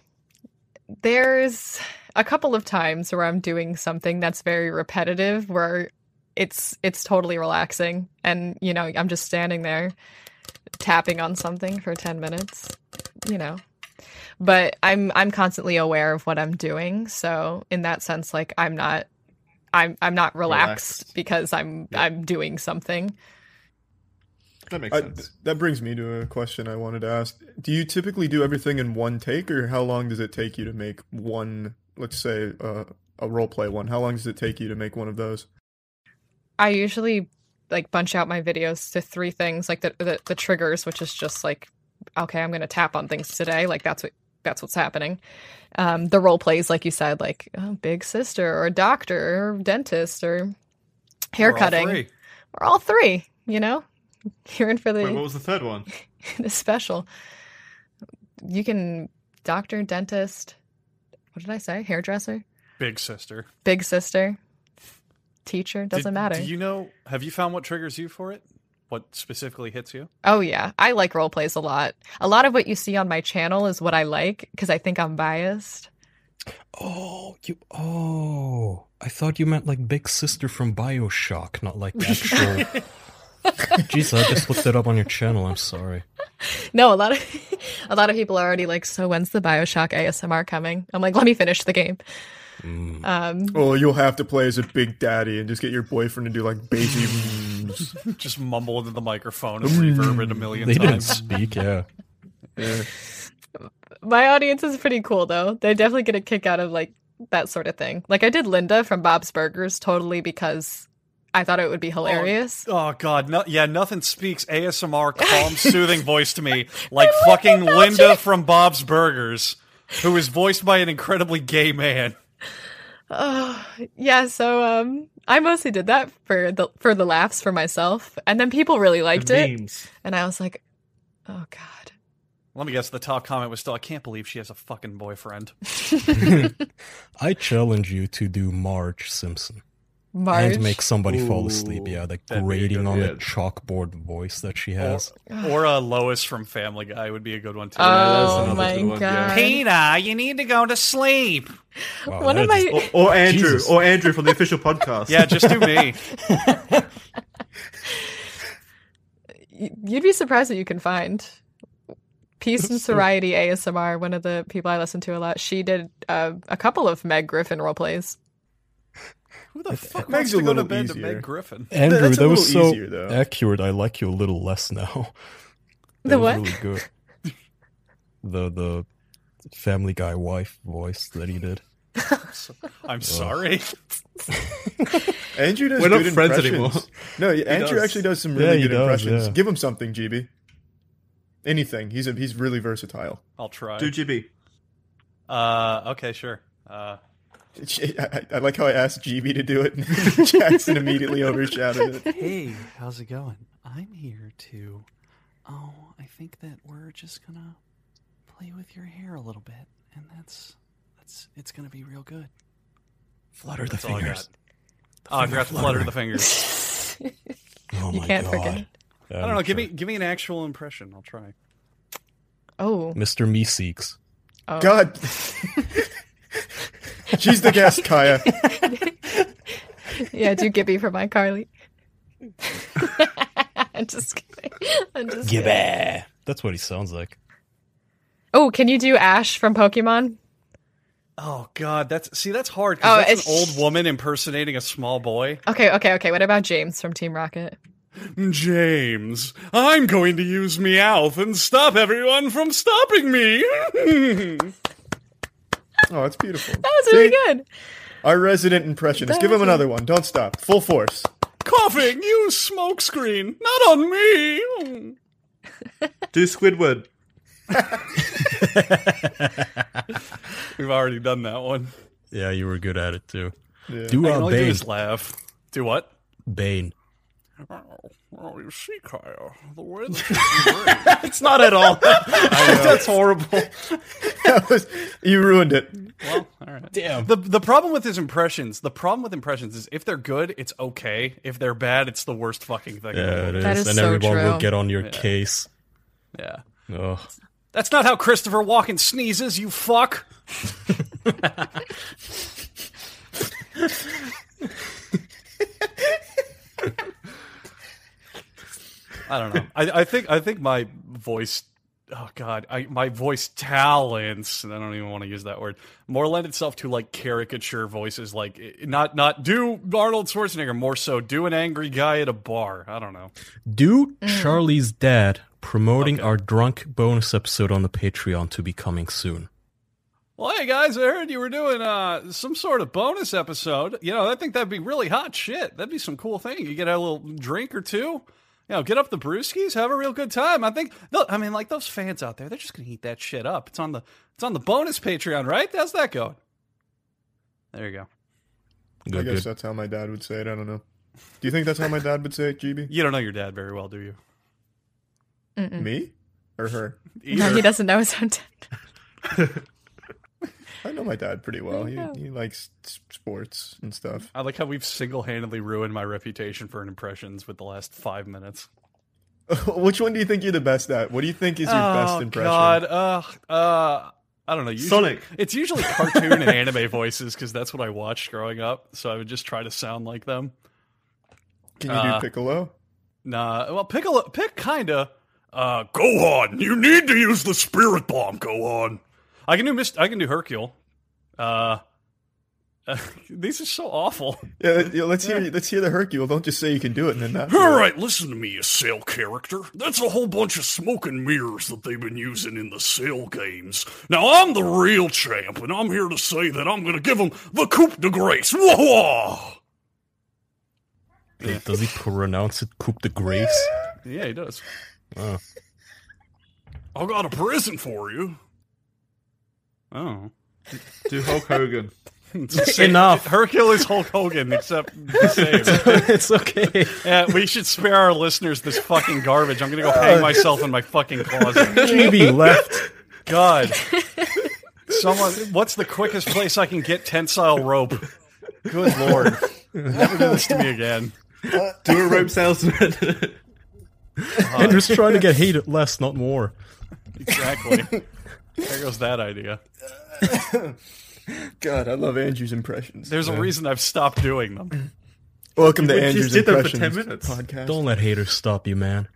Speaker 3: There's a couple of times where I'm doing something that's very repetitive where it's it's totally relaxing and you know, I'm just standing there tapping on something for 10 minutes, you know. But I'm I'm constantly aware of what I'm doing, so in that sense like I'm not I'm I'm not relaxed,
Speaker 2: Relaxed.
Speaker 3: because I'm
Speaker 2: Yeah.
Speaker 3: I'm doing something.
Speaker 2: That makes
Speaker 1: I, th-
Speaker 2: sense.
Speaker 1: that brings me to a question I wanted to ask. Do you typically do everything in one take, or how long does it take you to make one, let's say, uh, a role play one? How long does it take you to make one of those?
Speaker 3: I usually like bunch out my videos to three things, like the the, the triggers, which is just like, okay, I'm gonna tap on things today. Like that's what that's what's happening. Um, the role plays, like you said, like oh, big sister or doctor or dentist or hair
Speaker 4: We're all
Speaker 3: cutting.
Speaker 4: three.
Speaker 3: We're all three, you know. You're in for the,
Speaker 2: Wait, what was the third one?
Speaker 3: the special. You can doctor, dentist. What did I say? Hairdresser,
Speaker 4: Big sister.
Speaker 3: big sister, teacher. Doesn't
Speaker 4: Did-
Speaker 3: matter.
Speaker 4: Do you know? Have you found what triggers you for it? What specifically hits you?
Speaker 3: Oh yeah, I like role plays a lot. A lot of what you see on my channel is what I like because I think I'm biased.
Speaker 5: Oh, you. Oh, I thought you meant like Big Sister from Bioshock, not like actual. Jeez, I just looked it up on your channel. I'm sorry.
Speaker 3: No, a lot of a lot of people are already like, so when's the BioShock ASMR coming? I'm like, let me finish the game.
Speaker 5: Mm.
Speaker 3: Um,
Speaker 1: Well, Oh, you'll have to play as a big daddy and just get your boyfriend to do like baby moves.
Speaker 4: Just mumble into the microphone and reverb it a million
Speaker 5: They didn't
Speaker 4: times.
Speaker 5: speak. Yeah.
Speaker 3: my audience is pretty cool though. They definitely get a kick out of like that sort of thing. Like I did Linda from Bob's Burgers totally because I thought it would be hilarious.
Speaker 4: Oh God, no, yeah, nothing speaks ASMR calm, soothing voice to me like fucking Linda from Bob's Burgers, who is voiced by an incredibly gay man.
Speaker 3: Oh, yeah, so um I mostly did that for the for the laughs for myself and then people really liked
Speaker 2: The
Speaker 3: it
Speaker 2: memes.
Speaker 3: and I was like, oh god.
Speaker 4: Let me guess, the top comment was still, "I can't believe she has a fucking boyfriend."
Speaker 5: I challenge you to do Marge Simpson
Speaker 3: Marge.
Speaker 5: and make somebody fall asleep.
Speaker 2: Ooh,
Speaker 5: Yeah, the
Speaker 2: that'd be a
Speaker 5: grating
Speaker 2: good
Speaker 5: on the
Speaker 2: idea.
Speaker 5: chalkboard voice that she has.
Speaker 4: Or uh, Lois from Family Guy would be a good one too.
Speaker 2: that's
Speaker 3: oh
Speaker 2: another
Speaker 3: my
Speaker 2: good one, yeah.
Speaker 3: god!
Speaker 4: Peter, you need to go to sleep.
Speaker 5: Wow,
Speaker 3: One of
Speaker 5: that is-
Speaker 3: my
Speaker 2: Or, or Andrew,
Speaker 5: Jesus.
Speaker 2: or Andrew from the official podcast.
Speaker 4: Yeah, just do me.
Speaker 3: you'd be surprised what you can find. Peace and Soriety ASMR, one of the people I listen to a lot. She did uh, a couple of Meg Griffin role plays.
Speaker 4: Who the fuck
Speaker 1: Meg's
Speaker 4: wants
Speaker 1: a
Speaker 4: to go to
Speaker 1: little
Speaker 4: bed to
Speaker 1: easier.
Speaker 4: Meg Griffin?
Speaker 5: Andrew,
Speaker 1: That's a
Speaker 5: that was
Speaker 1: little
Speaker 5: so
Speaker 1: easier, though.
Speaker 5: accurate. I like you a little less now. That
Speaker 3: The
Speaker 5: was
Speaker 3: what?
Speaker 5: Really good. the the Family Guy wife voice that he did.
Speaker 4: I'm sorry.
Speaker 1: Andrew does
Speaker 2: We're not
Speaker 1: good
Speaker 2: friends
Speaker 1: impressions.
Speaker 2: anymore.
Speaker 1: No, Andrew
Speaker 2: does.
Speaker 1: actually does some
Speaker 5: Yeah,
Speaker 1: really
Speaker 5: he
Speaker 1: good
Speaker 5: does,
Speaker 1: impressions.
Speaker 5: yeah.
Speaker 1: Give him something, GB. Anything. He's a, he's really versatile.
Speaker 4: I'll try.
Speaker 2: Do GB.
Speaker 4: Uh, okay, sure. Uh,
Speaker 1: I, I like how I asked GB to do it, and Jackson immediately overshadowed it.
Speaker 6: Hey, how's it going? I'm here to. Oh, I think that we're just gonna play with your hair a little bit, and that's that's it's gonna be real good.
Speaker 5: Flutter the
Speaker 4: that's all I got.
Speaker 5: fingers.
Speaker 4: Oh, I forgot to flutter the fingers.
Speaker 5: Oh
Speaker 3: You
Speaker 5: my
Speaker 3: can't
Speaker 5: god.
Speaker 3: forget.
Speaker 4: I don't know. Give me give me an actual impression. I'll try.
Speaker 3: Oh,
Speaker 5: Mr. Meeseeks.
Speaker 3: oh.
Speaker 1: God. She's the guest, Kaya.
Speaker 3: yeah, do Gibby for my Carly. I'm just kidding. I'm just kidding.
Speaker 5: Gibby. That's what he sounds like.
Speaker 3: Oh, can you do Ash from Pokemon?
Speaker 4: Oh God, that's see that's hard.
Speaker 3: Oh,
Speaker 4: Oh, that's
Speaker 3: it's-
Speaker 4: an old woman impersonating a small boy.
Speaker 3: Okay, okay, okay. What about James from Team Rocket?
Speaker 4: James, I'm going to use Meowth and stop everyone from stopping me.
Speaker 1: Oh, it's beautiful.
Speaker 3: That was really
Speaker 1: See?
Speaker 3: good.
Speaker 1: Our resident impressionist.
Speaker 3: That
Speaker 1: Give him
Speaker 3: was it.
Speaker 1: another one. Don't stop. Full force.
Speaker 4: Coughing, you smokescreen, not on me.
Speaker 2: Do Squidward.
Speaker 4: We've already done that one.
Speaker 5: Yeah, you were good at it too.
Speaker 1: Yeah.
Speaker 4: I can
Speaker 5: Do uh,
Speaker 4: only do
Speaker 5: Bane.
Speaker 4: is laugh. Do what?
Speaker 5: Bane.
Speaker 4: Oh, oh, you see, Kyle, the way that
Speaker 5: It's not at all.
Speaker 4: that's horrible.
Speaker 1: That was, you ruined it.
Speaker 4: Well, all right.
Speaker 5: Damn.
Speaker 4: The the problem with his impressions, the problem with impressions is if they're good, it's okay. If they're bad, it's the worst fucking thing. in the
Speaker 5: Yeah,
Speaker 4: world.
Speaker 5: it is.
Speaker 3: That is
Speaker 5: and
Speaker 3: so
Speaker 5: everyone will
Speaker 3: true.
Speaker 5: get on your case.
Speaker 4: yeah.
Speaker 5: Ugh.
Speaker 4: That's not how Christopher Walken sneezes, you fuck. I don't know. I, I think I think my voice oh god, I my voice talents, and I don't even want to use that word. More lend itself to like caricature voices like eh, not not do Arnold Schwarzenegger, more so do an angry guy at a bar. I don't know.
Speaker 5: Do
Speaker 3: Mm.
Speaker 5: Charlie's dad promoting
Speaker 4: Okay.
Speaker 5: our drunk bonus episode on the Patreon to be coming soon?
Speaker 4: Well, hey guys, I heard you were doing uh, some sort of bonus episode. You know, I think that'd be really hot shit. That'd be some cool thing. You get a little drink or two. You know, get up the brewskis, have a real good time. I think. tho- I mean, like those fans out there, they're just gonna eat that shit up. It's on the it's on the bonus Patreon, right? How's that going? There you go.
Speaker 5: Good,
Speaker 1: I guess
Speaker 5: good.
Speaker 1: that's how my dad would say it. I don't know. Do you think that's how my dad would say it, GB?
Speaker 4: You don't know your dad very well, do you?
Speaker 3: Mm-mm.
Speaker 1: Me or her?
Speaker 3: No, he doesn't know his own dad.
Speaker 1: I know my dad pretty well. He,
Speaker 3: Yeah.
Speaker 1: he likes s- sports and stuff.
Speaker 4: I like how we've single handedly ruined my reputation for impressions with the last five minutes.
Speaker 1: Which one do you think you're the best at? What do you think is your best impression?
Speaker 4: Oh, God, uh, uh, I don't know. Usually,
Speaker 2: Sonic.
Speaker 4: It's usually cartoon and anime voices because that's what I watched growing up. So I would just try to sound like them.
Speaker 1: Can you
Speaker 4: uh,
Speaker 1: do Piccolo?
Speaker 4: Nah, well, pick a pick, kinda. Uh, Gohan, you need to use the spirit bomb, Gohan. I can do Mist. I can do Hercule. Uh, these are so awful.
Speaker 1: Yeah, let- yeah, let's hear let's hear the Hercule. Don't just say you can do it and then not. do it.
Speaker 7: All right, listen to me, you cell character. That's a whole bunch of smoke and mirrors that they've been using in the cell games. Now, I'm the real champ, and I'm here to say that I'm going to give them the coup de grace. Whoa, whoa!
Speaker 5: Does he pronounce it "coup de grace"?
Speaker 4: Yeah, he does.
Speaker 7: I got a present for you.
Speaker 4: Oh,
Speaker 2: Do Hulk Hogan.
Speaker 5: Enough.
Speaker 4: Hercule is Hulk Hogan, except the same.
Speaker 5: it's okay.
Speaker 4: Yeah, we should spare our listeners this fucking garbage. I'm gonna go
Speaker 1: Oh.
Speaker 4: hang myself in my fucking closet.
Speaker 5: GB left.
Speaker 4: God. Someone, what's the quickest place I can get tensile rope? Good lord. Never do this to me again.
Speaker 2: Do a rope salesman.
Speaker 5: Andrew's trying to get hated less, not more.
Speaker 4: Exactly. There goes that idea.
Speaker 1: God, I love Andrew's impressions.
Speaker 4: There's a reason I've stopped doing them.
Speaker 1: Welcome to
Speaker 2: We just
Speaker 1: Andrew's
Speaker 2: did that for
Speaker 1: impressions
Speaker 2: 10 minutes.
Speaker 1: podcast.
Speaker 5: Don't let haters stop you, man.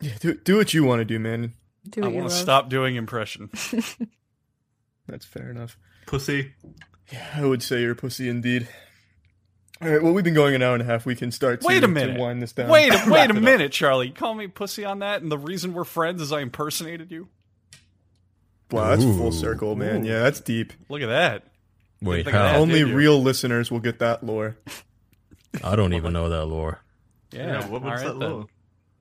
Speaker 1: Yeah, do do what you want to do, man.
Speaker 3: Do
Speaker 4: I
Speaker 3: what you
Speaker 4: want
Speaker 3: love.
Speaker 4: to stop doing impression.
Speaker 1: That's fair enough.
Speaker 2: Pussy.
Speaker 1: I would say you're a pussy indeed. All right, well, we've been going an hour and a half. We can start. To,
Speaker 4: Wait a
Speaker 1: To
Speaker 4: minute.
Speaker 1: wind this down.
Speaker 4: Wait, a,
Speaker 1: Wrap
Speaker 4: wait
Speaker 1: it
Speaker 4: a
Speaker 1: up.
Speaker 4: minute, Charlie. You call me pussy on that, and the reason we're friends is I impersonated you.
Speaker 1: Wow, that's full
Speaker 5: Ooh.
Speaker 1: circle, man. Yeah, that's deep.
Speaker 4: Look at that.
Speaker 5: Wait,
Speaker 4: think of that.
Speaker 5: how?
Speaker 1: Only
Speaker 4: did you?
Speaker 1: real listeners will get that lore.
Speaker 5: I don't even know that lore.
Speaker 4: Yeah.
Speaker 2: what,
Speaker 4: all
Speaker 2: what's
Speaker 4: right
Speaker 2: that
Speaker 4: then.
Speaker 2: law?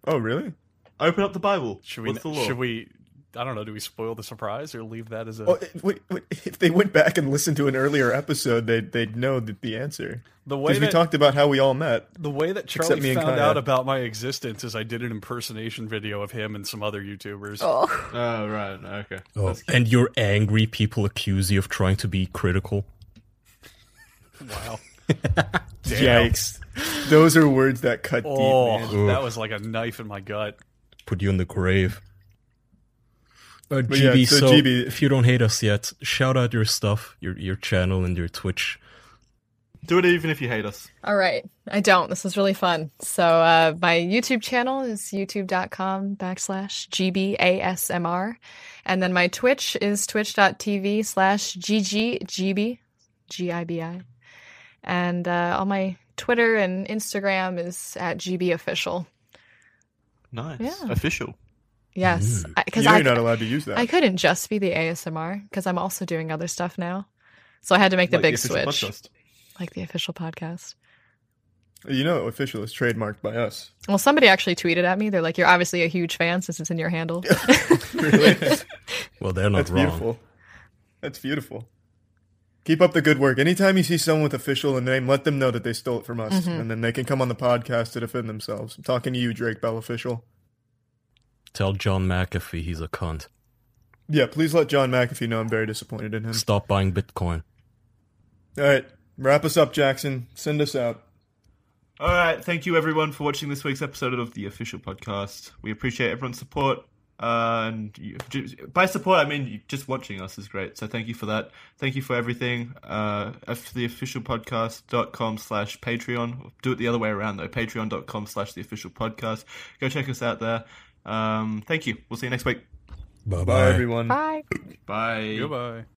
Speaker 1: Oh, really?
Speaker 2: Open up the Bible.
Speaker 4: Should we?
Speaker 2: what's the law?
Speaker 4: Should we? I don't know. Do we spoil the surprise or leave that as a
Speaker 1: Oh, it- wait, wait, if they went back and listened to an earlier episode, they'd they'd know the, the answer
Speaker 4: the way
Speaker 1: because we
Speaker 4: that
Speaker 1: talked about how we all met.
Speaker 4: the way that Charlie
Speaker 1: me and
Speaker 4: found
Speaker 1: Kaya.
Speaker 4: out about my existence is I did an impersonation video of him and some other YouTubers.
Speaker 3: Oh,
Speaker 2: Oh, right. Okay.
Speaker 5: Oh, and you're angry. People accuse you of trying to be critical.
Speaker 4: Wow.
Speaker 1: Yikes! Those are words that cut
Speaker 4: Oh,
Speaker 1: deep. Man.
Speaker 4: that was like a knife in my gut.
Speaker 5: Put you in the grave. Uh,
Speaker 1: But yeah,
Speaker 5: GB,
Speaker 1: so
Speaker 5: so,
Speaker 1: GB
Speaker 5: if you don't hate us yet, shout out your stuff, your your channel and your Twitch.
Speaker 2: Do it even if you hate us.
Speaker 3: all right. I don't. This was really fun. So uh, my YouTube channel is youtube.com backslash GBASMR. And then my Twitch is twitch.tv slash GGGB, G-I-B-I. And uh, all my Twitter and Instagram is at GB official.
Speaker 2: Nice.
Speaker 3: Yeah.
Speaker 2: Official.
Speaker 3: Yes.
Speaker 1: You
Speaker 3: Because
Speaker 1: know
Speaker 3: I,
Speaker 1: you're not allowed to use that.
Speaker 3: I couldn't just be the ASMR because I'm also doing other stuff now. So I had to make the
Speaker 2: Like
Speaker 3: big
Speaker 2: official
Speaker 3: switch,
Speaker 2: podcast.
Speaker 3: like the official podcast.
Speaker 1: You know, official is trademarked by us.
Speaker 3: Well, somebody actually tweeted at me. They're like, "You're obviously a huge fan since it's in your handle."
Speaker 1: Really?
Speaker 5: Well, they're not
Speaker 1: That's
Speaker 5: wrong.
Speaker 1: beautiful. That's beautiful. Keep up the good work. Anytime you see someone with official in the name, let them know that they stole it from us, and then they can come on the podcast to defend themselves. I'm talking to you, Drake Bell official.
Speaker 5: Tell John McAfee he's a cunt.
Speaker 1: Yeah, please let John McAfee know I'm very disappointed in him.
Speaker 5: Stop buying Bitcoin.
Speaker 1: All right, wrap us up, Jackson. Send us out.
Speaker 2: All right, thank you everyone for watching this week's episode of the official podcast. We appreciate everyone's support, uh, and you, by support I mean you- just watching us is great. So thank you for that. Thank you for everything. Uh, f- the official podcast.com slash Patreon. Do it the other way around though. Patreon.com slash the official podcast. Go check us out there. Um, thank you. We'll see you next week.
Speaker 5: Bye-bye.
Speaker 1: Bye, everyone.
Speaker 3: Bye.
Speaker 2: Bye.
Speaker 4: Goodbye.